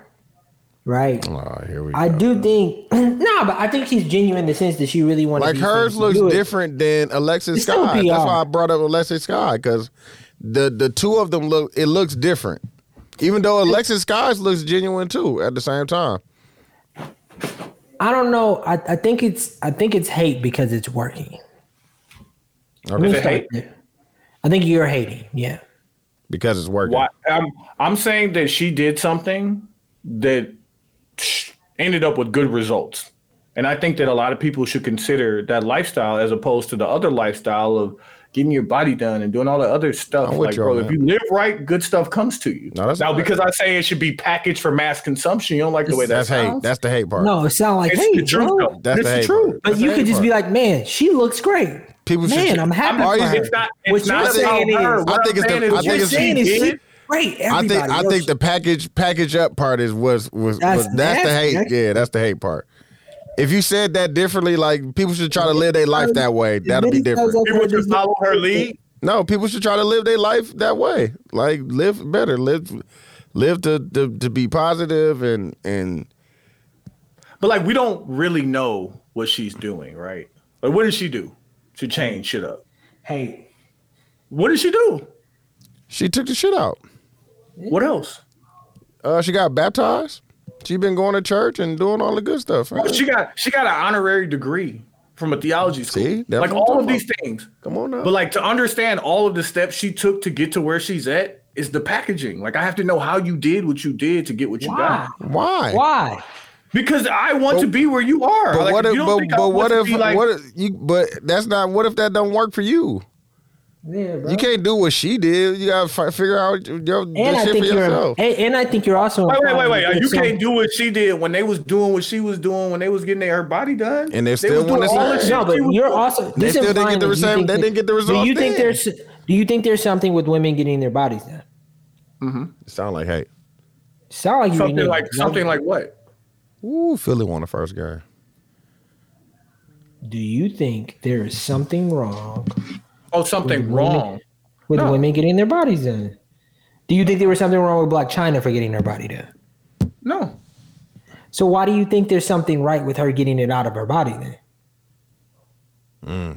[SPEAKER 7] right?
[SPEAKER 2] Oh, here we
[SPEAKER 7] I do think [CLEARS THROAT] nah, but I think she's genuine in the sense that she really wants
[SPEAKER 2] Like
[SPEAKER 7] to.
[SPEAKER 2] hers looks different than Alexis
[SPEAKER 7] It's still
[SPEAKER 2] Sky. That's
[SPEAKER 7] PR.
[SPEAKER 2] why I brought up Alexis Sky because the the two of them look it looks different. Even though Alexis Sky's looks genuine too at the same time.
[SPEAKER 7] I don't know. I, I think it's I think it's hate because it's working. Let me
[SPEAKER 2] Okay.
[SPEAKER 6] it
[SPEAKER 7] start
[SPEAKER 6] hate?
[SPEAKER 7] there. I think you're hating. Yeah.
[SPEAKER 2] Because it's working.
[SPEAKER 6] Why? I'm I'm saying that she did something that ended up with good results, and I think that a lot of people should consider that lifestyle as opposed to the other lifestyle of getting your body done and doing all the other stuff.
[SPEAKER 2] I'm with
[SPEAKER 6] Like,
[SPEAKER 2] y'all,
[SPEAKER 6] bro,
[SPEAKER 2] man.
[SPEAKER 6] if you live right, good stuff comes to you.
[SPEAKER 2] No, that's
[SPEAKER 6] now,
[SPEAKER 2] not-
[SPEAKER 6] because I say it should be packaged for mass consumption, you don't like the way that
[SPEAKER 2] That's hate.
[SPEAKER 6] sounds?
[SPEAKER 2] That's the hate part.
[SPEAKER 7] No, Oh, it sounds like
[SPEAKER 6] It's
[SPEAKER 7] hate.
[SPEAKER 6] the truth,
[SPEAKER 7] bro.
[SPEAKER 6] though.
[SPEAKER 2] That's
[SPEAKER 6] It's
[SPEAKER 2] the
[SPEAKER 6] the
[SPEAKER 2] hate
[SPEAKER 6] truth.
[SPEAKER 2] part.
[SPEAKER 7] But
[SPEAKER 2] That's
[SPEAKER 7] you
[SPEAKER 2] the
[SPEAKER 7] could
[SPEAKER 2] hate
[SPEAKER 7] just be
[SPEAKER 2] part.
[SPEAKER 7] like, man, she looks great.
[SPEAKER 2] People should-
[SPEAKER 7] man, I'm happy.
[SPEAKER 2] Are
[SPEAKER 7] for
[SPEAKER 2] you-
[SPEAKER 7] her."
[SPEAKER 6] It's not.
[SPEAKER 7] What
[SPEAKER 6] It's
[SPEAKER 7] you're
[SPEAKER 6] not about
[SPEAKER 7] saying
[SPEAKER 6] her.
[SPEAKER 7] is-
[SPEAKER 6] What
[SPEAKER 2] I think
[SPEAKER 6] I'm
[SPEAKER 2] it's the-
[SPEAKER 6] saying is
[SPEAKER 2] I think it's-
[SPEAKER 6] what she
[SPEAKER 7] What you're saying is
[SPEAKER 6] did
[SPEAKER 7] she- great.
[SPEAKER 2] I
[SPEAKER 7] Everybody
[SPEAKER 2] think I
[SPEAKER 7] else-
[SPEAKER 2] think the package package up part is was was
[SPEAKER 7] That's
[SPEAKER 2] that's, was, that's the
[SPEAKER 7] nasty.
[SPEAKER 2] hate. Yeah, that's the hate part. If you said that differently, like people should try to live their life that way. That'll be
[SPEAKER 7] Many
[SPEAKER 2] different.
[SPEAKER 7] times I've
[SPEAKER 6] People
[SPEAKER 7] heard
[SPEAKER 6] should
[SPEAKER 7] this-
[SPEAKER 6] follow her lead.
[SPEAKER 2] No, people should try to live their life that way. Like live better, live live to to, to be positive and and
[SPEAKER 6] But like, we don't really know what she's doing, right? Like, what did she do to change shit up?
[SPEAKER 7] Hey,
[SPEAKER 6] What did she do?
[SPEAKER 2] she took the shit out.
[SPEAKER 6] What else?
[SPEAKER 2] Uh, she got baptized. She been going to church and doing all the good stuff. Right?
[SPEAKER 6] She got she got an honorary degree from a theology school.
[SPEAKER 2] See? That's what
[SPEAKER 6] like
[SPEAKER 2] I'm
[SPEAKER 6] all of
[SPEAKER 2] talking
[SPEAKER 6] these things.
[SPEAKER 2] Come on now.
[SPEAKER 6] But like to understand all of the steps she took to get to where she's at is the packaging. Like I have to know how you did what you did to get what you
[SPEAKER 7] why?
[SPEAKER 6] got.
[SPEAKER 2] Why?
[SPEAKER 7] Why?
[SPEAKER 6] Because I want to be where you are.
[SPEAKER 2] But
[SPEAKER 6] Like,
[SPEAKER 2] what
[SPEAKER 6] you
[SPEAKER 2] if?
[SPEAKER 6] don't
[SPEAKER 2] But,
[SPEAKER 6] think I
[SPEAKER 2] but
[SPEAKER 6] want
[SPEAKER 2] what
[SPEAKER 6] to
[SPEAKER 2] if?
[SPEAKER 6] be, like-
[SPEAKER 2] what if you? But that's not. What if that don't work for you?
[SPEAKER 7] Yeah, bro.
[SPEAKER 2] You can't do what she did. You gotta fi- figure out your, your
[SPEAKER 7] and I
[SPEAKER 2] shit for
[SPEAKER 7] think you're.
[SPEAKER 2] yourself.
[SPEAKER 7] Hey, and I think you're also.
[SPEAKER 6] Wait, wait, wait, wait.
[SPEAKER 7] implying
[SPEAKER 6] You
[SPEAKER 7] some-
[SPEAKER 6] can't do what she did when they was doing what she was doing when they was getting their, her body done.
[SPEAKER 2] And they
[SPEAKER 6] was
[SPEAKER 2] still want
[SPEAKER 6] doing
[SPEAKER 2] to
[SPEAKER 6] all the
[SPEAKER 2] say-
[SPEAKER 6] shit
[SPEAKER 7] No, but
[SPEAKER 6] she was
[SPEAKER 7] you're
[SPEAKER 6] doing.
[SPEAKER 7] also. This
[SPEAKER 2] still didn't
[SPEAKER 7] implying
[SPEAKER 2] get the
[SPEAKER 7] that you
[SPEAKER 2] result-
[SPEAKER 7] think
[SPEAKER 2] they
[SPEAKER 7] that-
[SPEAKER 2] didn't get the
[SPEAKER 7] Do
[SPEAKER 2] result
[SPEAKER 7] you think
[SPEAKER 2] then.
[SPEAKER 7] there's? Do you think there's something with women getting their bodies done?
[SPEAKER 2] Sound like hey,
[SPEAKER 7] Sound like you
[SPEAKER 6] something
[SPEAKER 7] knew.
[SPEAKER 6] like something like what?
[SPEAKER 2] ooh, Philly won the first game.
[SPEAKER 7] Do you think there is something wrong
[SPEAKER 6] Oh, something wrong.
[SPEAKER 7] with
[SPEAKER 6] No.
[SPEAKER 7] women getting their bodies done? Do you think there was something wrong with Black China for getting her body done?
[SPEAKER 6] No,
[SPEAKER 7] So why do you think there's something right with her getting it out of her body then?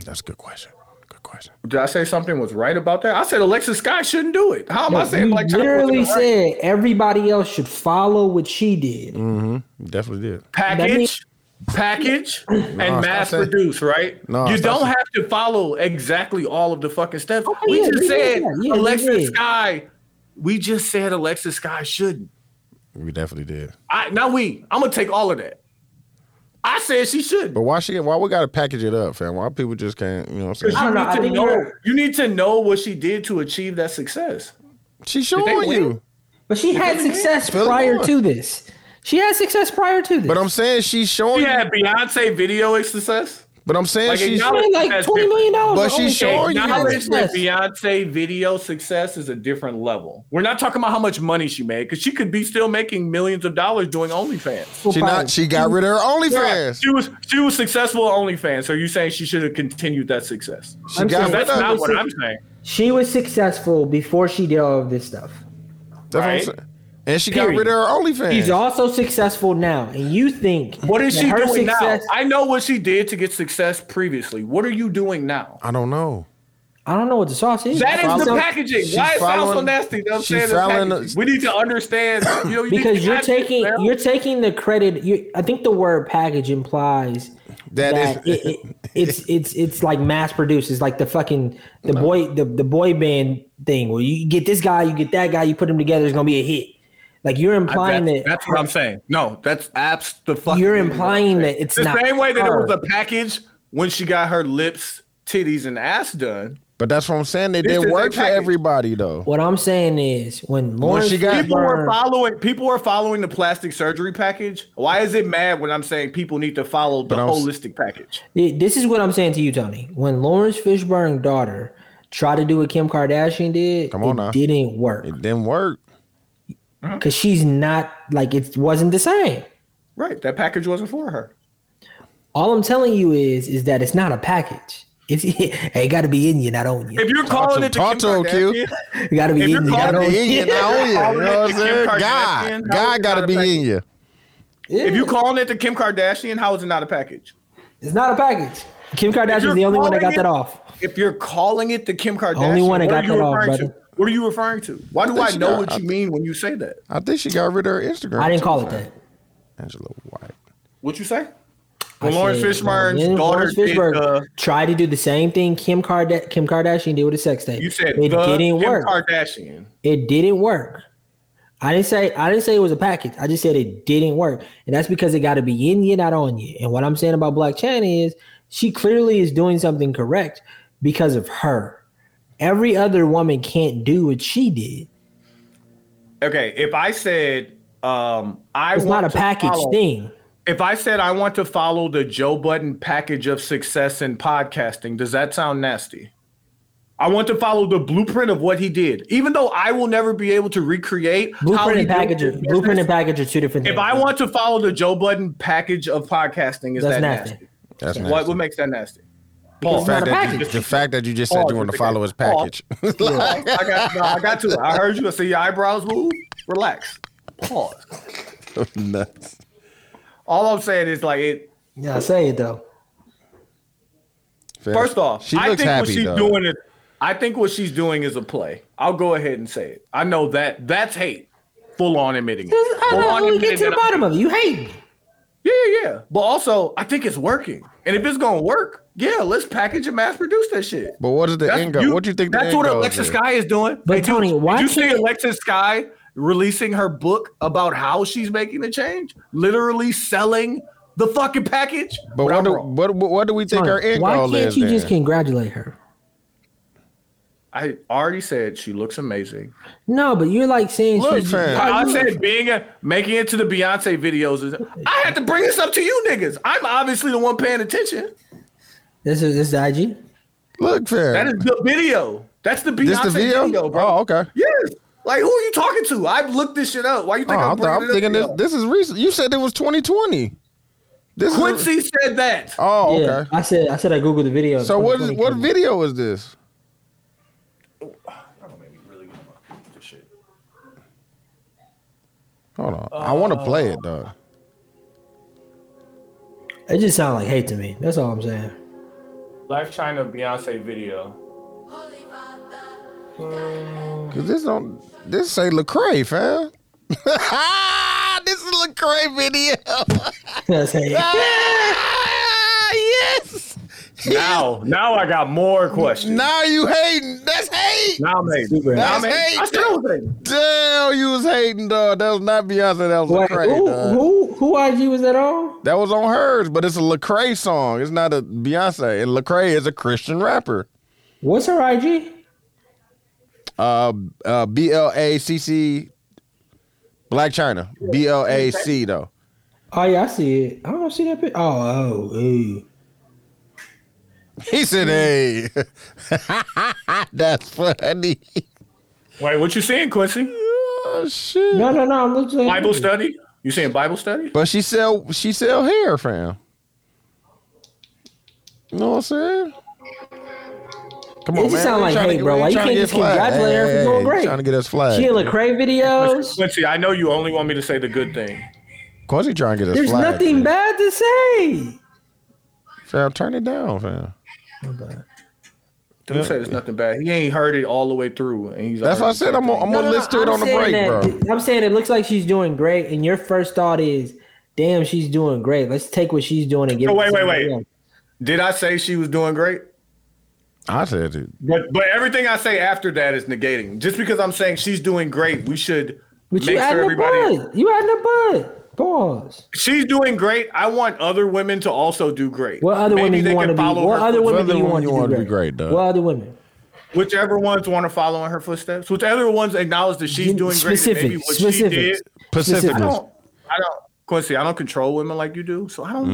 [SPEAKER 2] That's a good question. Good question.
[SPEAKER 6] did I say something was right about that? I said Alexis Scott shouldn't do it. How am I saying
[SPEAKER 7] you
[SPEAKER 6] Black China wasn't
[SPEAKER 7] literally
[SPEAKER 6] right?
[SPEAKER 7] said everybody else should follow what she did.
[SPEAKER 2] Mm. Definitely did.
[SPEAKER 6] package,
[SPEAKER 7] means-
[SPEAKER 6] package, and
[SPEAKER 2] stop
[SPEAKER 6] mass
[SPEAKER 2] saying-
[SPEAKER 6] produce, right?
[SPEAKER 2] No,
[SPEAKER 6] you
[SPEAKER 2] stop
[SPEAKER 6] don't
[SPEAKER 2] saying-
[SPEAKER 6] have to follow exactly all of the fucking steps.
[SPEAKER 7] Oh,
[SPEAKER 6] we
[SPEAKER 7] yeah,
[SPEAKER 6] just
[SPEAKER 7] we did
[SPEAKER 6] said
[SPEAKER 7] that. Yeah, we
[SPEAKER 6] Alexis
[SPEAKER 7] did.
[SPEAKER 6] Sky. We just said Alexis Sky shouldn't.
[SPEAKER 2] We definitely did.
[SPEAKER 6] I now we. I'm gonna take all of that. I said she should.
[SPEAKER 2] But why she? Why we gotta package it up, fam? Why people just can't? You know what I'm saying?
[SPEAKER 6] You
[SPEAKER 7] I don't know.
[SPEAKER 6] need, to
[SPEAKER 7] think
[SPEAKER 6] know,
[SPEAKER 7] you're-
[SPEAKER 6] you need to know what she did to achieve that success.
[SPEAKER 2] She's
[SPEAKER 6] they
[SPEAKER 2] showing
[SPEAKER 6] win?
[SPEAKER 2] you.
[SPEAKER 7] But she had success
[SPEAKER 2] Philly
[SPEAKER 7] prior
[SPEAKER 2] won.
[SPEAKER 7] to this. She had success prior to this.
[SPEAKER 2] But I'm saying she's showing.
[SPEAKER 6] She
[SPEAKER 2] you.
[SPEAKER 6] had Beyonce video success.
[SPEAKER 2] But I'm saying
[SPEAKER 6] Like,
[SPEAKER 2] she's.
[SPEAKER 6] acknowledge-
[SPEAKER 7] Spent like
[SPEAKER 6] That's
[SPEAKER 7] twenty million dollars.
[SPEAKER 2] But she's showing you.
[SPEAKER 6] Acknowledge that
[SPEAKER 7] Yes.
[SPEAKER 6] Beyonce video success is a different level. We're not talking about how much money she made because she could be still making millions of dollars doing OnlyFans.
[SPEAKER 2] She not. She got rid of her OnlyFans.
[SPEAKER 6] She was she was successful at OnlyFans. So you're saying she should have continued that success?
[SPEAKER 2] She
[SPEAKER 7] I'm
[SPEAKER 2] got
[SPEAKER 7] saying-
[SPEAKER 2] rid
[SPEAKER 6] That's
[SPEAKER 2] of.
[SPEAKER 6] not
[SPEAKER 2] That's
[SPEAKER 6] what I'm saying.
[SPEAKER 7] She was successful before she did all of this stuff.
[SPEAKER 2] what I'm
[SPEAKER 6] Right.
[SPEAKER 2] saying. And she got
[SPEAKER 7] Period.
[SPEAKER 2] rid of her OnlyFans.
[SPEAKER 7] She's also successful now, and you think
[SPEAKER 6] What is
[SPEAKER 7] that
[SPEAKER 6] she
[SPEAKER 7] her
[SPEAKER 6] doing
[SPEAKER 7] success-
[SPEAKER 6] now? I know what she did to get success previously. What are you doing now?
[SPEAKER 2] I don't know.
[SPEAKER 7] I don't know what the sauce is.
[SPEAKER 6] That is the
[SPEAKER 7] So-
[SPEAKER 6] packaging.
[SPEAKER 2] she's
[SPEAKER 6] Why it sounds so
[SPEAKER 2] following-
[SPEAKER 6] nasty? You know what I'm
[SPEAKER 2] she's
[SPEAKER 6] saying? The
[SPEAKER 2] following the-
[SPEAKER 6] packaging. we need to understand. You know, you need
[SPEAKER 7] because
[SPEAKER 6] to
[SPEAKER 7] you're
[SPEAKER 6] catch it,
[SPEAKER 7] taking
[SPEAKER 6] man.
[SPEAKER 7] you're taking the credit. You, I think the word package implies
[SPEAKER 2] That
[SPEAKER 7] that,
[SPEAKER 2] is-
[SPEAKER 7] it, it,
[SPEAKER 2] [LAUGHS]
[SPEAKER 7] it's it's it's like mass produced. It's like the fucking the boy the, the boy band thing where you get this guy, you get that guy, you put them together, it's gonna be a hit. Like you're implying
[SPEAKER 6] That's-
[SPEAKER 7] that
[SPEAKER 6] That's what I'm saying. No, that's abs the fuck.
[SPEAKER 7] you're implying that it's
[SPEAKER 6] the
[SPEAKER 7] not
[SPEAKER 6] same way that it was
[SPEAKER 7] her.
[SPEAKER 6] a package when she got her lips, titties, and ass done.
[SPEAKER 2] But that's what I'm saying. They
[SPEAKER 6] This
[SPEAKER 2] did
[SPEAKER 6] is a
[SPEAKER 2] work for
[SPEAKER 6] package.
[SPEAKER 2] everybody though.
[SPEAKER 7] What I'm saying is when Lawrence
[SPEAKER 2] she got-
[SPEAKER 6] People are
[SPEAKER 7] Fishburne-
[SPEAKER 6] following. People are following the plastic surgery package. Why is it mad when I'm saying people need to follow the
[SPEAKER 2] But I'm s-
[SPEAKER 6] holistic package?
[SPEAKER 7] Th- This is what I'm saying to you, Tony. When Lawrence Fishburne's daughter tried to do what Kim Kardashian did,
[SPEAKER 2] Come on
[SPEAKER 7] it
[SPEAKER 2] now.
[SPEAKER 7] didn't work
[SPEAKER 2] It didn't work.
[SPEAKER 7] because she's not like it wasn't the same.
[SPEAKER 6] Right, that package wasn't for her.
[SPEAKER 7] All I'm telling you is, is that it's not a package. It's [LAUGHS] it got to be in you, not on you.
[SPEAKER 6] If you're calling
[SPEAKER 2] to-
[SPEAKER 6] it the
[SPEAKER 2] talk
[SPEAKER 6] Kim
[SPEAKER 2] to him, Q.
[SPEAKER 6] Kardashian,
[SPEAKER 7] It got to be
[SPEAKER 6] if
[SPEAKER 7] in
[SPEAKER 6] you're
[SPEAKER 7] you, not
[SPEAKER 6] calling
[SPEAKER 2] Gotta
[SPEAKER 7] on
[SPEAKER 6] it
[SPEAKER 2] be in
[SPEAKER 7] you.
[SPEAKER 2] you, not on you. You know
[SPEAKER 6] Calling it
[SPEAKER 2] what I'm
[SPEAKER 6] Kim
[SPEAKER 2] saying?
[SPEAKER 6] Kardashian,
[SPEAKER 2] God,
[SPEAKER 6] how is
[SPEAKER 2] God
[SPEAKER 6] it
[SPEAKER 2] gotta
[SPEAKER 6] not a
[SPEAKER 2] be in
[SPEAKER 6] package?
[SPEAKER 2] you.
[SPEAKER 6] if you
[SPEAKER 7] [LAUGHS] Yeah,
[SPEAKER 6] calling it the Kim Kardashian, how is it not a package?
[SPEAKER 7] it's not a package. Kim Kardashian's
[SPEAKER 6] you're
[SPEAKER 7] the only one that got
[SPEAKER 6] calling it-
[SPEAKER 7] that off.
[SPEAKER 6] If you're calling it the Kim Kardashian,
[SPEAKER 7] Only one that
[SPEAKER 6] what
[SPEAKER 7] got
[SPEAKER 6] are you
[SPEAKER 7] that off,
[SPEAKER 6] referring to?
[SPEAKER 7] brother.
[SPEAKER 6] What are you referring to? Why do
[SPEAKER 2] think
[SPEAKER 6] I
[SPEAKER 2] she
[SPEAKER 6] know
[SPEAKER 2] got-
[SPEAKER 6] what
[SPEAKER 2] I
[SPEAKER 6] you mean when you say that?
[SPEAKER 2] I think she got rid of her Instagram.
[SPEAKER 7] I didn't
[SPEAKER 2] too,
[SPEAKER 7] call it
[SPEAKER 2] fam.
[SPEAKER 7] that.
[SPEAKER 2] Angela White.
[SPEAKER 6] What you say?
[SPEAKER 7] I
[SPEAKER 6] When Lawrence
[SPEAKER 7] said, uh,
[SPEAKER 6] Fishburne's
[SPEAKER 7] Lawrence
[SPEAKER 6] daughter did,
[SPEAKER 7] Fishburne
[SPEAKER 6] uh,
[SPEAKER 7] tried to do the same thing Kim, Karda- Kim Kardashian did with a sex tape.
[SPEAKER 6] You said
[SPEAKER 7] it
[SPEAKER 6] the
[SPEAKER 7] didn't
[SPEAKER 6] Kim
[SPEAKER 7] work.
[SPEAKER 6] Kardashian.
[SPEAKER 7] it didn't work. I didn't say I didn't say it was a package. I just said it didn't work, and that's because it got to be in you, not on you. And what I'm saying about Black China is she clearly is doing something correct because of her. Every other woman can't do what she did.
[SPEAKER 6] Okay, if I said um, I
[SPEAKER 7] It's
[SPEAKER 6] want
[SPEAKER 7] not a
[SPEAKER 6] to
[SPEAKER 7] package
[SPEAKER 6] follow-
[SPEAKER 7] thing.
[SPEAKER 6] If I said I want to follow the Joe Budden package of success in podcasting, does that sound nasty? I want to follow the blueprint of what he did, even though I will never be able to recreate how
[SPEAKER 7] Blueprint
[SPEAKER 6] he
[SPEAKER 7] and
[SPEAKER 6] did
[SPEAKER 7] package are
[SPEAKER 6] his
[SPEAKER 7] blueprint
[SPEAKER 6] business.
[SPEAKER 7] and package are two different things.
[SPEAKER 6] If I want to follow the Joe Budden package of podcasting, is
[SPEAKER 7] that's
[SPEAKER 6] that
[SPEAKER 7] nasty.
[SPEAKER 6] nasty?
[SPEAKER 2] That's nasty.
[SPEAKER 6] What what makes that nasty?
[SPEAKER 7] Because
[SPEAKER 6] Paul,
[SPEAKER 7] it's not
[SPEAKER 2] fact
[SPEAKER 7] a
[SPEAKER 2] that you-
[SPEAKER 7] package.
[SPEAKER 2] the fact that you just said
[SPEAKER 6] Paul,
[SPEAKER 2] you want to
[SPEAKER 6] just a guy.
[SPEAKER 2] follow his
[SPEAKER 6] Paul.
[SPEAKER 2] package.
[SPEAKER 6] I got, no, I got to. it. I heard you. I see your eyebrows move. Relax. Pause.
[SPEAKER 2] [LAUGHS] Nuts.
[SPEAKER 6] All I'm saying is like it.
[SPEAKER 7] Yeah, I say it though.
[SPEAKER 2] Fair.
[SPEAKER 6] First off,
[SPEAKER 2] she
[SPEAKER 6] I
[SPEAKER 2] looks
[SPEAKER 6] think
[SPEAKER 2] happy
[SPEAKER 6] what she's
[SPEAKER 2] though.
[SPEAKER 6] doing is I think what she's doing is a play. I'll go ahead and say it. I know that that's hate. Full on admitting it.
[SPEAKER 7] I
[SPEAKER 6] Full
[SPEAKER 7] know
[SPEAKER 6] on
[SPEAKER 7] when we
[SPEAKER 6] admitting
[SPEAKER 7] get to the
[SPEAKER 6] that I-
[SPEAKER 7] bottom of it. You hate me.
[SPEAKER 6] Yeah, yeah. yeah. But also, I think it's working. And if it's gonna work, yeah, let's package and mass produce that shit.
[SPEAKER 2] But what is the end goal? What do you think?
[SPEAKER 6] That's
[SPEAKER 2] the end
[SPEAKER 6] what
[SPEAKER 2] goal
[SPEAKER 6] Alexa
[SPEAKER 2] is?
[SPEAKER 6] Sky is doing.
[SPEAKER 7] But
[SPEAKER 6] dude,
[SPEAKER 7] Tony, why
[SPEAKER 6] did you see
[SPEAKER 7] can't-
[SPEAKER 6] Alexa Sky releasing her book about how she's making the change? Literally selling the fucking package.
[SPEAKER 2] But
[SPEAKER 6] I'm
[SPEAKER 2] what do,
[SPEAKER 6] wrong.
[SPEAKER 2] what, what, what do we think our end
[SPEAKER 7] Why
[SPEAKER 2] goal
[SPEAKER 7] can't
[SPEAKER 2] is?
[SPEAKER 7] you
[SPEAKER 2] then?
[SPEAKER 7] just congratulate her?
[SPEAKER 6] I already said she looks amazing.
[SPEAKER 7] No, but you're like saying
[SPEAKER 2] Look,
[SPEAKER 7] she's-
[SPEAKER 2] fam.
[SPEAKER 7] Are
[SPEAKER 6] I
[SPEAKER 7] you-
[SPEAKER 6] said being a, making it to the Beyonce videos. Is, I had to bring this up to you niggas. I'm obviously the one paying attention.
[SPEAKER 7] this is this is the IG.
[SPEAKER 2] Look, fair.
[SPEAKER 6] That is the video. That's the Beyonce
[SPEAKER 2] this the video?
[SPEAKER 6] video? bro.
[SPEAKER 2] Oh, okay.
[SPEAKER 6] Yes. Like who are you talking to? I've looked this shit up. Why you
[SPEAKER 2] Oh,
[SPEAKER 6] think I'm,
[SPEAKER 2] I'm, th- I'm
[SPEAKER 6] bringing it up
[SPEAKER 2] thinking
[SPEAKER 6] to
[SPEAKER 2] this.
[SPEAKER 6] y'all?
[SPEAKER 2] This is recent. You said it was 2020. This Is,
[SPEAKER 6] Quincy said that.
[SPEAKER 2] oh, okay.
[SPEAKER 7] Yeah, I said I said I googled the video.
[SPEAKER 2] So what is what
[SPEAKER 7] video?
[SPEAKER 2] video is this? Hold on. I want to play it, dog.
[SPEAKER 7] It just sounds like hate to me. That's all I'm saying. [LAUGHS]
[SPEAKER 1] Life China Beyonce video.
[SPEAKER 6] Uh,
[SPEAKER 2] Cause this don't this say Lecrae, fam. [LAUGHS] this is Lecrae video. [LAUGHS]
[SPEAKER 7] That's hate.
[SPEAKER 2] Ah, yes.
[SPEAKER 1] Now, now I got more questions.
[SPEAKER 2] Now you hating. That's hate.
[SPEAKER 1] Now I'm hating.
[SPEAKER 7] Super.
[SPEAKER 1] Now I'm
[SPEAKER 2] That's
[SPEAKER 1] hating. I
[SPEAKER 2] hate.
[SPEAKER 1] said I was hating.
[SPEAKER 2] Damn, you was hating, dog. That was not Beyonce. That was
[SPEAKER 7] Wait,
[SPEAKER 2] Lecrae,
[SPEAKER 7] who,
[SPEAKER 2] dog.
[SPEAKER 7] who who IG was that on?
[SPEAKER 2] That was on hers, but it's a Lecrae song. It's not a Beyonce. And Lecrae is a Christian rapper.
[SPEAKER 7] What's her IG?
[SPEAKER 2] Uh, uh, B L A C C, Black China. B L A C though. [LAUGHS]
[SPEAKER 7] Oh yeah, I see it. I don't see that. Pic- oh oh ooh.
[SPEAKER 2] He said, "Hey,
[SPEAKER 1] Mm.
[SPEAKER 2] [LAUGHS] that's funny."
[SPEAKER 6] Wait, what you seeing, Quincy?
[SPEAKER 2] Oh shit!
[SPEAKER 7] No no no. I'm looking.
[SPEAKER 6] Bible study? You seeing Bible study?
[SPEAKER 2] But she sell she sell hair, fam. You know what I'm saying? Come
[SPEAKER 7] It just sound like hate, bro. Why you can't just congratulate her for doing great?
[SPEAKER 2] Trying to get us flagged.
[SPEAKER 7] She in Lecrae videos.
[SPEAKER 6] Quincy, I know you only want me to say the good thing.
[SPEAKER 2] Quincy trying to get us
[SPEAKER 7] There's
[SPEAKER 2] flagged.
[SPEAKER 7] nothing bad to say.
[SPEAKER 2] Fam, turn it down, fam.
[SPEAKER 6] Don't say there's nothing bad. He ain't heard it all the way through. And he's
[SPEAKER 2] That's why I said I'm, gonna- I'm
[SPEAKER 7] No,
[SPEAKER 2] gonna
[SPEAKER 7] no, no,
[SPEAKER 2] listen to it
[SPEAKER 7] I'm
[SPEAKER 2] on the
[SPEAKER 7] saying
[SPEAKER 2] break,
[SPEAKER 7] that-
[SPEAKER 2] bro.
[SPEAKER 7] I'm saying it looks like she's doing great, and your first thought is, "Damn, she's doing great. Let's take what she's doing and give."
[SPEAKER 6] No,
[SPEAKER 7] it to
[SPEAKER 6] wait, wait,
[SPEAKER 7] somebody
[SPEAKER 6] wait.
[SPEAKER 7] else."
[SPEAKER 6] Did I say she was doing great?
[SPEAKER 2] I said it.
[SPEAKER 6] But but everything I say after that is negating. Just because I'm saying she's doing great, we should
[SPEAKER 7] But you
[SPEAKER 6] make sure
[SPEAKER 7] adding a
[SPEAKER 6] everybody
[SPEAKER 7] bud. You adding a bud. Pause.
[SPEAKER 6] she's doing great. I want other women to also do great.
[SPEAKER 7] What other
[SPEAKER 6] Maybe
[SPEAKER 7] women
[SPEAKER 6] they
[SPEAKER 7] you
[SPEAKER 6] can
[SPEAKER 7] want to be?
[SPEAKER 6] follow
[SPEAKER 7] What
[SPEAKER 6] her
[SPEAKER 7] other women
[SPEAKER 2] Other
[SPEAKER 7] do you
[SPEAKER 2] women
[SPEAKER 7] want
[SPEAKER 2] you
[SPEAKER 7] to
[SPEAKER 2] wanna
[SPEAKER 7] do
[SPEAKER 2] be great, dog.
[SPEAKER 7] What other women?
[SPEAKER 6] whichever ones want to follow in her footsteps, whichever ones acknowledge that she's doing
[SPEAKER 7] specific,
[SPEAKER 6] great. and Maybe what
[SPEAKER 7] specific,
[SPEAKER 6] she did.
[SPEAKER 2] Pacific.
[SPEAKER 6] I don't, I don't, Quincy. I don't control women like you do, so I don't
[SPEAKER 7] Mm-hmm.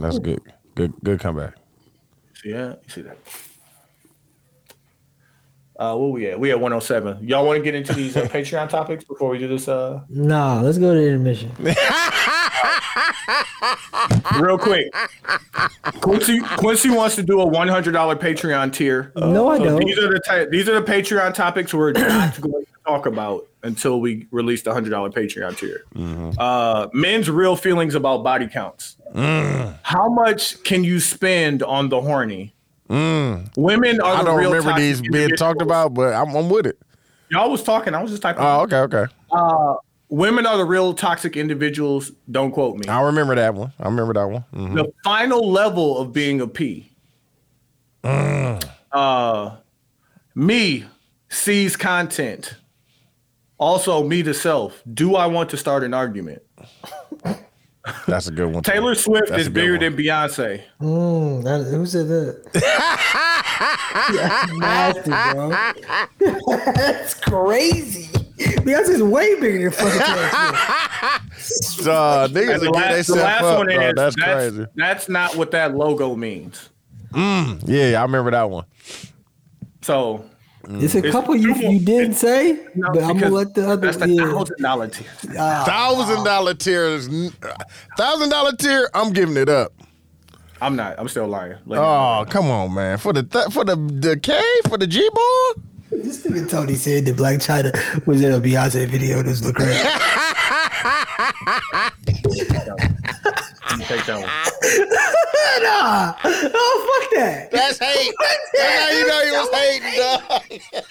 [SPEAKER 2] Mm, that's good. Good. Good comeback.
[SPEAKER 6] Yeah, you see that. Uh, where we at? We at 107. Y'all want to get into
[SPEAKER 7] [LAUGHS]
[SPEAKER 6] these uh, Patreon topics before we do this? Uh,
[SPEAKER 7] Nah, let's go to intermission.
[SPEAKER 6] real quick. Quincy Quincy wants to do a one hundred dollar Patreon tier.
[SPEAKER 7] No, I
[SPEAKER 6] Uh, So
[SPEAKER 7] don't.
[SPEAKER 6] these are the ty- these are the Patreon
[SPEAKER 2] [CLEARS THROAT]
[SPEAKER 6] topics we're not going to talk about until we release the hundred dollar Patreon tier.
[SPEAKER 2] Mm-hmm.
[SPEAKER 6] Uh, men's real feelings about body counts.
[SPEAKER 2] Mm.
[SPEAKER 6] How much can you spend on the horny? Women are.
[SPEAKER 2] Mm, I
[SPEAKER 6] the
[SPEAKER 2] don't
[SPEAKER 6] real
[SPEAKER 2] remember
[SPEAKER 6] toxic
[SPEAKER 2] these being talked
[SPEAKER 6] individuals.
[SPEAKER 2] about, but I'm, I'm with it.
[SPEAKER 6] Y'all was talking. I was just typing.
[SPEAKER 2] Oh, okay, okay.
[SPEAKER 6] Women are the real toxic individuals. Don't quote me.
[SPEAKER 2] I remember that one. I remember that one. Mhm.
[SPEAKER 6] the final level of being a P.
[SPEAKER 2] Mm.
[SPEAKER 6] Uh, me sees content. Also, me to self. Do I want to start an argument?
[SPEAKER 2] That's a good one. too.
[SPEAKER 6] Taylor Swift
[SPEAKER 2] Mm. That's
[SPEAKER 6] is
[SPEAKER 2] a good
[SPEAKER 6] bigger
[SPEAKER 2] one.
[SPEAKER 6] than Beyonce.
[SPEAKER 7] Mm, that, who said that? That's nasty, bro. That's crazy. Beyonce's way bigger than fucking Taylor Swift.
[SPEAKER 2] Duh, niggas are
[SPEAKER 6] And the
[SPEAKER 2] getting
[SPEAKER 6] last, the
[SPEAKER 2] themselves
[SPEAKER 6] last
[SPEAKER 2] up,
[SPEAKER 6] one
[SPEAKER 2] bro.
[SPEAKER 6] is
[SPEAKER 2] That's,
[SPEAKER 6] that's,
[SPEAKER 2] crazy.
[SPEAKER 6] that's not what that logo means.
[SPEAKER 2] Yeah, I remember that one.
[SPEAKER 6] So
[SPEAKER 7] It's a couple you,
[SPEAKER 1] two more.
[SPEAKER 7] you didn't say, but I'm
[SPEAKER 6] because
[SPEAKER 7] gonna let the other.
[SPEAKER 6] That's the
[SPEAKER 7] yeah.
[SPEAKER 6] thousand dollar tier.
[SPEAKER 2] Thousand dollar tiers, thousand dollar tier. I'm giving it up.
[SPEAKER 6] I'm not. I'm still lying. Like,
[SPEAKER 2] Oh come on, man! For the th- for the the K for the G boy.
[SPEAKER 7] This nigga Tony said that Black China was in a Beyonce video. This look right.
[SPEAKER 6] take that one.
[SPEAKER 7] nah, oh fuck that.
[SPEAKER 2] That's hate. That's how you know he was hating. Dog.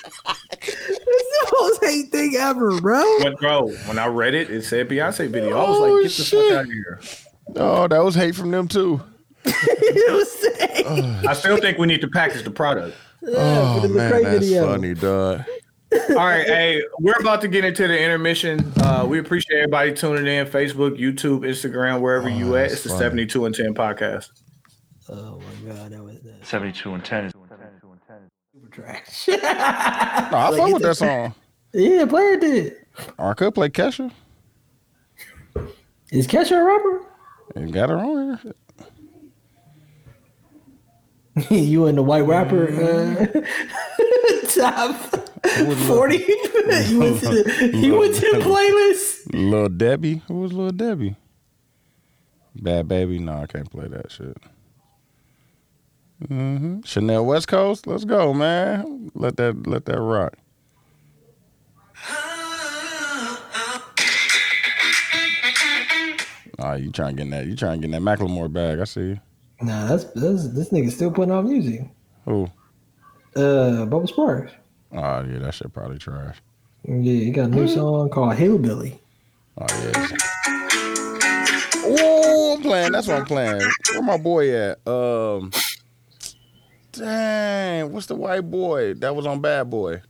[SPEAKER 7] That's the most hate thing ever, bro. [LAUGHS]
[SPEAKER 6] But bro, when I read it, it said Beyonce video. I was like, get the
[SPEAKER 2] Oh, shit.
[SPEAKER 6] fuck out of here.
[SPEAKER 2] Oh, that was hate from them too.
[SPEAKER 7] it was hate.
[SPEAKER 6] I still think we need to package the product.
[SPEAKER 2] Oh
[SPEAKER 7] the
[SPEAKER 2] man,
[SPEAKER 7] Cray
[SPEAKER 2] that's
[SPEAKER 7] video.
[SPEAKER 2] funny, dog.
[SPEAKER 6] All
[SPEAKER 1] [LAUGHS]
[SPEAKER 6] right, hey, we're about to get into the intermission. Uh, we appreciate everybody tuning in. Facebook, YouTube, Instagram, wherever
[SPEAKER 1] Oh,
[SPEAKER 6] you at. It's the 72 and 10 podcast.
[SPEAKER 7] Oh my god, that was that
[SPEAKER 9] 72 and 10 is
[SPEAKER 7] trash.
[SPEAKER 2] No, I fuck
[SPEAKER 7] it's
[SPEAKER 2] with
[SPEAKER 7] a-
[SPEAKER 2] that song.
[SPEAKER 7] [LAUGHS] yeah, player did.
[SPEAKER 2] Or I could play Kesha.
[SPEAKER 7] Is Kesha a rapper? [LAUGHS]
[SPEAKER 2] And got her on here.
[SPEAKER 7] you and the white rapper uh, [LAUGHS] top forty. [LAUGHS] you went to the, you went to the playlist.
[SPEAKER 2] Little Debbie. Who was Little Debbie? Bad Baby. No, I can't play that shit. hmm Chanel West Coast. Let's go, man. Let that let that rock. Oh, you trying to get in that? You trying to get in that Macklemore bag? I see you.
[SPEAKER 7] Nah, that's, that's this nigga still putting out music.
[SPEAKER 2] Who?
[SPEAKER 7] Uh, Bubba Sparks.
[SPEAKER 2] Oh yeah, that shit probably trash.
[SPEAKER 7] Yeah, he got a new song called Hillbilly.
[SPEAKER 2] Oh yeah. Oh, I'm playing. That's what I'm playing. Where my boy at? Um. Dang, what's the white boy that was on Bad Boy?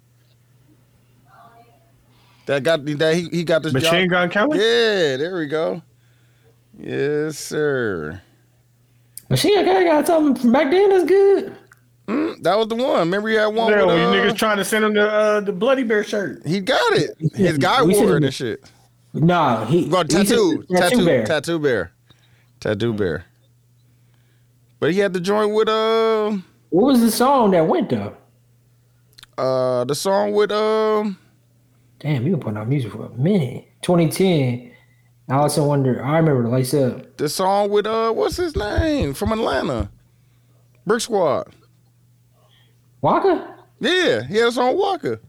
[SPEAKER 2] That got that he, he got this
[SPEAKER 1] Machine
[SPEAKER 2] job.
[SPEAKER 1] Gun Kelly?
[SPEAKER 2] Yeah, there we go. Yes, sir.
[SPEAKER 7] Machine Gun got something from back then that's good.
[SPEAKER 2] Mm, that was the one. Remember he had one.
[SPEAKER 1] Damn,
[SPEAKER 2] with,
[SPEAKER 1] you
[SPEAKER 2] uh,
[SPEAKER 1] niggas trying to send him the uh, the bloody bear shirt.
[SPEAKER 2] he got it. His guy
[SPEAKER 7] We
[SPEAKER 2] wore it
[SPEAKER 7] should've-
[SPEAKER 2] and shit.
[SPEAKER 7] Nah, he
[SPEAKER 2] Well,
[SPEAKER 7] he said-
[SPEAKER 2] tattoo, tattoo,
[SPEAKER 7] bear.
[SPEAKER 2] tattoo bear, tattoo bear. But he had to join with um
[SPEAKER 7] What was the song that went though?
[SPEAKER 2] uh, the song with um
[SPEAKER 7] Damn, you been putting out music for a minute. 2010. I also wonder. I remember the lights up.
[SPEAKER 2] the song with uh what's his name from Atlanta, Brick Squad.
[SPEAKER 7] Waka.
[SPEAKER 2] Yeah, he had a song with Walker.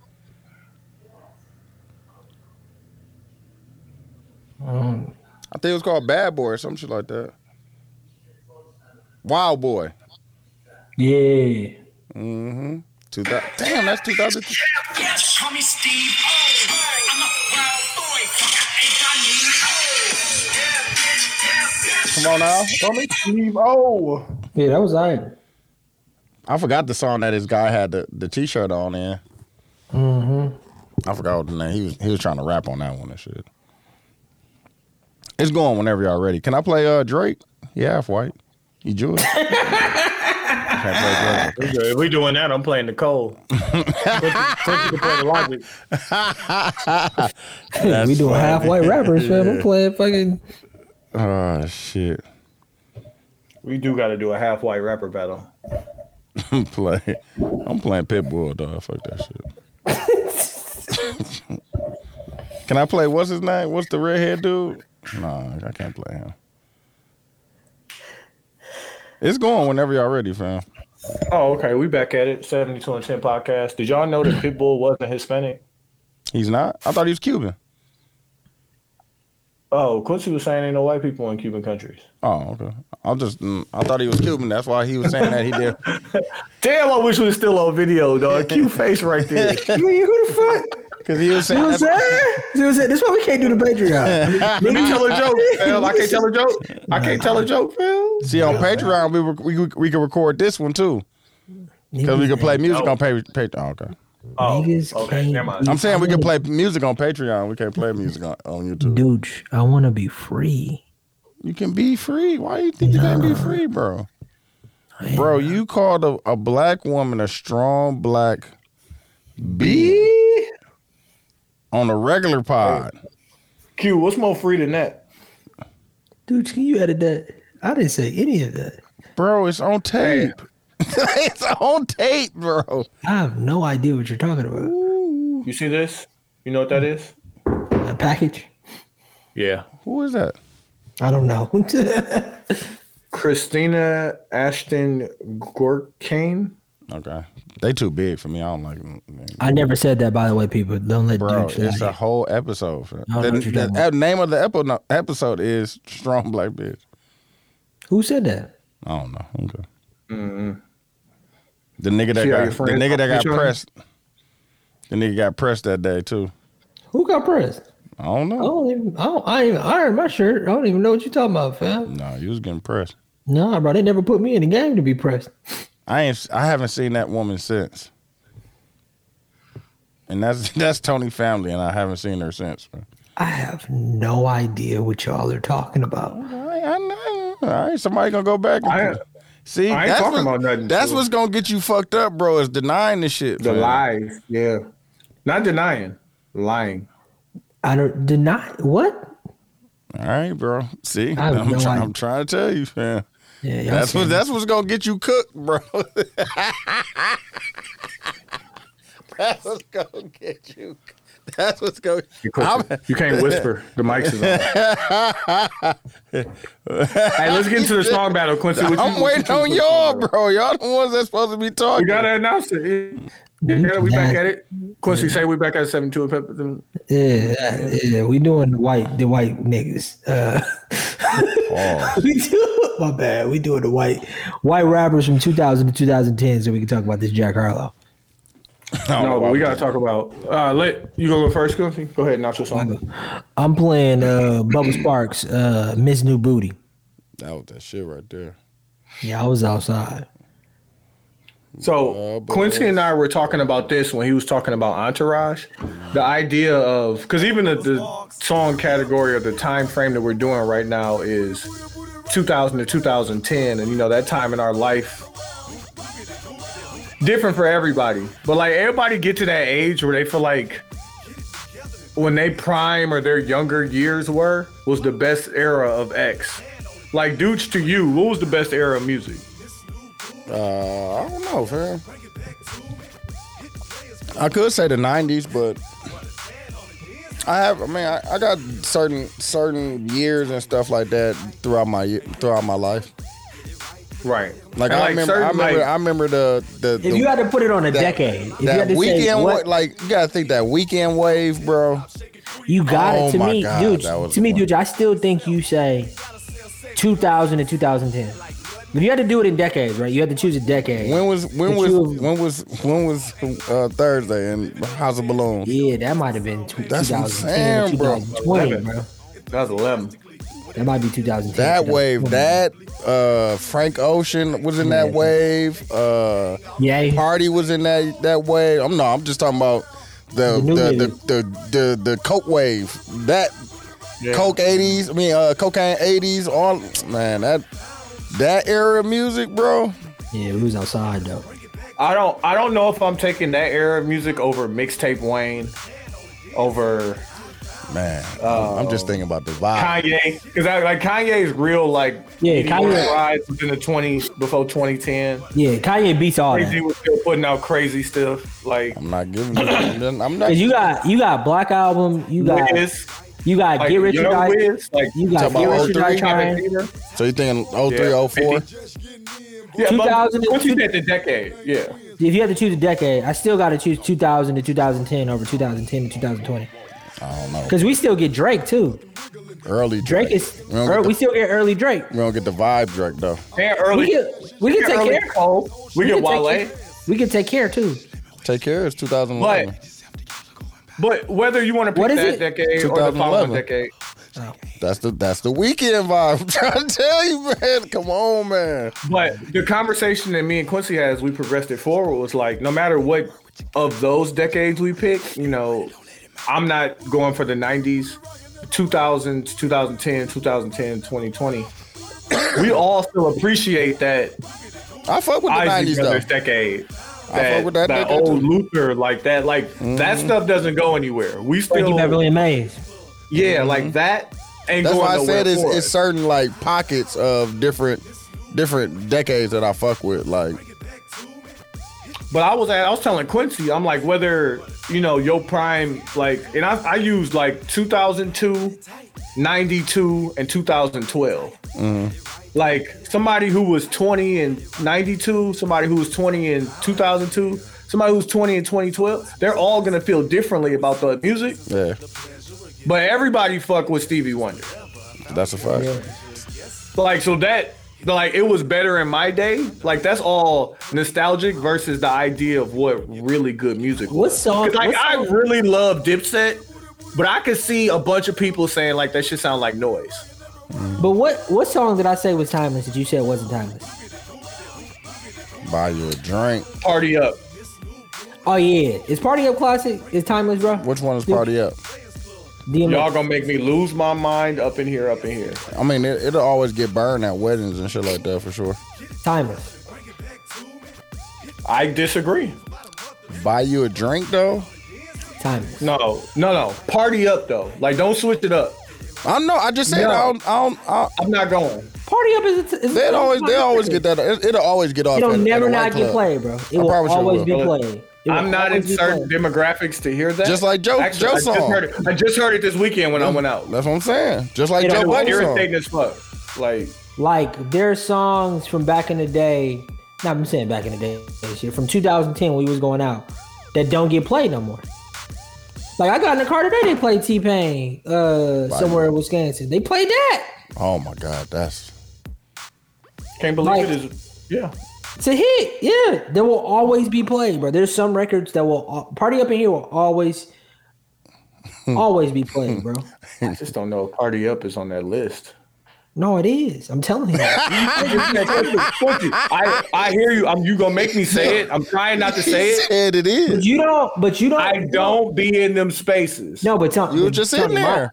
[SPEAKER 7] Um,
[SPEAKER 2] I think it was called Bad Boy or some shit like that. Wild Boy.
[SPEAKER 7] yeah.
[SPEAKER 2] Mm-hmm. Two thousand. Damn, that's two thousand.
[SPEAKER 10] Yes, call me Steve O. I'm a wild boy. I ain't got need. Yeah, bitch, yeah, bitch.
[SPEAKER 2] Come on now.
[SPEAKER 6] Oh,
[SPEAKER 7] Yeah, that was I. [LAUGHS]
[SPEAKER 2] I forgot the song that this guy had the, the t shirt on in.
[SPEAKER 7] Mm-hmm.
[SPEAKER 2] I forgot what the name. He was he was trying to rap on that one and shit. It's going whenever y'all ready. Can I play uh Drake? Yeah, half white. He [LAUGHS] Jewish. Can't play Drake.
[SPEAKER 1] If we doing that, I'm playing Nicole.
[SPEAKER 7] we doing
[SPEAKER 2] funny.
[SPEAKER 7] half white rappers, fam.
[SPEAKER 2] [LAUGHS]
[SPEAKER 7] I'm playing fucking.
[SPEAKER 2] Oh shit.
[SPEAKER 1] We do got to do a half white rapper battle.
[SPEAKER 2] I'm playing I'm playing Pitbull dog. Fuck that shit. [LAUGHS] Can I play what's his name? What's the redhead dude? Nah, I can't play him. It's going whenever y'all ready, fam.
[SPEAKER 1] Oh, okay. We back at it. 72 and 10 podcast. Did y'all know that Pitbull wasn't Hispanic?
[SPEAKER 2] He's not? I thought he was Cuban.
[SPEAKER 1] Oh, Quincy was saying ain't no white people in Cuban countries.
[SPEAKER 2] Oh, okay. I'm just, mm, I thought he was Cuban. That's why he was saying that he did.
[SPEAKER 1] Damn, I wish we was still on video, dog. Cute face right
[SPEAKER 6] [LAUGHS]
[SPEAKER 1] there.
[SPEAKER 7] Nigga, who the fuck?
[SPEAKER 2] Because he was
[SPEAKER 7] You
[SPEAKER 2] saying
[SPEAKER 7] know what I'm
[SPEAKER 2] that.
[SPEAKER 7] saying? You know what I'm saying? That's why we can't do the Patreon.
[SPEAKER 6] let me tell a joke, Phil. I can't tell a joke. I can't tell a joke, Phil.
[SPEAKER 2] See, on Patreon, we, rec- we, we, we can record this one too. Because we can play music on pa- Patreon. Oh, okay.
[SPEAKER 1] Oh,
[SPEAKER 7] Niggas
[SPEAKER 1] okay.
[SPEAKER 7] can't
[SPEAKER 1] Never mind.
[SPEAKER 2] I'm saying we can play music on Patreon. We can't play music on, on YouTube.
[SPEAKER 7] Dude, I want to be free.
[SPEAKER 2] You can be free. Why you think you can't be free, bro? Bro, you called a, a black woman a strong black bee on a regular pod.
[SPEAKER 7] Oh.
[SPEAKER 1] Q, what's more free than that?
[SPEAKER 7] Dude, can you edit that? I didn't say any of that.
[SPEAKER 2] Bro, it's on tape. [LAUGHS] it's on tape, bro.
[SPEAKER 7] I have no idea what you're talking about.
[SPEAKER 1] You see this? You know what that is?
[SPEAKER 7] A package?
[SPEAKER 1] Yeah.
[SPEAKER 2] Who is that?
[SPEAKER 7] I don't know. [LAUGHS]
[SPEAKER 6] Christina Ashton Gorkane.
[SPEAKER 2] Okay, they too big for me. I don't like them.
[SPEAKER 7] I never said that, by the way, people. Don't let
[SPEAKER 2] Bro,
[SPEAKER 7] dudes
[SPEAKER 2] it's a
[SPEAKER 7] lie.
[SPEAKER 2] whole episode. For
[SPEAKER 7] I don't know
[SPEAKER 2] the
[SPEAKER 7] what you're talking
[SPEAKER 2] the ep- name of the epi- no, episode is Strong Black Bitch.
[SPEAKER 7] Who said that?
[SPEAKER 2] I don't know. Okay. The nigga that
[SPEAKER 6] See how Mm-hmm. your
[SPEAKER 2] got the
[SPEAKER 6] friends
[SPEAKER 2] nigga that got
[SPEAKER 6] talk to each other?
[SPEAKER 2] pressed. The nigga got pressed that day too.
[SPEAKER 7] Who got pressed?
[SPEAKER 2] I don't
[SPEAKER 7] I
[SPEAKER 6] Oh.
[SPEAKER 2] know.
[SPEAKER 7] don't even. I don't. I ain't even iron my shirt. I don't even know what you're talking about, fam.
[SPEAKER 2] No, you was getting pressed.
[SPEAKER 7] Nah, bro, they never put me in the game to be pressed.
[SPEAKER 2] I ain't. I haven't seen that woman since. And that's [LAUGHS] that's Tony family, and I haven't seen her since. man.
[SPEAKER 7] I have no idea what y'all are talking about.
[SPEAKER 2] All right, I know. All right, somebody gonna go back. And
[SPEAKER 6] I-
[SPEAKER 2] See,
[SPEAKER 6] I ain't
[SPEAKER 2] that's,
[SPEAKER 6] talking
[SPEAKER 2] what-
[SPEAKER 6] about nothing,
[SPEAKER 2] that's
[SPEAKER 6] so-
[SPEAKER 2] what's gonna get you fucked up, bro. Is denying this shit.
[SPEAKER 6] The
[SPEAKER 2] fam.
[SPEAKER 6] lies. Yeah. Not denying. Lying.
[SPEAKER 7] I don't deny what.
[SPEAKER 2] All right, bro. See,
[SPEAKER 7] I have
[SPEAKER 2] I'm,
[SPEAKER 7] no
[SPEAKER 2] try-
[SPEAKER 7] idea.
[SPEAKER 2] I'm trying to tell you, man.
[SPEAKER 7] Yeah, y'all
[SPEAKER 2] That's what.
[SPEAKER 7] saying-
[SPEAKER 2] That's what's gonna get you cooked, bro. [LAUGHS] that's what's gonna get you. That's what's gonna.
[SPEAKER 6] You can't- you can't whisper. The mics is on.
[SPEAKER 2] [LAUGHS]
[SPEAKER 6] hey, let's get into the song battle, Quincy. What you-
[SPEAKER 2] I'm waiting on y'all, bro. Y'all the ones that's supposed to be talking.
[SPEAKER 6] We gotta announce it. Yeah, we back at it. Quincy say we back at seven two. Pepper.
[SPEAKER 7] Yeah, yeah, yeah, we doing the white the white niggas. Uh, [LAUGHS] we do, my bad. We doing the white white rappers from 2000 to 2010, so we can talk about this Jack Harlow.
[SPEAKER 6] No, but we gotta talk about. Uh, let you gonna go first, Quincy. Go ahead, announce your song.
[SPEAKER 7] I'm playing uh, Bubba Sparks, uh, Miss New Booty.
[SPEAKER 2] That was that shit right there.
[SPEAKER 7] Yeah, I was outside.
[SPEAKER 2] Oh,
[SPEAKER 6] So Quincy and I were talking about this when he was talking about Entourage, the idea of because even the, the song category or the time frame that we're doing right now is 2000 to 2010, and you know that time in our life different for everybody. But like everybody get to that age where they feel like when they prime or their younger years were was the best era of X. Like dudes to you, what was the best era of music?
[SPEAKER 2] Uh, I don't know, fam. I could say the '90s, but I have. I mean, I, I got certain certain years and stuff like that throughout my ye- throughout my life.
[SPEAKER 6] Right.
[SPEAKER 2] Like,
[SPEAKER 6] And,
[SPEAKER 2] I remember,
[SPEAKER 6] certain,
[SPEAKER 2] I remember,
[SPEAKER 6] like-
[SPEAKER 2] I remember the the,
[SPEAKER 7] If
[SPEAKER 2] the-
[SPEAKER 7] you had to put it on a
[SPEAKER 2] that-
[SPEAKER 7] decade, if you
[SPEAKER 2] that
[SPEAKER 7] had to
[SPEAKER 2] weekend,
[SPEAKER 7] say
[SPEAKER 2] wa-
[SPEAKER 7] what,
[SPEAKER 2] like you gotta think that weekend wave, bro.
[SPEAKER 7] you got
[SPEAKER 2] Oh
[SPEAKER 7] it to
[SPEAKER 2] my
[SPEAKER 7] me,
[SPEAKER 2] God,
[SPEAKER 7] dude.
[SPEAKER 2] that was
[SPEAKER 7] To me,
[SPEAKER 2] one.
[SPEAKER 7] dude, I still think you say 2000 to 2010. If you had to do it in decades, right? You had to choose a decade.
[SPEAKER 2] When was when
[SPEAKER 7] But
[SPEAKER 2] was
[SPEAKER 7] you-
[SPEAKER 2] when was when was uh, Thursday and House of Balloons?
[SPEAKER 7] Yeah, that might have been tw-
[SPEAKER 2] That's what I'm
[SPEAKER 7] 2010
[SPEAKER 2] saying, bro.
[SPEAKER 7] 2020, bro.
[SPEAKER 6] That was 11.
[SPEAKER 7] That might be 2010.
[SPEAKER 2] That
[SPEAKER 7] 2020.
[SPEAKER 2] wave, that uh, Frank Ocean was in that
[SPEAKER 7] Yeah.
[SPEAKER 2] wave. Uh,
[SPEAKER 7] Yay.
[SPEAKER 2] Party was in that that wave. I'm no, I'm just talking about the
[SPEAKER 7] The new
[SPEAKER 2] the the,
[SPEAKER 7] niggas.
[SPEAKER 2] the, the, the coke wave. That coke 80s. I mean, uh, cocaine 80s. All man, that that era of music, bro.
[SPEAKER 7] Yeah, we was outside though.
[SPEAKER 6] I don't I don't know if I'm taking that era of music over mixtape Wayne, over
[SPEAKER 2] Man, I'm just thinking about the vibe.
[SPEAKER 6] Kanye, because I like Kanye's real like
[SPEAKER 7] Yeah,
[SPEAKER 6] he
[SPEAKER 7] Kanye-
[SPEAKER 6] rise was in the 20s before 2010.
[SPEAKER 7] Yeah, Kanye beats all
[SPEAKER 6] Crazy
[SPEAKER 7] that.
[SPEAKER 6] was still putting out crazy stuff like
[SPEAKER 2] I'm not giving. You, I'm, I'm not.
[SPEAKER 7] [LAUGHS] Cause you got you got Black Album, you got
[SPEAKER 6] Wiz,
[SPEAKER 7] you got
[SPEAKER 6] like
[SPEAKER 7] Get Rich or
[SPEAKER 6] Young
[SPEAKER 7] Die,
[SPEAKER 6] Wiz, like
[SPEAKER 7] you got
[SPEAKER 2] Talking
[SPEAKER 7] Get
[SPEAKER 2] about
[SPEAKER 7] Rich or Die Trying,
[SPEAKER 2] so you thinking 03,
[SPEAKER 6] Yeah.
[SPEAKER 2] 04?
[SPEAKER 6] yeah,
[SPEAKER 7] 2000
[SPEAKER 6] 2000 once you said the decade, yeah,
[SPEAKER 7] If you had to choose a decade, I still got to choose 2000 to 2010 over 2010 to 2020.
[SPEAKER 2] I don't know.
[SPEAKER 7] Cause we still get Drake too.
[SPEAKER 2] Early Drake,
[SPEAKER 7] Drake is
[SPEAKER 2] We
[SPEAKER 7] we,
[SPEAKER 2] don't get the-
[SPEAKER 7] we still get early Drake.
[SPEAKER 2] We don't get the vibe, Drake though.
[SPEAKER 6] and
[SPEAKER 7] We
[SPEAKER 6] early.
[SPEAKER 7] get we can take
[SPEAKER 6] early
[SPEAKER 7] care.
[SPEAKER 6] Cole, we, get
[SPEAKER 7] can take
[SPEAKER 6] Wale.
[SPEAKER 7] care- We can take care too.
[SPEAKER 2] Take care. It's 2011.
[SPEAKER 6] But but whether you want to pick
[SPEAKER 7] What is
[SPEAKER 6] that
[SPEAKER 7] it?
[SPEAKER 6] decade or the following
[SPEAKER 2] 2011.
[SPEAKER 6] decade,
[SPEAKER 2] That's the that's the weekend vibe. [LAUGHS] I'm trying to tell you, man. Come on, man.
[SPEAKER 6] but the conversation that me and Quincy had as we progressed it forward was like, no matter what of those decades we pick, you know, I'm not going for the 90s, 2000, 2010, 2010, 2020. we all still appreciate that
[SPEAKER 2] I fuck with the
[SPEAKER 6] Isaac
[SPEAKER 2] nineties though.
[SPEAKER 6] Brothers decade.
[SPEAKER 2] fuck
[SPEAKER 6] That,
[SPEAKER 2] with that
[SPEAKER 6] that,
[SPEAKER 2] decade,
[SPEAKER 6] old
[SPEAKER 2] too. Mm-hmm.
[SPEAKER 6] Luther, like that, like that stuff doesn't go anywhere. We
[SPEAKER 7] Frankie
[SPEAKER 6] still,
[SPEAKER 7] Beverly and Mays.
[SPEAKER 6] yeah, like that ain't
[SPEAKER 2] That's
[SPEAKER 6] going
[SPEAKER 2] why I
[SPEAKER 6] nowhere.
[SPEAKER 2] said it's,
[SPEAKER 6] for
[SPEAKER 2] it's
[SPEAKER 6] us.
[SPEAKER 2] certain like pockets of different different decades that I fuck with. Like
[SPEAKER 6] But I was at, I was telling Quincy, I'm like, whether you know your prime, like, and I, I used like 2002, 92, and 2012. Like somebody who was 20 and 92, somebody who was 20 in 2002, somebody who was 20 in 2012, they're all gonna feel differently about the music.
[SPEAKER 2] Yeah,
[SPEAKER 6] But everybody fuck with Stevie Wonder.
[SPEAKER 2] that's a fact.
[SPEAKER 6] Like so that like it was better in my day. Like that's all nostalgic versus the idea of what really good music was.
[SPEAKER 7] What song?
[SPEAKER 6] 'Cause, Like
[SPEAKER 7] what
[SPEAKER 6] I
[SPEAKER 7] song-
[SPEAKER 6] really love Dipset, but I could see a bunch of people saying like that should sound like noise.
[SPEAKER 7] but what what song did I say was timeless that you said wasn't timeless?
[SPEAKER 2] Buy you a drink.
[SPEAKER 6] Party up.
[SPEAKER 7] Oh yeah, is Party Up classic? Is timeless, bro?
[SPEAKER 2] Which one is party up?
[SPEAKER 7] DMX.
[SPEAKER 6] Y'all gonna make me lose my mind up in here, up in here.
[SPEAKER 2] I mean, it, it'll always get burned at weddings and shit like that for sure.
[SPEAKER 7] timeless.
[SPEAKER 6] I disagree.
[SPEAKER 2] Buy you a drink though.
[SPEAKER 7] Timeless.
[SPEAKER 6] No, no, no. Party up though. Like don't switch it up.
[SPEAKER 2] I know. I just said
[SPEAKER 6] No.
[SPEAKER 2] I don't. I don't I,
[SPEAKER 6] I'm not going.
[SPEAKER 7] Party Up is. is
[SPEAKER 2] they always they always get that. It, it'll always get off.
[SPEAKER 7] It'll
[SPEAKER 2] at- at a
[SPEAKER 7] never
[SPEAKER 2] white
[SPEAKER 7] not get
[SPEAKER 2] club.
[SPEAKER 7] played, bro. It
[SPEAKER 2] I
[SPEAKER 7] will
[SPEAKER 2] promise you it
[SPEAKER 7] always be
[SPEAKER 2] will.
[SPEAKER 7] played. It will
[SPEAKER 6] I'm not in
[SPEAKER 7] always be
[SPEAKER 6] certain
[SPEAKER 7] played.
[SPEAKER 6] demographics to hear that.
[SPEAKER 2] Just like Joe-
[SPEAKER 6] Actually,
[SPEAKER 2] Joe's
[SPEAKER 6] I just,
[SPEAKER 2] song.
[SPEAKER 6] heard it. I just heard it this weekend when I went out.
[SPEAKER 2] That's what I'm saying. Just like
[SPEAKER 7] It
[SPEAKER 2] Joe
[SPEAKER 6] It
[SPEAKER 7] don't
[SPEAKER 6] was
[SPEAKER 2] Budden
[SPEAKER 6] irritating
[SPEAKER 2] song.
[SPEAKER 6] as fuck. Like
[SPEAKER 7] Like there are songs from back in the day. Not I'm saying back in the day, shit, from 2010 when we was going out that don't get played no more. Like I got in the car today, they played T Pain uh, somewhere in Wisconsin. They played that.
[SPEAKER 2] Oh my god, that's
[SPEAKER 6] can't believe
[SPEAKER 7] Like-
[SPEAKER 6] it is. Yeah.
[SPEAKER 7] It's a hit. Yeah, there will always be played, bro. There's some records that will al- party up in here will always,
[SPEAKER 2] Hmm.
[SPEAKER 7] always be played, bro.
[SPEAKER 6] I just don't know if Party Up is on that list.
[SPEAKER 7] No, it is. I'm telling you.
[SPEAKER 6] I, I hear you. I'm, you gonna make me say it. I'm trying not to say it.
[SPEAKER 2] said it is.
[SPEAKER 7] you don't. But you
[SPEAKER 2] [LAUGHS]
[SPEAKER 7] don't.
[SPEAKER 6] I don't be in them spaces.
[SPEAKER 7] No, but Tom,
[SPEAKER 2] You were just
[SPEAKER 7] Tony,
[SPEAKER 2] in there.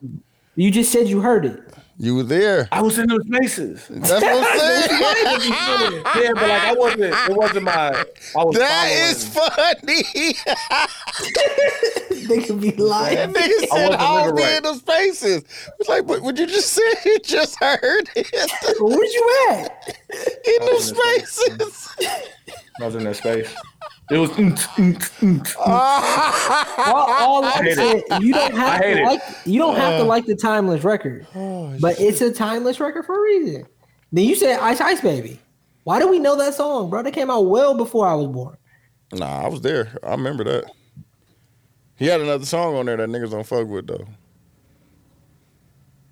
[SPEAKER 7] You just said you heard it.
[SPEAKER 2] You were there.
[SPEAKER 6] I was in those spaces.
[SPEAKER 2] That's what I'm saying.
[SPEAKER 6] [LAUGHS] Yeah, but like I wasn't. It wasn't my. I was
[SPEAKER 2] That
[SPEAKER 6] following.
[SPEAKER 2] is funny. [LAUGHS]
[SPEAKER 7] They could be lying.
[SPEAKER 2] That nigga said
[SPEAKER 6] wasn't
[SPEAKER 2] all
[SPEAKER 6] living
[SPEAKER 2] be
[SPEAKER 6] right.
[SPEAKER 2] in the spaces. It's like, but would you just say [LAUGHS] you just heard it
[SPEAKER 7] Where's you at?
[SPEAKER 2] in the spaces? [LAUGHS]
[SPEAKER 6] I was in that space. It was. mm, mm, mm, mm.
[SPEAKER 2] Ah.
[SPEAKER 7] All, all I'm
[SPEAKER 6] hate
[SPEAKER 7] saying, you don't have
[SPEAKER 6] hate
[SPEAKER 7] to
[SPEAKER 6] it.
[SPEAKER 7] like. You don't have to like the timeless record, but it's a timeless record for a reason. Then you said Ice Ice Baby. Why do we know that song, bro? That came out well before I was born.
[SPEAKER 2] Nah, I was there. I remember that. He had another song on there that niggas don't fuck with though.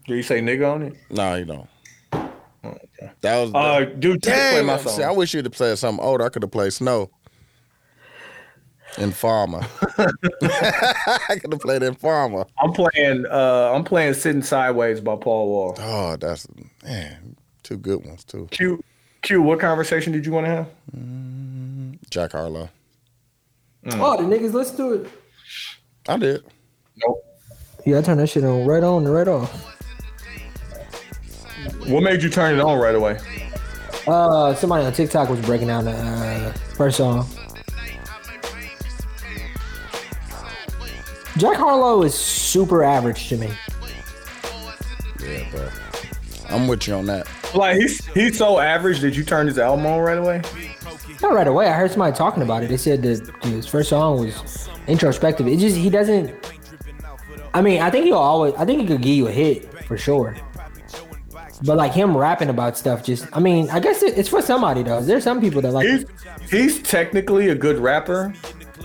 [SPEAKER 6] Did you say nigga on it?
[SPEAKER 2] Nah, you don't. That was.
[SPEAKER 6] Uh,
[SPEAKER 2] the-
[SPEAKER 6] dude, Tech played
[SPEAKER 2] Dang,
[SPEAKER 6] my
[SPEAKER 2] I'm saying, I
[SPEAKER 6] song.
[SPEAKER 2] wish you'd have played something older. I could have played Snow.
[SPEAKER 6] [LAUGHS]
[SPEAKER 2] Informer. [LAUGHS] I could have played Informer.
[SPEAKER 6] I'm playing. Uh, I'm playing "Sitting Sideways" by Paul Wall.
[SPEAKER 2] Oh, that's man, two good ones too.
[SPEAKER 6] Q, Q. What conversation did you want to have?
[SPEAKER 2] Jack Harlow.
[SPEAKER 6] Mm.
[SPEAKER 7] Oh, the niggas listen to it.
[SPEAKER 2] I did.
[SPEAKER 6] Nope.
[SPEAKER 7] Yeah, I turn that shit on right on and right off.
[SPEAKER 6] What made you turn it on right away?
[SPEAKER 7] Uh, somebody on TikTok was breaking down the uh, first song. Jack Harlow is super average to me.
[SPEAKER 2] Yeah, bro. I'm with you on that.
[SPEAKER 6] Like he's he's so average. Did you turn his album on right away?
[SPEAKER 7] Not right away. I heard somebody talking about it. They said that his first song was introspective. It just he doesn't. I mean, I think he'll always. I think he could give you a hit for sure. But like him rapping about stuff, just I mean, I guess it, it's for somebody though. There's some people that like.
[SPEAKER 6] He's he's technically a good rapper.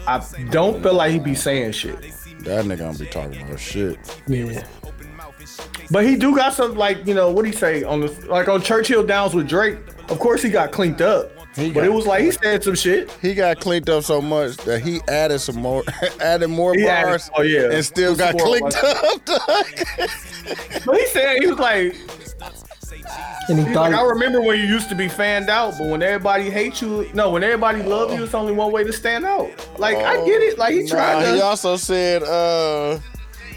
[SPEAKER 6] I don't feel like he be saying shit,
[SPEAKER 2] That nigga don't be talking about shit.
[SPEAKER 7] Yeah.
[SPEAKER 6] but he do got some like you know what he say on the like on Churchill Downs with Drake. Of course he got cleaned up, but it was like he said some shit.
[SPEAKER 2] He got cleaned up so much that he added some more, [LAUGHS] added more
[SPEAKER 6] He added-
[SPEAKER 2] bars.
[SPEAKER 6] oh, yeah.
[SPEAKER 2] and still got
[SPEAKER 6] more
[SPEAKER 2] clicked up. [LAUGHS] dog.
[SPEAKER 6] But he said he was like,
[SPEAKER 7] And he
[SPEAKER 6] he's
[SPEAKER 7] thought
[SPEAKER 6] like I remember when you used to be fanned out, but when everybody hates you, no, when everybody love you, it's only one way to stand out. Like I get it. Like he tried
[SPEAKER 2] Nah,
[SPEAKER 6] to.
[SPEAKER 2] he also said, uh,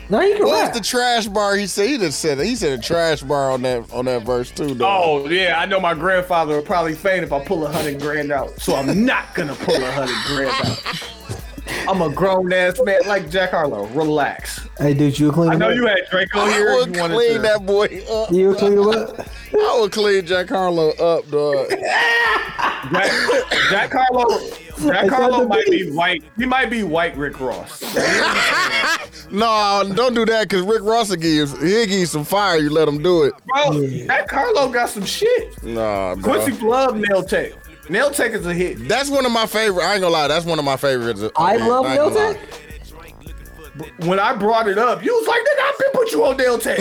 [SPEAKER 7] no, you can
[SPEAKER 2] "What's
[SPEAKER 7] rap.
[SPEAKER 2] the trash bar?" He said he done said it. He said a trash bar on that on that verse too. Dog.
[SPEAKER 6] Oh yeah, I know my grandfather would probably faint if I pull a hundred grand out. So I'm not gonna pull a hundred grand out. I'm a grown ass man like Jack Harlow. Relax.
[SPEAKER 7] Hey, dude, you clean.
[SPEAKER 6] I know you had Draco
[SPEAKER 2] I
[SPEAKER 6] Oh, here. if
[SPEAKER 2] would
[SPEAKER 6] you wanted
[SPEAKER 2] clean
[SPEAKER 6] to-
[SPEAKER 2] that boy up.
[SPEAKER 7] You clean up.
[SPEAKER 6] [LAUGHS]
[SPEAKER 2] I would clean Jack Harlow up, dog.
[SPEAKER 6] Jack, Jack Harlow. That Carlo
[SPEAKER 7] the
[SPEAKER 6] might be white. He might be white Rick Ross.
[SPEAKER 2] No, don't do that because Rick Ross will give you, he'll give you some fire. You let him do it.
[SPEAKER 6] Bro, that Carlo got some shit.
[SPEAKER 2] Nah, bro.
[SPEAKER 6] Quincy love nail tech. Nail tech is a hit.
[SPEAKER 2] That's one of my favorite. I ain't gonna lie. That's one of my favorites.
[SPEAKER 7] I love
[SPEAKER 2] ain't gonna
[SPEAKER 7] Nail
[SPEAKER 2] lie.
[SPEAKER 6] When I brought it up, you was like, nigga, I've been put you on nail tech.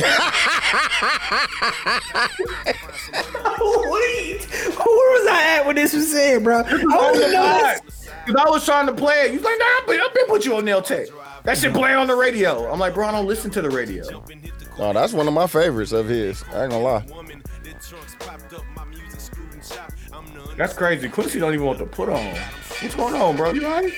[SPEAKER 7] Wait, where was I at when this was said, bro? I
[SPEAKER 6] Oh
[SPEAKER 7] don't even know.
[SPEAKER 6] God. Cause I was trying to play it. You was like, nah, I've been, I've been put you on nail tech. That shit playing on the radio. I'm like, bro, I don't listen to the radio.
[SPEAKER 2] No, that's one of my favorites of his. I ain't gonna lie.
[SPEAKER 6] That's crazy. Quincy don't even want to put on. What's going on, bro? You alright?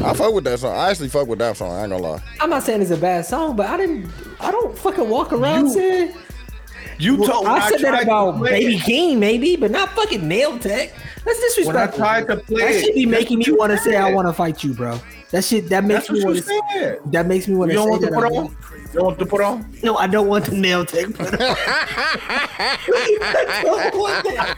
[SPEAKER 2] I fuck with that song. I actually fuck with that song. I ain't gonna lie. [LAUGHS]
[SPEAKER 7] I'm not saying it's a bad song, but I didn't. I don't fucking walk around saying.
[SPEAKER 6] You told when
[SPEAKER 7] I said
[SPEAKER 6] tried
[SPEAKER 7] that
[SPEAKER 6] to
[SPEAKER 7] about
[SPEAKER 6] play
[SPEAKER 7] Baby
[SPEAKER 6] it-
[SPEAKER 7] King, maybe, but not fucking Nail Tech. That's
[SPEAKER 6] When I
[SPEAKER 7] disrespectful.
[SPEAKER 6] tried to play
[SPEAKER 7] that
[SPEAKER 6] it,
[SPEAKER 7] should be
[SPEAKER 6] that's
[SPEAKER 7] making me
[SPEAKER 6] what you
[SPEAKER 7] want to say I
[SPEAKER 6] said.
[SPEAKER 7] want to fight you, bro. That shit that makes
[SPEAKER 6] That's what
[SPEAKER 7] me
[SPEAKER 6] you
[SPEAKER 7] want to.
[SPEAKER 6] said.
[SPEAKER 7] That makes me want
[SPEAKER 6] You
[SPEAKER 7] to
[SPEAKER 6] don't want to
[SPEAKER 7] say that.
[SPEAKER 6] put
[SPEAKER 7] I
[SPEAKER 6] on?
[SPEAKER 7] want-
[SPEAKER 6] You don't want to put on?
[SPEAKER 7] No, I don't want the nail tech. Put on. I don't want that.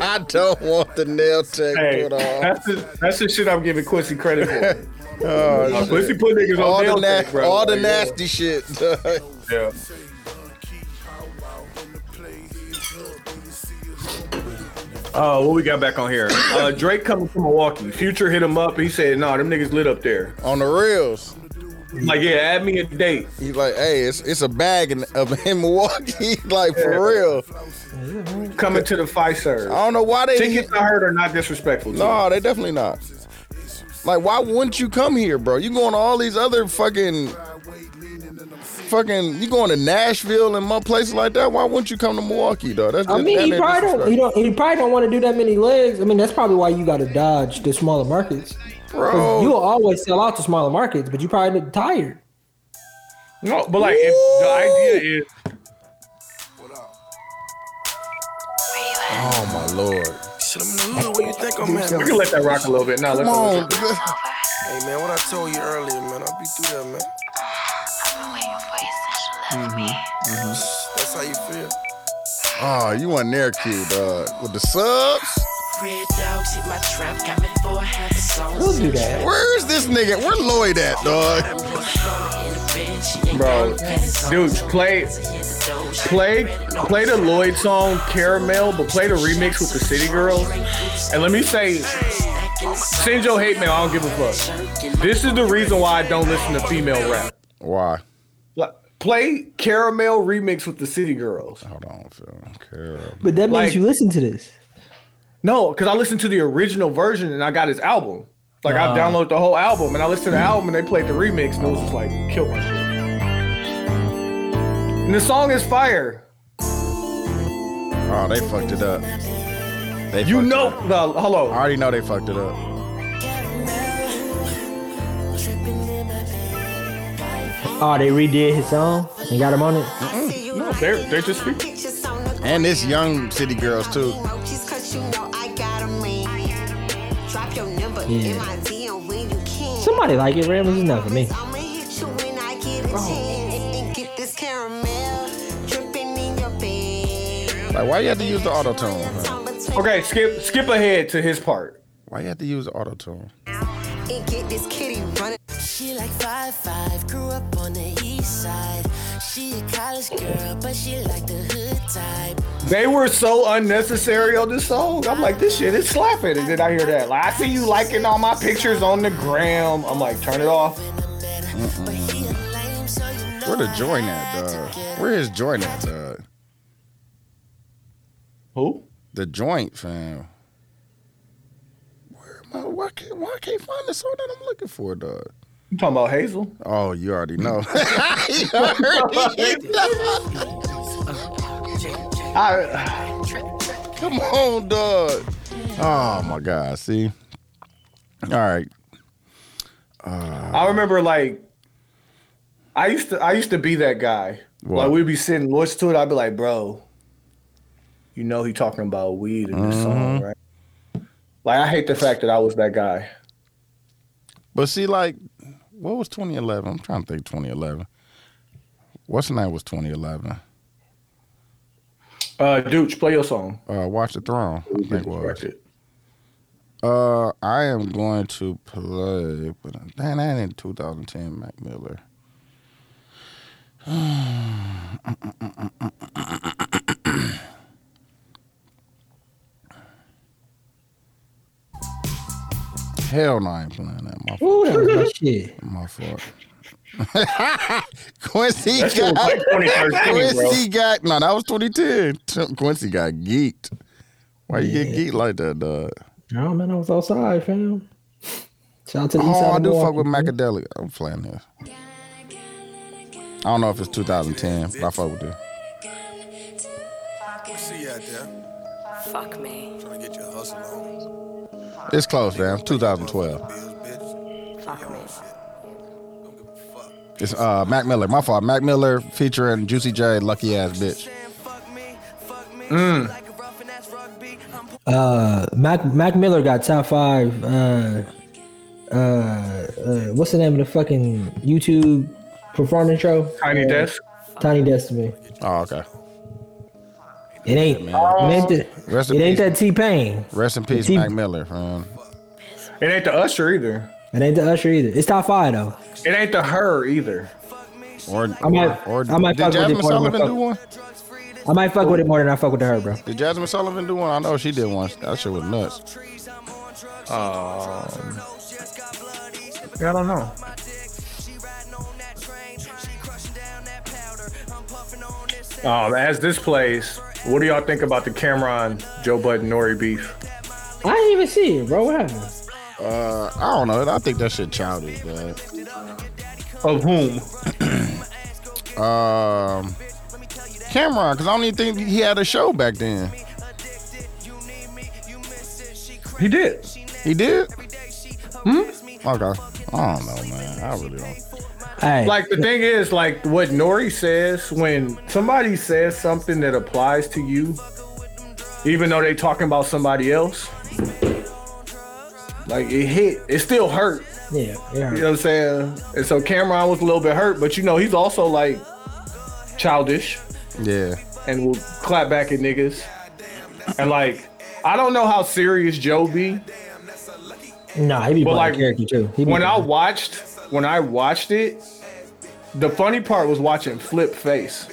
[SPEAKER 2] I don't want the nail tech
[SPEAKER 6] Hey,
[SPEAKER 2] put on.
[SPEAKER 6] that's the, that's the shit I'm giving Quincy credit for.
[SPEAKER 2] uh, [LAUGHS] Oh,
[SPEAKER 6] Uh,
[SPEAKER 2] shit.
[SPEAKER 6] Quincy put niggas
[SPEAKER 2] all
[SPEAKER 6] on
[SPEAKER 2] the,
[SPEAKER 6] nail
[SPEAKER 2] na-
[SPEAKER 6] tech, bro.
[SPEAKER 2] all the
[SPEAKER 6] Like,
[SPEAKER 2] nasty shit. [LAUGHS]
[SPEAKER 6] Yeah. Uh, what we got back on here? Uh, Drake coming from Milwaukee. Future hit him up. He said, "Nah, them niggas lit up there."
[SPEAKER 2] on the reels.
[SPEAKER 6] I'm like, yeah, add me a date.
[SPEAKER 2] He's like, hey, it's it's a bag in, of [LAUGHS] in Milwaukee. like for real.
[SPEAKER 6] Coming to the Pfizer.
[SPEAKER 2] I don't know why they. [LAUGHS]
[SPEAKER 6] Tickets I heard are not disrespectful. to
[SPEAKER 2] No, they definitely not. Like, why wouldn't you come here, bro? You going to all these other fucking, fucking. You going to Nashville and my places like that? Why wouldn't you come to Milwaukee, though? That's
[SPEAKER 7] I mean,
[SPEAKER 2] that
[SPEAKER 7] he
[SPEAKER 2] ain't
[SPEAKER 7] probably don't.
[SPEAKER 2] disrespectful.
[SPEAKER 7] He don't. He probably don't want to do that many legs. I mean, that's probably why you got to dodge the smaller markets. 'Cause
[SPEAKER 6] Oh.
[SPEAKER 2] bro.
[SPEAKER 7] You'll always sell out to smaller markets, but you probably tired.
[SPEAKER 6] No, but like, if the idea is
[SPEAKER 2] oh my lord!
[SPEAKER 10] Shit, I'm in the hood. Where you think I'm at?
[SPEAKER 6] we can let that rock a little bit. Now,
[SPEAKER 2] Come on,
[SPEAKER 6] let's [LAUGHS]
[SPEAKER 10] Hey man, what I told you earlier, man, I'll be through that, man. That's how you feel.
[SPEAKER 2] oh, you want there, Q, dog, with the subs.
[SPEAKER 9] Red dogs hit my trap, got me four half a song.
[SPEAKER 7] We'll do that.
[SPEAKER 2] Where's this nigga? Where Lloyd at, dog?
[SPEAKER 6] Bro, dude, play- play play the Lloyd song Caramel, but play the remix with the City Girls. And let me say, send your hate mail. I don't give a fuck. This is the reason why I don't listen to female rap.
[SPEAKER 2] Why?
[SPEAKER 6] Like, Play Caramel remix with the City Girls.
[SPEAKER 2] Hold on, Phil. I don't care.
[SPEAKER 7] But that means
[SPEAKER 6] Like-
[SPEAKER 7] you listen to this.
[SPEAKER 6] No, because I listened to the original version and I got his album. Like I downloaded the whole album and I listened to the album and they played the remix and it was just like kill my shit. And the song is fire.
[SPEAKER 2] Oh, they fucked it up. They
[SPEAKER 6] You
[SPEAKER 2] fucked it
[SPEAKER 6] know
[SPEAKER 2] up.
[SPEAKER 6] the hello.
[SPEAKER 2] I already know they fucked it up.
[SPEAKER 7] Oh, they redid his song and got him on it.
[SPEAKER 6] No, they're they're just speaking.
[SPEAKER 2] [LAUGHS] And this young city girls too.
[SPEAKER 11] Yeah.
[SPEAKER 7] Somebody like it, Ram. It's not for me.
[SPEAKER 11] I'ma hit you when I get a chance and get this caramel dripping in your bed.
[SPEAKER 2] Like, why you have to use the auto tune?
[SPEAKER 6] Okay, skip skip ahead to his part.
[SPEAKER 2] Why you have to use auto tune?
[SPEAKER 11] And get this kitty running.
[SPEAKER 9] She like five five, grew up on the east side. She a college girl, but she like the hood type.
[SPEAKER 6] They were so unnecessary on this song. I'm like, this shit is slapping. And then I hear that. Like I see you liking all my pictures on the gram. I'm like, turn it off.
[SPEAKER 9] But he a lame, so you know
[SPEAKER 2] Where the
[SPEAKER 9] I
[SPEAKER 2] joint at,
[SPEAKER 9] had to
[SPEAKER 2] dog?
[SPEAKER 9] get
[SPEAKER 2] Where is joint at, dog?
[SPEAKER 6] Who?
[SPEAKER 2] The joint, fam. Where am I? Why can't, why I can't find the song that I'm looking for, dog?
[SPEAKER 6] You talking about Hazel?
[SPEAKER 2] Oh, you already know. You already know.
[SPEAKER 6] I
[SPEAKER 2] Come on, dog. Oh my God. See. All right.
[SPEAKER 6] I remember like I used to I used to be that guy.
[SPEAKER 2] What?
[SPEAKER 6] Like we'd be sitting listen to it, I'd be like, bro, you know he talking about weed in this song, right? Like I hate the fact that I was that guy.
[SPEAKER 2] But see, like, what was 2011? I'm trying to think. 2011. What's the name was 2011?
[SPEAKER 6] Uh, Dooch, play your song.
[SPEAKER 2] Uh, Watch the Throne. I think it was.
[SPEAKER 6] Record.
[SPEAKER 2] Uh, I am going to play, but dang, that in 2010, Mac Miller. [SIGHS] Hell no, I ain't playing that. My fault.
[SPEAKER 7] Ooh, that was my shit.
[SPEAKER 2] My fault. [LAUGHS] Quincy
[SPEAKER 6] That shit was
[SPEAKER 2] got
[SPEAKER 6] like [LAUGHS] 2013, bro.
[SPEAKER 2] Quincy got no. That was 2010. Quincy got geeked. Why you get geeked like that, dog?
[SPEAKER 7] No, man, I was outside, fam. Shout out to the east
[SPEAKER 2] Oh,
[SPEAKER 7] side
[SPEAKER 2] I
[SPEAKER 7] of
[SPEAKER 2] do fuck
[SPEAKER 7] Milwaukee.
[SPEAKER 2] with Macadelic. I'm playing this. I don't know if it's 2010, but I fuck with this.
[SPEAKER 4] See you out there.
[SPEAKER 11] Fuck me.
[SPEAKER 4] Trying to get your hustle on.
[SPEAKER 2] It's close, fam. 2012.
[SPEAKER 4] Bills, bitch.
[SPEAKER 11] Fuck
[SPEAKER 4] Your
[SPEAKER 11] me.
[SPEAKER 4] own shit. Don't give a fuck.
[SPEAKER 2] It's uh Mac Miller. My fault. Mac Miller featuring Juicy J, Lucky Ass Bitch.
[SPEAKER 7] Uh, Mac Mac Miller got top five. Uh, uh, uh, what's the name of the fucking YouTube performance show?
[SPEAKER 6] Tiny Desk.
[SPEAKER 7] Tiny Destiny.
[SPEAKER 2] Oh, okay.
[SPEAKER 7] It ain't. It ain't, the,
[SPEAKER 2] Rest in
[SPEAKER 7] it
[SPEAKER 2] peace.
[SPEAKER 7] ain't that T Pain.
[SPEAKER 2] Rest in peace,
[SPEAKER 7] T-
[SPEAKER 2] Mac Miller, fam.
[SPEAKER 6] It ain't the Usher either.
[SPEAKER 7] It ain't the Usher either. It's top five though.
[SPEAKER 6] It ain't the Her either.
[SPEAKER 2] Or,
[SPEAKER 7] I might-
[SPEAKER 2] or,
[SPEAKER 7] I might
[SPEAKER 2] did
[SPEAKER 7] fuck with
[SPEAKER 2] Jasmine
[SPEAKER 7] it more than
[SPEAKER 2] Sullivan
[SPEAKER 7] fuck-
[SPEAKER 2] do one?
[SPEAKER 7] I might fuck with it more than I fuck with the her, bro.
[SPEAKER 2] Did Jasmine Sullivan do one? I know she did one. That shit was nuts.
[SPEAKER 6] Yeah, I don't know. Um, as this plays, what do y'all think about the Cameron Joe Budden Nori beef?
[SPEAKER 7] I didn't even see it, bro. What happened?
[SPEAKER 2] Uh, I don't know. I think that shit childish, man.
[SPEAKER 6] Of whom?
[SPEAKER 2] Um, Cameron, because I don't even think he had a show back then.
[SPEAKER 6] He did.
[SPEAKER 2] He did? Hmm? Okay. I don't know, man. I really don't.
[SPEAKER 7] Hey,
[SPEAKER 6] Like the thing is, like what Nori says when somebody says something that applies to you, even though they talking about somebody else, like it hit. It still hurt.
[SPEAKER 7] yeah,
[SPEAKER 6] You know
[SPEAKER 7] yeah.
[SPEAKER 6] what I'm saying? And so Cameron was a little bit hurt, but you know he's also like childish.
[SPEAKER 2] Yeah.
[SPEAKER 6] and will clap back at niggas. And like, I don't know how serious Joe be,
[SPEAKER 7] Nah, he be
[SPEAKER 6] but
[SPEAKER 7] playing
[SPEAKER 6] like
[SPEAKER 7] character too. He be
[SPEAKER 6] when I
[SPEAKER 7] playing-
[SPEAKER 6] watched, when I watched it, the funny part was watching Flip face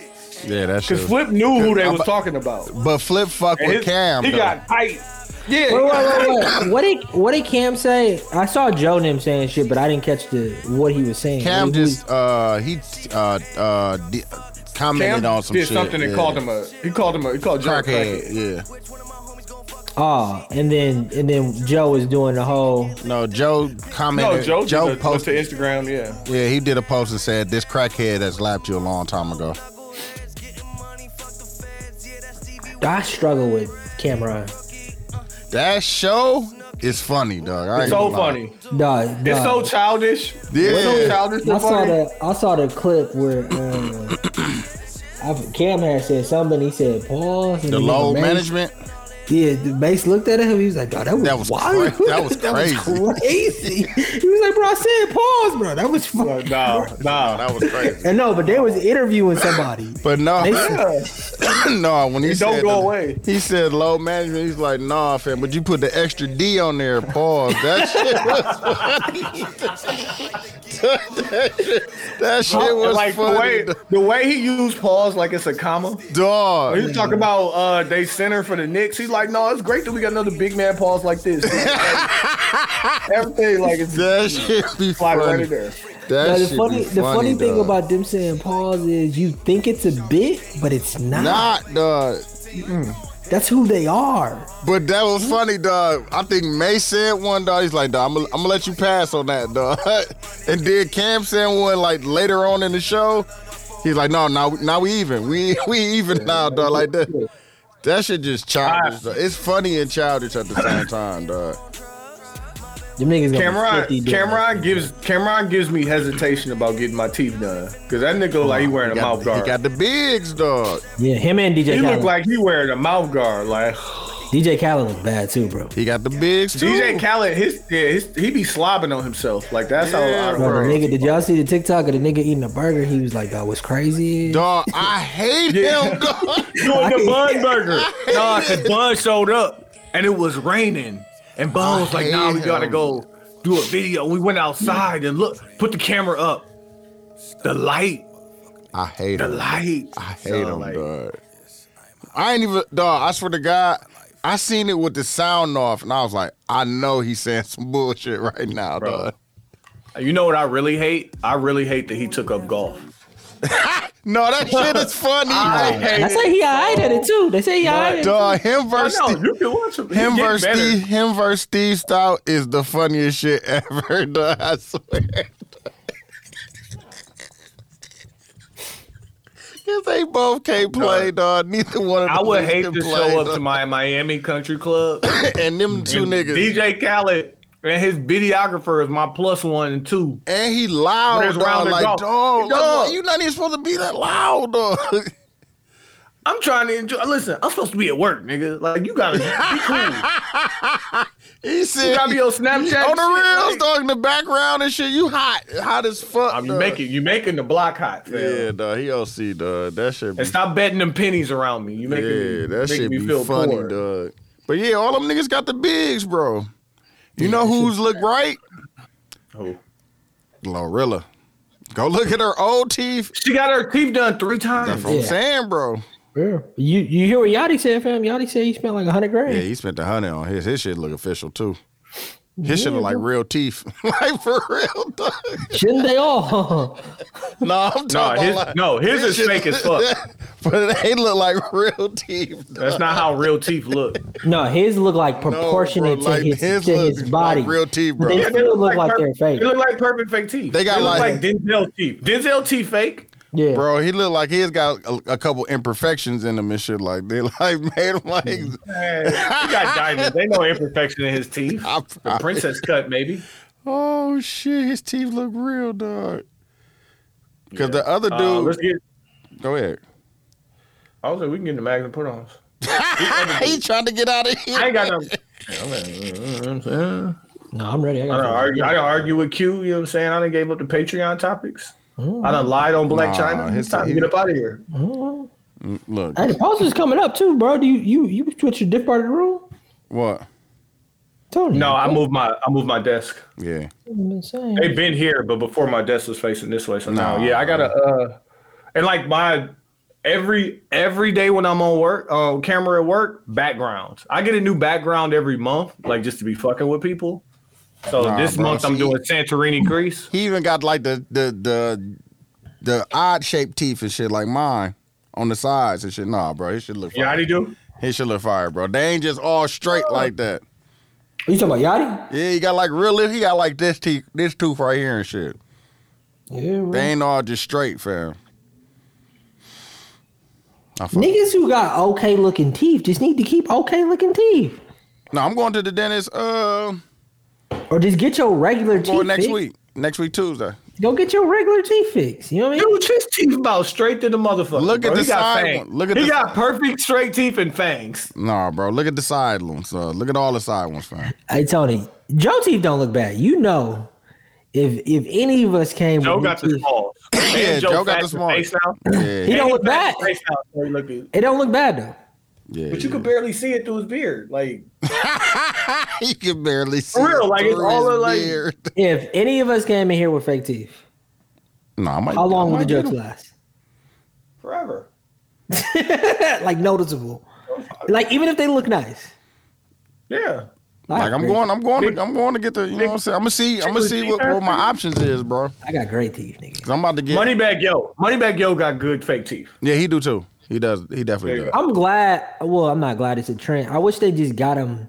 [SPEAKER 2] Yeah, that shit.
[SPEAKER 6] because
[SPEAKER 2] was-
[SPEAKER 6] Flip knew who they
[SPEAKER 2] I'm
[SPEAKER 6] was
[SPEAKER 2] about-
[SPEAKER 6] talking about.
[SPEAKER 2] but Flip fuck
[SPEAKER 6] And
[SPEAKER 2] with
[SPEAKER 6] his-
[SPEAKER 2] Cam.
[SPEAKER 6] he
[SPEAKER 2] though.
[SPEAKER 6] got tight. Yeah,
[SPEAKER 7] Wait, wait, wait, wait. What did what did Cam say? I saw Joe and him saying shit, but I didn't catch the what he was saying.
[SPEAKER 2] Cam
[SPEAKER 7] He-
[SPEAKER 2] just uh he uh uh di- commented
[SPEAKER 6] Cam
[SPEAKER 2] on some
[SPEAKER 6] did
[SPEAKER 2] shit.
[SPEAKER 6] something and
[SPEAKER 2] yeah.
[SPEAKER 6] called him a. He called him a. He called Joe a
[SPEAKER 2] crackhead.
[SPEAKER 6] crackhead.
[SPEAKER 2] Yeah.
[SPEAKER 7] Oh, and then and then Joe was doing the whole
[SPEAKER 2] No, Joe commented.
[SPEAKER 6] No, Oh, Joe.
[SPEAKER 2] Joe
[SPEAKER 6] Joe posted went to
[SPEAKER 2] posted.
[SPEAKER 6] Instagram. Yeah.
[SPEAKER 2] Yeah, he did a post and said this crackhead has lapped you a long time ago.
[SPEAKER 7] I struggle with Cameron.
[SPEAKER 2] That show is funny, dog. I ain't
[SPEAKER 6] It's
[SPEAKER 2] gonna
[SPEAKER 6] so
[SPEAKER 2] lie.
[SPEAKER 6] funny.
[SPEAKER 7] Dog,
[SPEAKER 6] It's so
[SPEAKER 7] dog.
[SPEAKER 6] childish. It's
[SPEAKER 2] Yeah.
[SPEAKER 6] so childish.
[SPEAKER 7] I
[SPEAKER 6] but
[SPEAKER 7] saw
[SPEAKER 6] funny.
[SPEAKER 7] the I saw the clip where uh, I, Cam had said something. He said pause. And
[SPEAKER 2] The
[SPEAKER 7] then
[SPEAKER 2] low
[SPEAKER 7] Mace-
[SPEAKER 2] management.
[SPEAKER 7] Yeah, the base looked at him. He was like, "Dog, that was
[SPEAKER 2] That was
[SPEAKER 7] wild.
[SPEAKER 2] cra- that
[SPEAKER 7] [LAUGHS]
[SPEAKER 2] was
[SPEAKER 7] crazy." he was like, "Bro, I said pause, bro. That was
[SPEAKER 6] Uh,
[SPEAKER 7] fucking."
[SPEAKER 6] Nah, nah.
[SPEAKER 2] Oh, That was crazy.
[SPEAKER 7] And no, but they was
[SPEAKER 2] [LAUGHS]
[SPEAKER 7] interviewing somebody.
[SPEAKER 2] But no,
[SPEAKER 7] They-
[SPEAKER 2] [LAUGHS] no. When he
[SPEAKER 6] It don't
[SPEAKER 2] said
[SPEAKER 6] go
[SPEAKER 2] the-
[SPEAKER 6] away.
[SPEAKER 2] he said low management. He's like, nah, fam. But you put the extra D on there. Pause. That [LAUGHS] shit was funny. [LAUGHS] that shit, that shit was
[SPEAKER 6] like
[SPEAKER 2] funny.
[SPEAKER 6] the way the way he used pause like it's a comma.
[SPEAKER 2] dog.
[SPEAKER 6] He was talking about uh they center for the Knicks. He's like, no, it's great that we got another big man pause like this.
[SPEAKER 2] [LAUGHS]
[SPEAKER 6] Everything like it's
[SPEAKER 2] That shit be
[SPEAKER 6] like
[SPEAKER 2] funny.
[SPEAKER 6] right there.
[SPEAKER 2] That
[SPEAKER 7] Now, the
[SPEAKER 2] shit be
[SPEAKER 7] funny, the funny thing
[SPEAKER 2] dog.
[SPEAKER 7] about them saying pause is you think it's a bit, but it's not.
[SPEAKER 2] not dog.
[SPEAKER 7] That's who they are.
[SPEAKER 2] But that was funny, dog. I think May said one, dog. He's like, dog, I'm gonna I'm gonna let you pass on that, dog. [LAUGHS] and then Cam said one like later on in the show. He's like, no, now now we even, we [LAUGHS] we even now, dog. Like that, that shit just childish. dawg. It's funny and childish at the same time, dog.
[SPEAKER 7] Them niggas gonna be
[SPEAKER 6] Cameron
[SPEAKER 7] 50 doing
[SPEAKER 6] Cameron
[SPEAKER 7] it.
[SPEAKER 6] gives Cameron gives me hesitation about getting my teeth done because that nigga like he wearing a
[SPEAKER 2] He got,
[SPEAKER 6] mouth
[SPEAKER 2] he
[SPEAKER 6] guard.
[SPEAKER 2] got the bigs, dog.
[SPEAKER 7] Yeah, him and DJ.
[SPEAKER 6] He
[SPEAKER 7] Khaled.
[SPEAKER 6] look like he wearing a mouth guard. Like
[SPEAKER 7] DJ Khaled look bad too, bro.
[SPEAKER 2] He got the bigs too.
[SPEAKER 6] DJ Khaled, his, yeah, his he be slobbing on himself. Like that's how I
[SPEAKER 7] Bro,
[SPEAKER 6] bro.
[SPEAKER 7] the nigga, did y'all see the TikTok of the nigga eating a burger? He was like, "Dog, what's crazy?" is-"
[SPEAKER 2] Dog, I hate him. dog.
[SPEAKER 1] Doing the Bun Burger. Nah, cause Bun showed up and it was raining. And
[SPEAKER 2] Ah,
[SPEAKER 1] Bun was like, nah, we gotta go do a video. We went outside and look, put the camera up. The light,
[SPEAKER 2] [LAUGHS] I hate
[SPEAKER 1] the
[SPEAKER 2] him.
[SPEAKER 1] light.
[SPEAKER 2] I hate
[SPEAKER 1] So,
[SPEAKER 2] him,
[SPEAKER 1] like-
[SPEAKER 2] dog. I ain't even dog. I swear to God, I seen it with the sound off, and I was like, I know he's saying some bullshit right now, dog.
[SPEAKER 1] You know what I really hate? I really hate that he took up golf.
[SPEAKER 2] No, that shit is funny.
[SPEAKER 7] I say he alright at it too. They say he alright. at it.
[SPEAKER 2] dog, him versus
[SPEAKER 1] Oh, No,
[SPEAKER 2] Steve-
[SPEAKER 1] you can watch him. He's
[SPEAKER 2] him
[SPEAKER 1] getting
[SPEAKER 2] versus
[SPEAKER 1] better.
[SPEAKER 2] Steve, him versus Steve Stout is the funniest shit [LAUGHS] ever, dog. I swear. dog. Cause they both can't play, dog. Neither one of them
[SPEAKER 1] I would hate
[SPEAKER 2] can
[SPEAKER 1] to
[SPEAKER 2] play,
[SPEAKER 1] show up to
[SPEAKER 2] dog.
[SPEAKER 1] my Miami country club.
[SPEAKER 2] [LAUGHS] and them two
[SPEAKER 1] and
[SPEAKER 2] niggas.
[SPEAKER 1] DJ Khaled and his videographer is my plus one and two.
[SPEAKER 2] And he loud,
[SPEAKER 1] Where's
[SPEAKER 2] dog.
[SPEAKER 1] Rounded
[SPEAKER 2] Like,
[SPEAKER 1] Golf?
[SPEAKER 2] dog,
[SPEAKER 1] Dog.
[SPEAKER 2] you're not even supposed to be that loud, dog.
[SPEAKER 1] I'm trying to enjoy. Listen, I'm supposed to be at work, nigga. Like you gotta be cool.
[SPEAKER 2] [LAUGHS] he said,
[SPEAKER 1] Drop your Snapchat
[SPEAKER 2] on the
[SPEAKER 1] shit,
[SPEAKER 2] reels,
[SPEAKER 1] like-
[SPEAKER 2] dog, in the background and shit. You hot, hot as fuck.
[SPEAKER 1] I'm
[SPEAKER 2] dog.
[SPEAKER 1] making you making the block hot, fam.
[SPEAKER 2] Yeah, dog. He OC, dog. That shit be,
[SPEAKER 1] And stop betting them pennies around me. You
[SPEAKER 2] yeah,
[SPEAKER 1] making me,
[SPEAKER 2] that
[SPEAKER 1] making
[SPEAKER 2] shit
[SPEAKER 1] me
[SPEAKER 2] be
[SPEAKER 1] feel
[SPEAKER 2] funny,
[SPEAKER 1] poor.
[SPEAKER 2] dog. But yeah, all them niggas got the bigs, bro. You know who's look right?
[SPEAKER 1] Who?
[SPEAKER 2] Lorilla. Go look at her old teeth.
[SPEAKER 1] She got her teeth done three
[SPEAKER 2] That's [LAUGHS]
[SPEAKER 1] times.
[SPEAKER 2] what I'm
[SPEAKER 7] Yeah.
[SPEAKER 2] saying, bro.
[SPEAKER 7] Yeah. You you hear what Yachty said, fam? Yachty said he spent like a hundred grand.
[SPEAKER 2] Yeah, he spent the hundred on his. His shit look official too. His shit look like real teeth, [LAUGHS] like for real. Dog.
[SPEAKER 7] Shouldn't they all? [LAUGHS]
[SPEAKER 2] No, I'm
[SPEAKER 1] No,
[SPEAKER 2] talking
[SPEAKER 1] his,
[SPEAKER 2] about like,
[SPEAKER 1] no, his is fake as fuck.
[SPEAKER 2] [LAUGHS] but they look like real teeth. dog.
[SPEAKER 1] That's not how real teeth look.
[SPEAKER 7] no, his look like
[SPEAKER 2] No,
[SPEAKER 7] proportionate
[SPEAKER 2] bro, like,
[SPEAKER 7] to his, to
[SPEAKER 2] look
[SPEAKER 7] his body.
[SPEAKER 2] like real teeth, bro.
[SPEAKER 7] They
[SPEAKER 1] Yeah,
[SPEAKER 7] still look like
[SPEAKER 1] perf-
[SPEAKER 7] they're fake.
[SPEAKER 1] They look like perfect fake teeth.
[SPEAKER 2] They got
[SPEAKER 1] they look
[SPEAKER 2] like-
[SPEAKER 1] like Denzel teeth. Denzel teeth fake.
[SPEAKER 7] yeah,
[SPEAKER 2] [LAUGHS] Bro, he look like he's got a, a couple imperfections in him and shit. Like they [LAUGHS] like made him like
[SPEAKER 7] Mm-hmm.
[SPEAKER 1] Man, he
[SPEAKER 2] [LAUGHS]
[SPEAKER 1] got diamonds. They know imperfection in his teeth.
[SPEAKER 2] I-
[SPEAKER 1] The princess cut, maybe.
[SPEAKER 2] oh shit, his teeth look real, dog. Because the other dude,
[SPEAKER 1] Uh, let's get.
[SPEAKER 2] go ahead.
[SPEAKER 1] I was like, we can get in the magazine put ons.
[SPEAKER 2] [LAUGHS] he tried to get out of here.
[SPEAKER 1] I ain't got no. Yeah, I'm like, you know what I'm
[SPEAKER 7] Uh,
[SPEAKER 1] saying?
[SPEAKER 7] no, I'm ready. I
[SPEAKER 1] I
[SPEAKER 7] got
[SPEAKER 1] don't argue, I don't argue with Q. You know what I'm saying? I done gave up the Patreon topics. I done lied on Black
[SPEAKER 2] Nah,
[SPEAKER 1] China.
[SPEAKER 2] his-
[SPEAKER 1] It's time
[SPEAKER 2] he-
[SPEAKER 1] to get up out of here.
[SPEAKER 2] Look,
[SPEAKER 7] Hey, the poster's coming up too, bro. Do you you you switch your different part of the room?
[SPEAKER 2] what?
[SPEAKER 7] Tony,
[SPEAKER 1] No, I moved my I moved my desk.
[SPEAKER 2] Yeah.
[SPEAKER 7] I've been saying.
[SPEAKER 1] They've been here, but before my desk was facing this way. So now, yeah, I gotta. uh And like my every every day when I'm on work, on camera at work, backgrounds. I get a new background every month, like just to be fucking with people. So
[SPEAKER 2] Nah,
[SPEAKER 1] this
[SPEAKER 2] bro.
[SPEAKER 1] month I'm doing Santorini, Greece.
[SPEAKER 2] He even got like the the the the odd shaped teeth and shit like mine on the sides and shit. Nah, bro, his should look
[SPEAKER 1] Yeah, how
[SPEAKER 2] fire.
[SPEAKER 1] do you do?
[SPEAKER 2] His should look fire, bro. They ain't just all straight like that.
[SPEAKER 7] you talking about Yachty?
[SPEAKER 2] Yeah, he got like real. He got like this teeth, this tooth right here and shit.
[SPEAKER 7] Yeah, bro.
[SPEAKER 2] They ain't all just straight, fam. I fuck.
[SPEAKER 7] Niggas who got okay looking teeth just need to keep okay looking teeth,
[SPEAKER 2] No, I'm going to the dentist. Uh,
[SPEAKER 7] or just get your regular teeth
[SPEAKER 2] going next
[SPEAKER 7] fixed.
[SPEAKER 2] week. Next week Tuesday.
[SPEAKER 7] Go get your regular teeth fixed. You know what I mean?
[SPEAKER 1] Dude, his teeth about straight to the motherfucker.
[SPEAKER 2] Look at
[SPEAKER 1] bro.
[SPEAKER 2] the
[SPEAKER 1] he got
[SPEAKER 2] side
[SPEAKER 1] fangs.
[SPEAKER 2] one. Look at
[SPEAKER 1] he
[SPEAKER 2] the-
[SPEAKER 1] got perfect straight teeth and fangs.
[SPEAKER 2] Nah, bro. Look at the side ones. Uh, look at all the side ones, fam.
[SPEAKER 7] Hey Tony, Joe teeth don't look bad. You know, if if any of us came,
[SPEAKER 1] Joe
[SPEAKER 7] with new
[SPEAKER 1] got the
[SPEAKER 7] teeth,
[SPEAKER 1] small.
[SPEAKER 2] [LAUGHS] Yeah, Joe got the small.
[SPEAKER 1] Face now.
[SPEAKER 2] Yeah,
[SPEAKER 7] he don't look bad.
[SPEAKER 1] Face now, so he look good.
[SPEAKER 7] It don't look bad though.
[SPEAKER 2] yeah.
[SPEAKER 1] But you
[SPEAKER 2] yeah.
[SPEAKER 1] could barely see it through his beard. Like
[SPEAKER 2] [LAUGHS] you can barely see.
[SPEAKER 1] real,
[SPEAKER 2] it
[SPEAKER 1] like, it's
[SPEAKER 2] through
[SPEAKER 1] all
[SPEAKER 2] his
[SPEAKER 1] of, like-
[SPEAKER 2] beard. [LAUGHS]
[SPEAKER 7] If any of us came in here with fake teeth,
[SPEAKER 2] Nah, I might.
[SPEAKER 7] how long
[SPEAKER 2] I
[SPEAKER 7] would the
[SPEAKER 2] might get
[SPEAKER 7] jokes
[SPEAKER 2] him.
[SPEAKER 7] last?
[SPEAKER 1] forever.
[SPEAKER 7] [LAUGHS] like noticeable. Like even if they look nice.
[SPEAKER 1] Yeah.
[SPEAKER 2] Like I'm going, I'm going, to, I'm going to get the. You know what I'm saying? I'm gonna see, I'm gonna see what, what my options is, bro.
[SPEAKER 7] I got great teeth, nigga.
[SPEAKER 2] 'Cause I'm about to get.
[SPEAKER 1] Moneybag Yo. Moneybag Yo got good fake teeth.
[SPEAKER 2] Yeah, he do too. He does. He definitely does.
[SPEAKER 7] I'm glad. Well, I'm not glad it's a trend. I wish they just got them.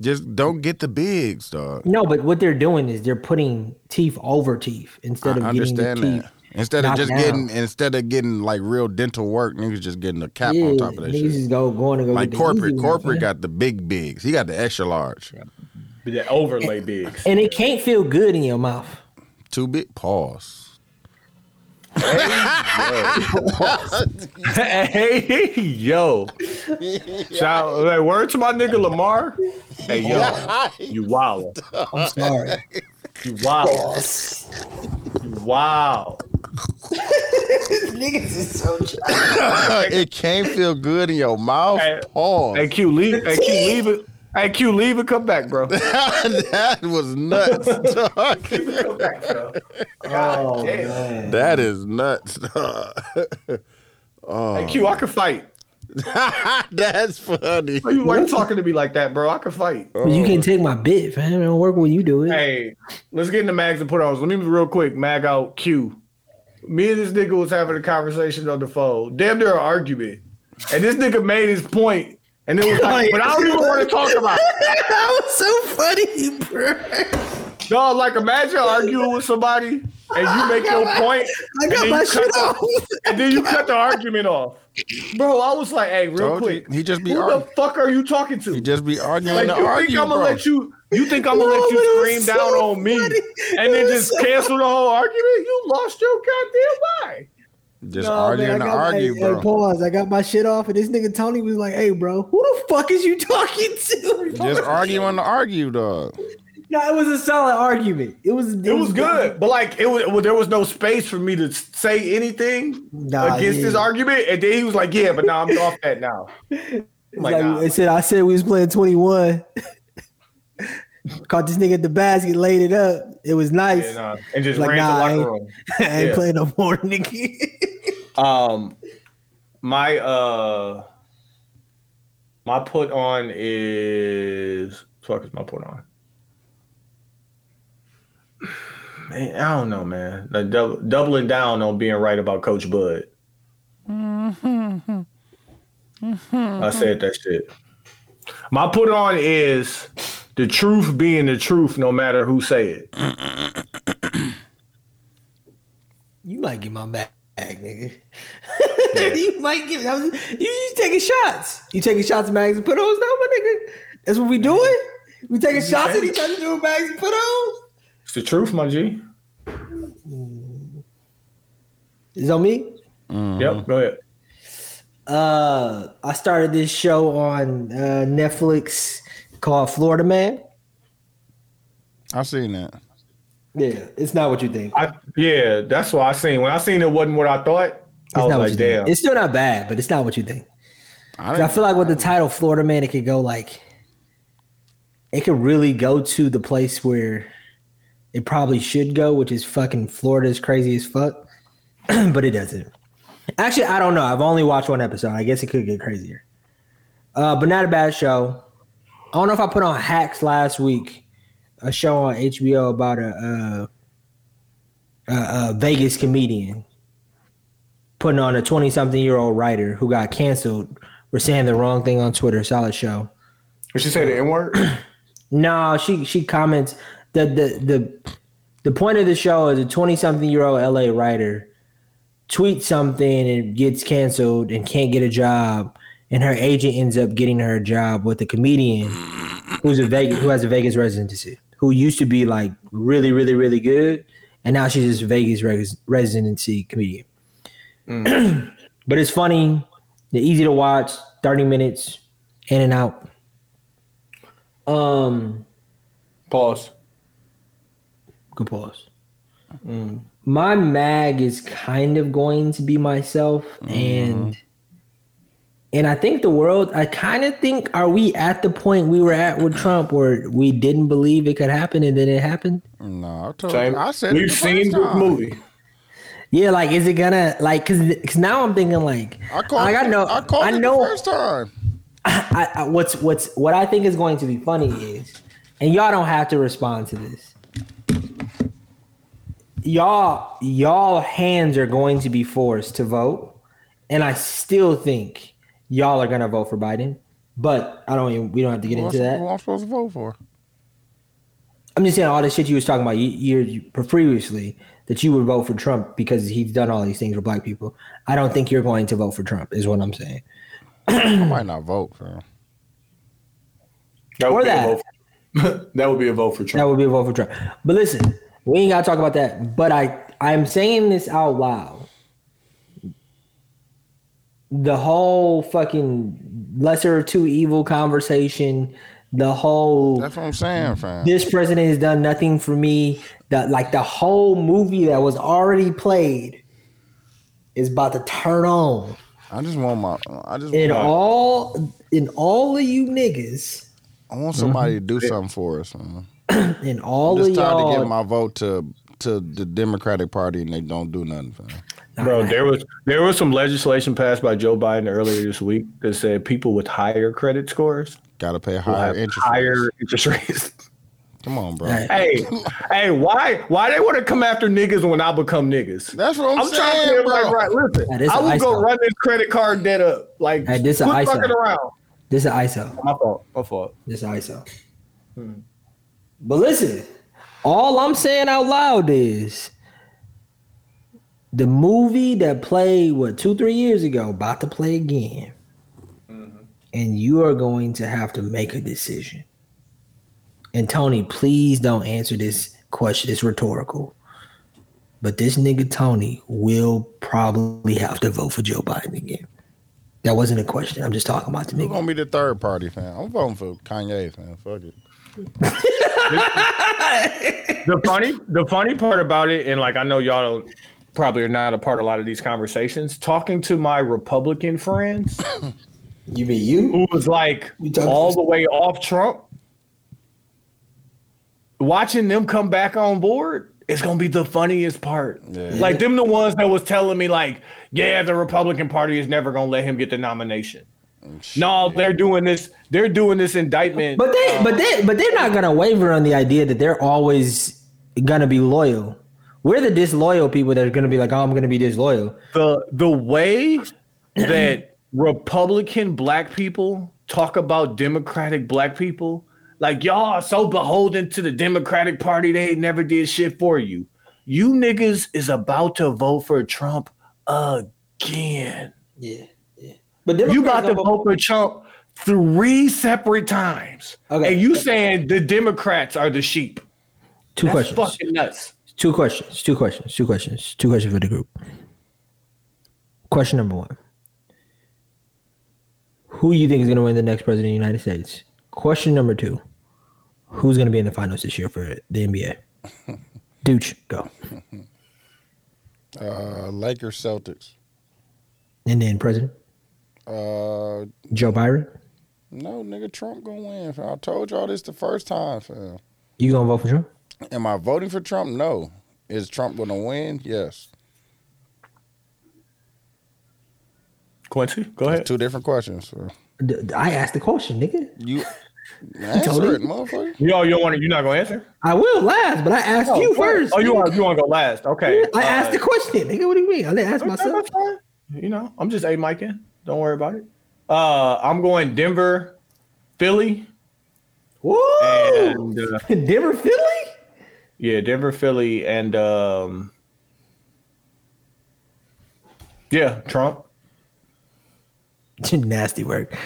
[SPEAKER 2] Just don't get the bigs, dog.
[SPEAKER 7] No, but what they're doing is they're putting teeth over teeth instead of
[SPEAKER 2] I
[SPEAKER 7] getting the
[SPEAKER 2] understand
[SPEAKER 7] teeth.
[SPEAKER 2] that. Instead of
[SPEAKER 7] knocked
[SPEAKER 2] just
[SPEAKER 7] down.
[SPEAKER 2] getting, instead of getting like real dental work, niggas just getting a cap
[SPEAKER 7] Yeah,
[SPEAKER 2] on top of that
[SPEAKER 7] niggas
[SPEAKER 2] shit.
[SPEAKER 7] just go going to go
[SPEAKER 2] Like
[SPEAKER 7] get the
[SPEAKER 2] corporate,
[SPEAKER 7] easy one,
[SPEAKER 2] corporate
[SPEAKER 7] fam.
[SPEAKER 2] got the big bigs. He got the extra large.
[SPEAKER 1] The overlay bigs.
[SPEAKER 7] and it can't feel good in your mouth.
[SPEAKER 2] Two
[SPEAKER 1] [LAUGHS]
[SPEAKER 2] big paws. [LAUGHS]
[SPEAKER 1] hey yo. Shout like, word to my nigga Lamar. Hey yo,
[SPEAKER 2] [LAUGHS]
[SPEAKER 1] you wild,
[SPEAKER 3] I'm sorry.
[SPEAKER 1] you wild, you wild.
[SPEAKER 12] Niggas is so dry.
[SPEAKER 2] [LAUGHS] it can't feel good in your mouth.
[SPEAKER 1] Hey.
[SPEAKER 2] Pause.
[SPEAKER 1] Hey Q, leave. Hey Q, leave it. Hey Q, leave and come back, bro.
[SPEAKER 2] [LAUGHS] that
[SPEAKER 1] [LAUGHS]
[SPEAKER 2] was nuts. dog.
[SPEAKER 1] Come back,
[SPEAKER 3] [LAUGHS]
[SPEAKER 1] bro.
[SPEAKER 3] Oh man.
[SPEAKER 2] that is nuts. [LAUGHS] dog. Oh.
[SPEAKER 1] Hey Q, I can fight.
[SPEAKER 2] [LAUGHS] That's funny.
[SPEAKER 1] Why you, why you talking to me like that, bro? I can fight.
[SPEAKER 3] But you can take my bit, fam. It don't work when you do it.
[SPEAKER 7] [LAUGHS]
[SPEAKER 1] Hey, let's get into mags and put ons. Let me be real quick. Mag out Q. Me and this nigga was having a conversation on the phone. Damn near an argument. And this nigga made his point, And it was like, but I don't even want to talk about it.
[SPEAKER 3] that was so funny, bro.
[SPEAKER 1] No, like imagine arguing with somebody and you make your point.
[SPEAKER 3] I
[SPEAKER 1] and
[SPEAKER 3] got
[SPEAKER 1] then
[SPEAKER 3] my
[SPEAKER 1] you cut
[SPEAKER 3] shit
[SPEAKER 1] the-
[SPEAKER 3] off. [LAUGHS]
[SPEAKER 1] And then you cut the argument off. Bro, I was like, hey, real
[SPEAKER 2] Told you.
[SPEAKER 1] quick.
[SPEAKER 2] He just be
[SPEAKER 1] who
[SPEAKER 2] arguing.
[SPEAKER 1] the fuck are you talking to?
[SPEAKER 2] He just be arguing
[SPEAKER 1] Like,
[SPEAKER 2] to
[SPEAKER 1] you think
[SPEAKER 2] argue,
[SPEAKER 1] I'm gonna
[SPEAKER 2] bro.
[SPEAKER 1] let you? You think I'm gonna
[SPEAKER 3] No,
[SPEAKER 1] let
[SPEAKER 3] but
[SPEAKER 1] you
[SPEAKER 3] it was
[SPEAKER 1] scream
[SPEAKER 3] so
[SPEAKER 1] down on me
[SPEAKER 3] funny.
[SPEAKER 1] and
[SPEAKER 3] It
[SPEAKER 1] then
[SPEAKER 3] was
[SPEAKER 1] just
[SPEAKER 3] so-
[SPEAKER 1] cancel the whole argument? You lost your goddamn mind.
[SPEAKER 2] just
[SPEAKER 3] Nah,
[SPEAKER 2] arguing
[SPEAKER 3] man, I
[SPEAKER 2] to
[SPEAKER 3] got-
[SPEAKER 2] argue,
[SPEAKER 3] hey, hey,
[SPEAKER 2] bro.
[SPEAKER 3] pause. I got my shit off, and this nigga Tony was like, "Hey, bro, who the fuck is you [LAUGHS] talking to?"
[SPEAKER 2] just arguing to argue, dog.
[SPEAKER 3] No, it was a solid argument. It was.
[SPEAKER 1] It was good, but like it was, well, there was no space for me to say anything
[SPEAKER 3] Nah,
[SPEAKER 1] against
[SPEAKER 3] yeah.
[SPEAKER 1] his argument. And then he was like, "Yeah, but now I'm off that now." I'm like,
[SPEAKER 3] Like,
[SPEAKER 1] nah.
[SPEAKER 3] I said, I said we was playing twenty one. [LAUGHS] Caught this nigga at the basket, laid it up. It was nice.
[SPEAKER 1] Yeah, nah. and just
[SPEAKER 3] Like,
[SPEAKER 1] ran
[SPEAKER 3] nah, eh.
[SPEAKER 1] to
[SPEAKER 3] I
[SPEAKER 1] the
[SPEAKER 3] ain't-
[SPEAKER 1] locker room.
[SPEAKER 3] [LAUGHS] I ain't
[SPEAKER 1] yeah.
[SPEAKER 3] playing no more, [LAUGHS] nigga.
[SPEAKER 1] Um, my uh, my put on is fuck is my put on? Man, I don't know, man. The dou- doubling down on being right about Coach Bud. I said that shit. My put on is the truth being the truth, no matter who say it.
[SPEAKER 3] you might get my back, nigga. [LAUGHS] you might get. that was- You you taking shots. You taking shots at mags and put ons now, my nigga. That's what we doing. We taking shots at each other doing mags and put ons.
[SPEAKER 1] It's the truth, my G.
[SPEAKER 3] Is on me.
[SPEAKER 1] Yep, go ahead.
[SPEAKER 3] uh I started this show on uh Netflix called Florida Man.
[SPEAKER 2] I've seen that.
[SPEAKER 3] Yeah, it's not what you think.
[SPEAKER 1] I yeah, that's what I seen. When I seen it wasn't what I thought,
[SPEAKER 3] It's
[SPEAKER 1] I was
[SPEAKER 3] not what
[SPEAKER 1] like,
[SPEAKER 3] you think.
[SPEAKER 1] damn.
[SPEAKER 3] It's still not bad, but it's not what you think.
[SPEAKER 2] I
[SPEAKER 3] 'Cause I
[SPEAKER 2] didn't,
[SPEAKER 3] feel like with the title Florida Man, it could go like it could really go to the place where it probably should go, which is fucking Florida is crazy as fuck. [CLEARS THROAT] but it doesn't. Actually, I don't know. I've only watched one episode. I guess it could get crazier. Uh, but not a bad show. I don't know if I put on Hacks last week, a show on HBO about a, uh, a, a Vegas comedian putting on a 20 something year old writer who got canceled for saying the wrong thing on Twitter. Solid show.
[SPEAKER 1] Did she say the N word?
[SPEAKER 3] No, she she comments the the the the point of the show is a twenty something year old LA writer tweets something and gets canceled and can't get a job, and her agent ends up getting her a job with a comedian who's a Vegas who has a Vegas residency who used to be like really really really good, and now she's just a Vegas res- residency comedian. but it's funny, they're easy to watch, thirty minutes, in and out. Um.
[SPEAKER 1] [CLEARS THROAT] Pause.
[SPEAKER 3] Good pause. My mag is kind of going to be myself, and and I think the world. I kind of think are we at the point we were at with Trump, where we didn't believe it could happen, and then it happened.
[SPEAKER 2] no, I told
[SPEAKER 1] Same.
[SPEAKER 2] you. I said it
[SPEAKER 1] We've
[SPEAKER 2] the
[SPEAKER 1] seen
[SPEAKER 2] first
[SPEAKER 1] this
[SPEAKER 2] time.
[SPEAKER 1] movie.
[SPEAKER 3] Yeah, like is it gonna like? Cause, 'cause now I'm thinking like
[SPEAKER 2] I called.
[SPEAKER 3] I
[SPEAKER 2] it-
[SPEAKER 3] know
[SPEAKER 2] I called
[SPEAKER 3] I
[SPEAKER 2] it
[SPEAKER 3] know
[SPEAKER 2] the first time.
[SPEAKER 3] I, I, what's what's what I think is going to be funny is, and y'all don't have to respond to this. Y'all y'all hands are going to be forced to vote, and I still think y'all are gonna vote for Biden. But I don't even we don't have to get
[SPEAKER 2] Who I'm- who
[SPEAKER 3] into that.
[SPEAKER 2] I'm supposed to vote for?
[SPEAKER 3] I'm just saying all this shit you was talking about years previously that you would vote for Trump because he's done all these things for black people. I don't think you're going to vote for Trump is what I'm saying.
[SPEAKER 2] I might not vote for him.
[SPEAKER 1] That
[SPEAKER 3] Or
[SPEAKER 1] would, be
[SPEAKER 3] that.
[SPEAKER 1] A vote for, [LAUGHS] that would be a vote for
[SPEAKER 3] That
[SPEAKER 1] Trump.
[SPEAKER 3] would be a vote for Trump. But listen, we ain't gotta talk about that. But I I'm saying this out loud. The whole fucking lesser of two evil conversation. The whole
[SPEAKER 2] That's what I'm saying, fam.
[SPEAKER 3] this president has done nothing for me. That like the whole movie that was already played is about to turn on.
[SPEAKER 2] I just want my. I just.
[SPEAKER 3] And
[SPEAKER 2] want,
[SPEAKER 3] all in all of you niggas,
[SPEAKER 2] I want somebody to do something for us, man.
[SPEAKER 3] and all
[SPEAKER 2] Just
[SPEAKER 3] of
[SPEAKER 2] tired to
[SPEAKER 3] y'all,
[SPEAKER 2] give my vote to to the Democratic Party and they don't do nothing, fam.
[SPEAKER 6] Bro, there was there was some legislation passed by Joe Biden earlier this week that said people with higher credit scores
[SPEAKER 2] Got to pay
[SPEAKER 6] will
[SPEAKER 2] higher
[SPEAKER 6] have
[SPEAKER 2] interest.
[SPEAKER 6] higher
[SPEAKER 2] rates.
[SPEAKER 6] interest rates. [LAUGHS]
[SPEAKER 2] Come on, bro.
[SPEAKER 3] Right.
[SPEAKER 6] hey, hey, why why they want to come after niggas when I become niggas?
[SPEAKER 2] That's what I'm,
[SPEAKER 6] I'm trying to
[SPEAKER 2] saying,
[SPEAKER 6] get
[SPEAKER 2] bro.
[SPEAKER 6] like, right, listen,
[SPEAKER 3] That is
[SPEAKER 6] I
[SPEAKER 3] an
[SPEAKER 6] will
[SPEAKER 3] ice
[SPEAKER 6] go
[SPEAKER 3] out.
[SPEAKER 6] run this credit card debt up. Like,
[SPEAKER 3] Hey, this a
[SPEAKER 6] quit
[SPEAKER 3] ice
[SPEAKER 6] fucking
[SPEAKER 3] out.
[SPEAKER 6] around.
[SPEAKER 3] this is ISO.
[SPEAKER 6] My fault. My fault.
[SPEAKER 3] This is ISO. But listen, all I'm saying out loud is the movie that played what two three years ago about to play again,
[SPEAKER 2] Mm-hmm.
[SPEAKER 3] and you are going to have to make a decision. And Tony, please don't answer this question. It's rhetorical. But this nigga Tony will probably have to vote for Joe Biden again. That wasn't a question. I'm just talking about the
[SPEAKER 2] Who's
[SPEAKER 3] nigga.
[SPEAKER 2] gonna be the third party, fam? I'm voting for Kanye, fam. Fuck it.
[SPEAKER 6] the funny the funny part about it and like i know y'all don't probably are not a part of a lot of these conversations talking to my republican friends
[SPEAKER 3] You be you.
[SPEAKER 6] who was like
[SPEAKER 3] You talking-
[SPEAKER 6] all the way off trump watching them come back on board it's gonna be the funniest part like them the ones that was telling me like yeah the republican party is never gonna let him get the nomination no they're doing this they're doing this indictment
[SPEAKER 3] But they, but they, but they're not gonna waver on the idea that they're always gonna be loyal. We're the disloyal people that are gonna be like, oh, I'm gonna be disloyal.
[SPEAKER 6] the the way that Republican black people talk about Democratic black people, like y'all are so beholden to the Democratic Party, they ain't never did shit for you. You niggas is about to vote for Trump again.
[SPEAKER 3] Yeah, yeah. But
[SPEAKER 6] You about to vote for Trump three separate times,
[SPEAKER 3] Okay.
[SPEAKER 6] and you saying the Democrats are the sheep.
[SPEAKER 3] two
[SPEAKER 6] That's
[SPEAKER 3] questions.
[SPEAKER 6] fucking nuts.
[SPEAKER 3] Two questions. Two questions. Two questions. Two questions for the group. Question number one: Who you think is gonna win the next president of the United States? Question number two: Who's gonna be in the finals this year for the
[SPEAKER 6] [LAUGHS]
[SPEAKER 3] NBA? Dooch, go.
[SPEAKER 2] Uh, Lakers, Celtics.
[SPEAKER 3] And then President
[SPEAKER 2] Uh,
[SPEAKER 3] Joe Biden.
[SPEAKER 2] no, nigga, Trump gonna win. Fam. I told y'all this the first time, fam.
[SPEAKER 3] You gonna vote for Trump?
[SPEAKER 2] Am I voting for Trump? No. Is Trump gonna win? Yes.
[SPEAKER 6] Quincy, go ahead.
[SPEAKER 2] Two different questions. fam.
[SPEAKER 3] D- I asked the question, nigga.
[SPEAKER 6] [LAUGHS]
[SPEAKER 2] You answer
[SPEAKER 3] Tony?
[SPEAKER 2] it, motherfucker.
[SPEAKER 6] Yo, you don't want to, you're not gonna answer.
[SPEAKER 3] I will last, but I asked you first.
[SPEAKER 6] Oh, you
[SPEAKER 3] nigga.
[SPEAKER 6] want you want to go last? Okay.
[SPEAKER 3] I asked the question, nigga. What do you mean? I didn't ask
[SPEAKER 6] Okay,
[SPEAKER 3] myself.
[SPEAKER 6] that's fine. You know, I'm just a mic in. Don't worry about it. Uh, I'm going Denver, Philly,
[SPEAKER 3] Whoa!
[SPEAKER 6] and uh,
[SPEAKER 3] Denver, Philly?
[SPEAKER 6] yeah, Denver, Philly, and um, yeah, Trump.
[SPEAKER 3] [LAUGHS] Nasty work.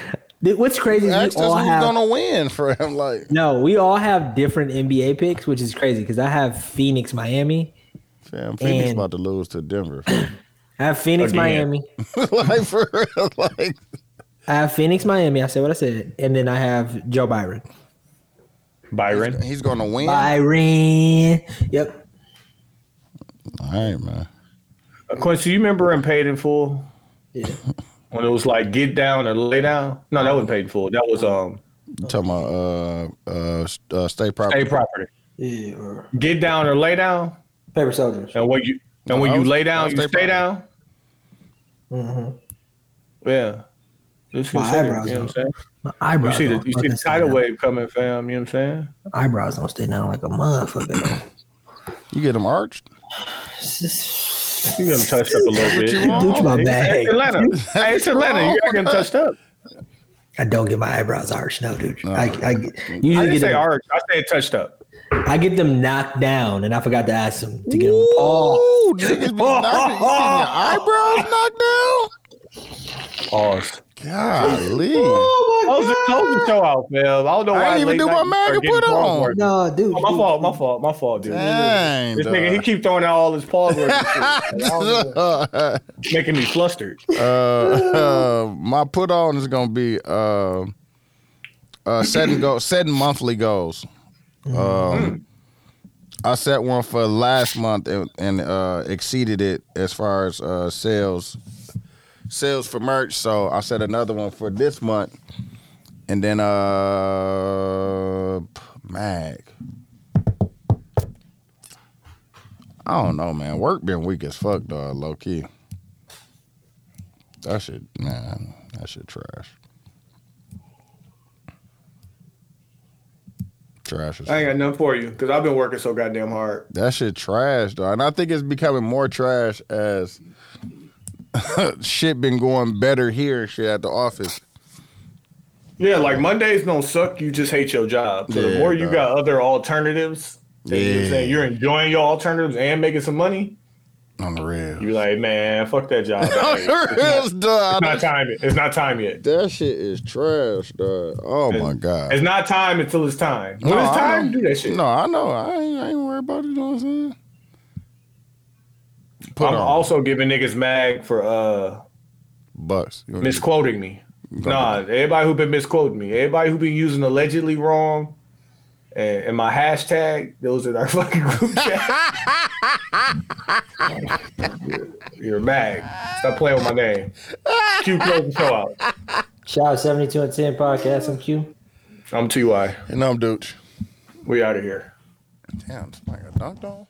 [SPEAKER 3] Th- What's crazy is
[SPEAKER 2] Ask
[SPEAKER 3] we
[SPEAKER 2] us
[SPEAKER 3] all
[SPEAKER 2] who's
[SPEAKER 3] have
[SPEAKER 2] gonna win for him. Like
[SPEAKER 3] no, we all have different NBA picks, which is crazy because I have Phoenix, Miami.
[SPEAKER 2] fam, Phoenix
[SPEAKER 3] And-
[SPEAKER 2] about to lose to Denver. fam.
[SPEAKER 3] I have Phoenix,
[SPEAKER 6] Again.
[SPEAKER 3] Miami.
[SPEAKER 2] [LAUGHS] like for real. Like
[SPEAKER 3] I have Phoenix, Miami. I said what I said, and then I have Joe Byron.
[SPEAKER 6] Byron.
[SPEAKER 2] he's gonna win.
[SPEAKER 3] Byron. Yep.
[SPEAKER 2] All right, man.
[SPEAKER 6] Uh, Quincy, you remember in Paid in Full?
[SPEAKER 3] Yeah.
[SPEAKER 6] When it was like get down or lay down? No, that wasn't Paid in Full. That was um,
[SPEAKER 2] You talking about uh uh, s- uh state property?
[SPEAKER 6] Pay Property.
[SPEAKER 3] Yeah. Or
[SPEAKER 6] Get down or lay down,
[SPEAKER 3] paper soldiers.
[SPEAKER 6] and when you and when
[SPEAKER 2] No, that
[SPEAKER 6] you
[SPEAKER 2] was-
[SPEAKER 6] lay
[SPEAKER 2] that
[SPEAKER 6] down,
[SPEAKER 2] was
[SPEAKER 6] you
[SPEAKER 2] State
[SPEAKER 6] stay
[SPEAKER 2] Property.
[SPEAKER 6] down. Yeah. This is
[SPEAKER 3] Mm-hmm. My
[SPEAKER 6] it,
[SPEAKER 3] eyebrows
[SPEAKER 6] you know
[SPEAKER 3] up. My eyebrows.
[SPEAKER 6] what I'm saying? You see the
[SPEAKER 3] don't
[SPEAKER 6] you see
[SPEAKER 3] fucking
[SPEAKER 6] the
[SPEAKER 3] stay
[SPEAKER 6] tidal
[SPEAKER 3] down.
[SPEAKER 6] wave coming, fam. You know what I'm saying?
[SPEAKER 3] Eyebrows don't stay down like a motherfucker.
[SPEAKER 2] You get him arched? [LAUGHS]
[SPEAKER 6] You got them touched up a little bit. you know?
[SPEAKER 3] Dooch my
[SPEAKER 6] It's
[SPEAKER 3] bag.
[SPEAKER 6] Atlanta. Hey, it's Atlanta. You gotta get them touched up.
[SPEAKER 3] I don't get my eyebrows arched. No, dude. I, I
[SPEAKER 6] I
[SPEAKER 3] usually
[SPEAKER 6] didn't
[SPEAKER 3] get
[SPEAKER 6] say
[SPEAKER 3] them,
[SPEAKER 6] arch. I said touched up.
[SPEAKER 3] I get them knocked down, and I forgot to ask them to get them. Oh,
[SPEAKER 2] Ooh, niggas be knocking- you getting your eyebrows knocked down?
[SPEAKER 6] Pause.
[SPEAKER 2] Golly.
[SPEAKER 1] Oh, just close the show out, man. I don't know why.
[SPEAKER 2] I didn't even
[SPEAKER 1] late
[SPEAKER 2] do
[SPEAKER 1] night
[SPEAKER 2] my
[SPEAKER 1] you
[SPEAKER 2] mag
[SPEAKER 1] start
[SPEAKER 2] and
[SPEAKER 1] getting
[SPEAKER 2] put
[SPEAKER 1] paw
[SPEAKER 2] on.
[SPEAKER 1] work.
[SPEAKER 7] No, dude.
[SPEAKER 1] Oh, my
[SPEAKER 7] dude,
[SPEAKER 1] fault, my fault, my fault, dude.
[SPEAKER 2] Dang.
[SPEAKER 1] This
[SPEAKER 2] [LAUGHS]
[SPEAKER 1] nigga, he
[SPEAKER 2] dog.
[SPEAKER 1] keep throwing out all his paw work. and shit. Like, I don't know. making me flustered.
[SPEAKER 2] Uh, uh, my put on is gonna be uh, uh, setting go setting monthly goals. Um, I set one for last month and, and uh, exceeded it as far as uh, sales sales for merch. So I set another one for this month, and then uh, p- mag. I don't know, man. Work been weak as fuck, dog. Low key. That shit, man. That shit trash. Trash. As
[SPEAKER 1] I ain't got nothing for you because I've been working so goddamn hard.
[SPEAKER 2] That shit trash, though. And I think it's becoming more trash as [LAUGHS] shit been going better here and shit at the office.
[SPEAKER 1] Yeah, like Mondays don't suck. You just hate your job. So
[SPEAKER 2] Yeah,
[SPEAKER 1] the more you
[SPEAKER 2] dog.
[SPEAKER 1] got other alternatives, and
[SPEAKER 2] Yeah.
[SPEAKER 1] you're, saying you're enjoying your alternatives and making some money,
[SPEAKER 2] On the real.
[SPEAKER 1] you be like, man, fuck that job.
[SPEAKER 2] [LAUGHS] On
[SPEAKER 1] It's
[SPEAKER 2] the real, dog.
[SPEAKER 1] not time yet. It's not time yet.
[SPEAKER 2] That shit is trash, dog. Oh my god.
[SPEAKER 1] It's not time until it's time. When
[SPEAKER 2] No,
[SPEAKER 1] it's
[SPEAKER 2] I
[SPEAKER 1] time,
[SPEAKER 2] know.
[SPEAKER 1] do that shit.
[SPEAKER 2] No, I know. I ain't, I ain't worried about it. You know what I'm saying? Put
[SPEAKER 1] I'm
[SPEAKER 2] on
[SPEAKER 1] also giving niggas mag for uh
[SPEAKER 2] bucks. You know what I'm
[SPEAKER 1] misquoting me. Nah, everybody who been misquoting me, everybody who been using allegedly wrong, and, and my hashtag, those in our [LAUGHS] fucking group chat. you're, you're mad. Stop playing with my name. Q close the show out.
[SPEAKER 7] Shout out 72 and 10 podcast. I'm Q.
[SPEAKER 1] I'm Ty.
[SPEAKER 2] saying? And I'm Dooch.
[SPEAKER 1] We out of here.
[SPEAKER 2] Damn, this might got dunked on.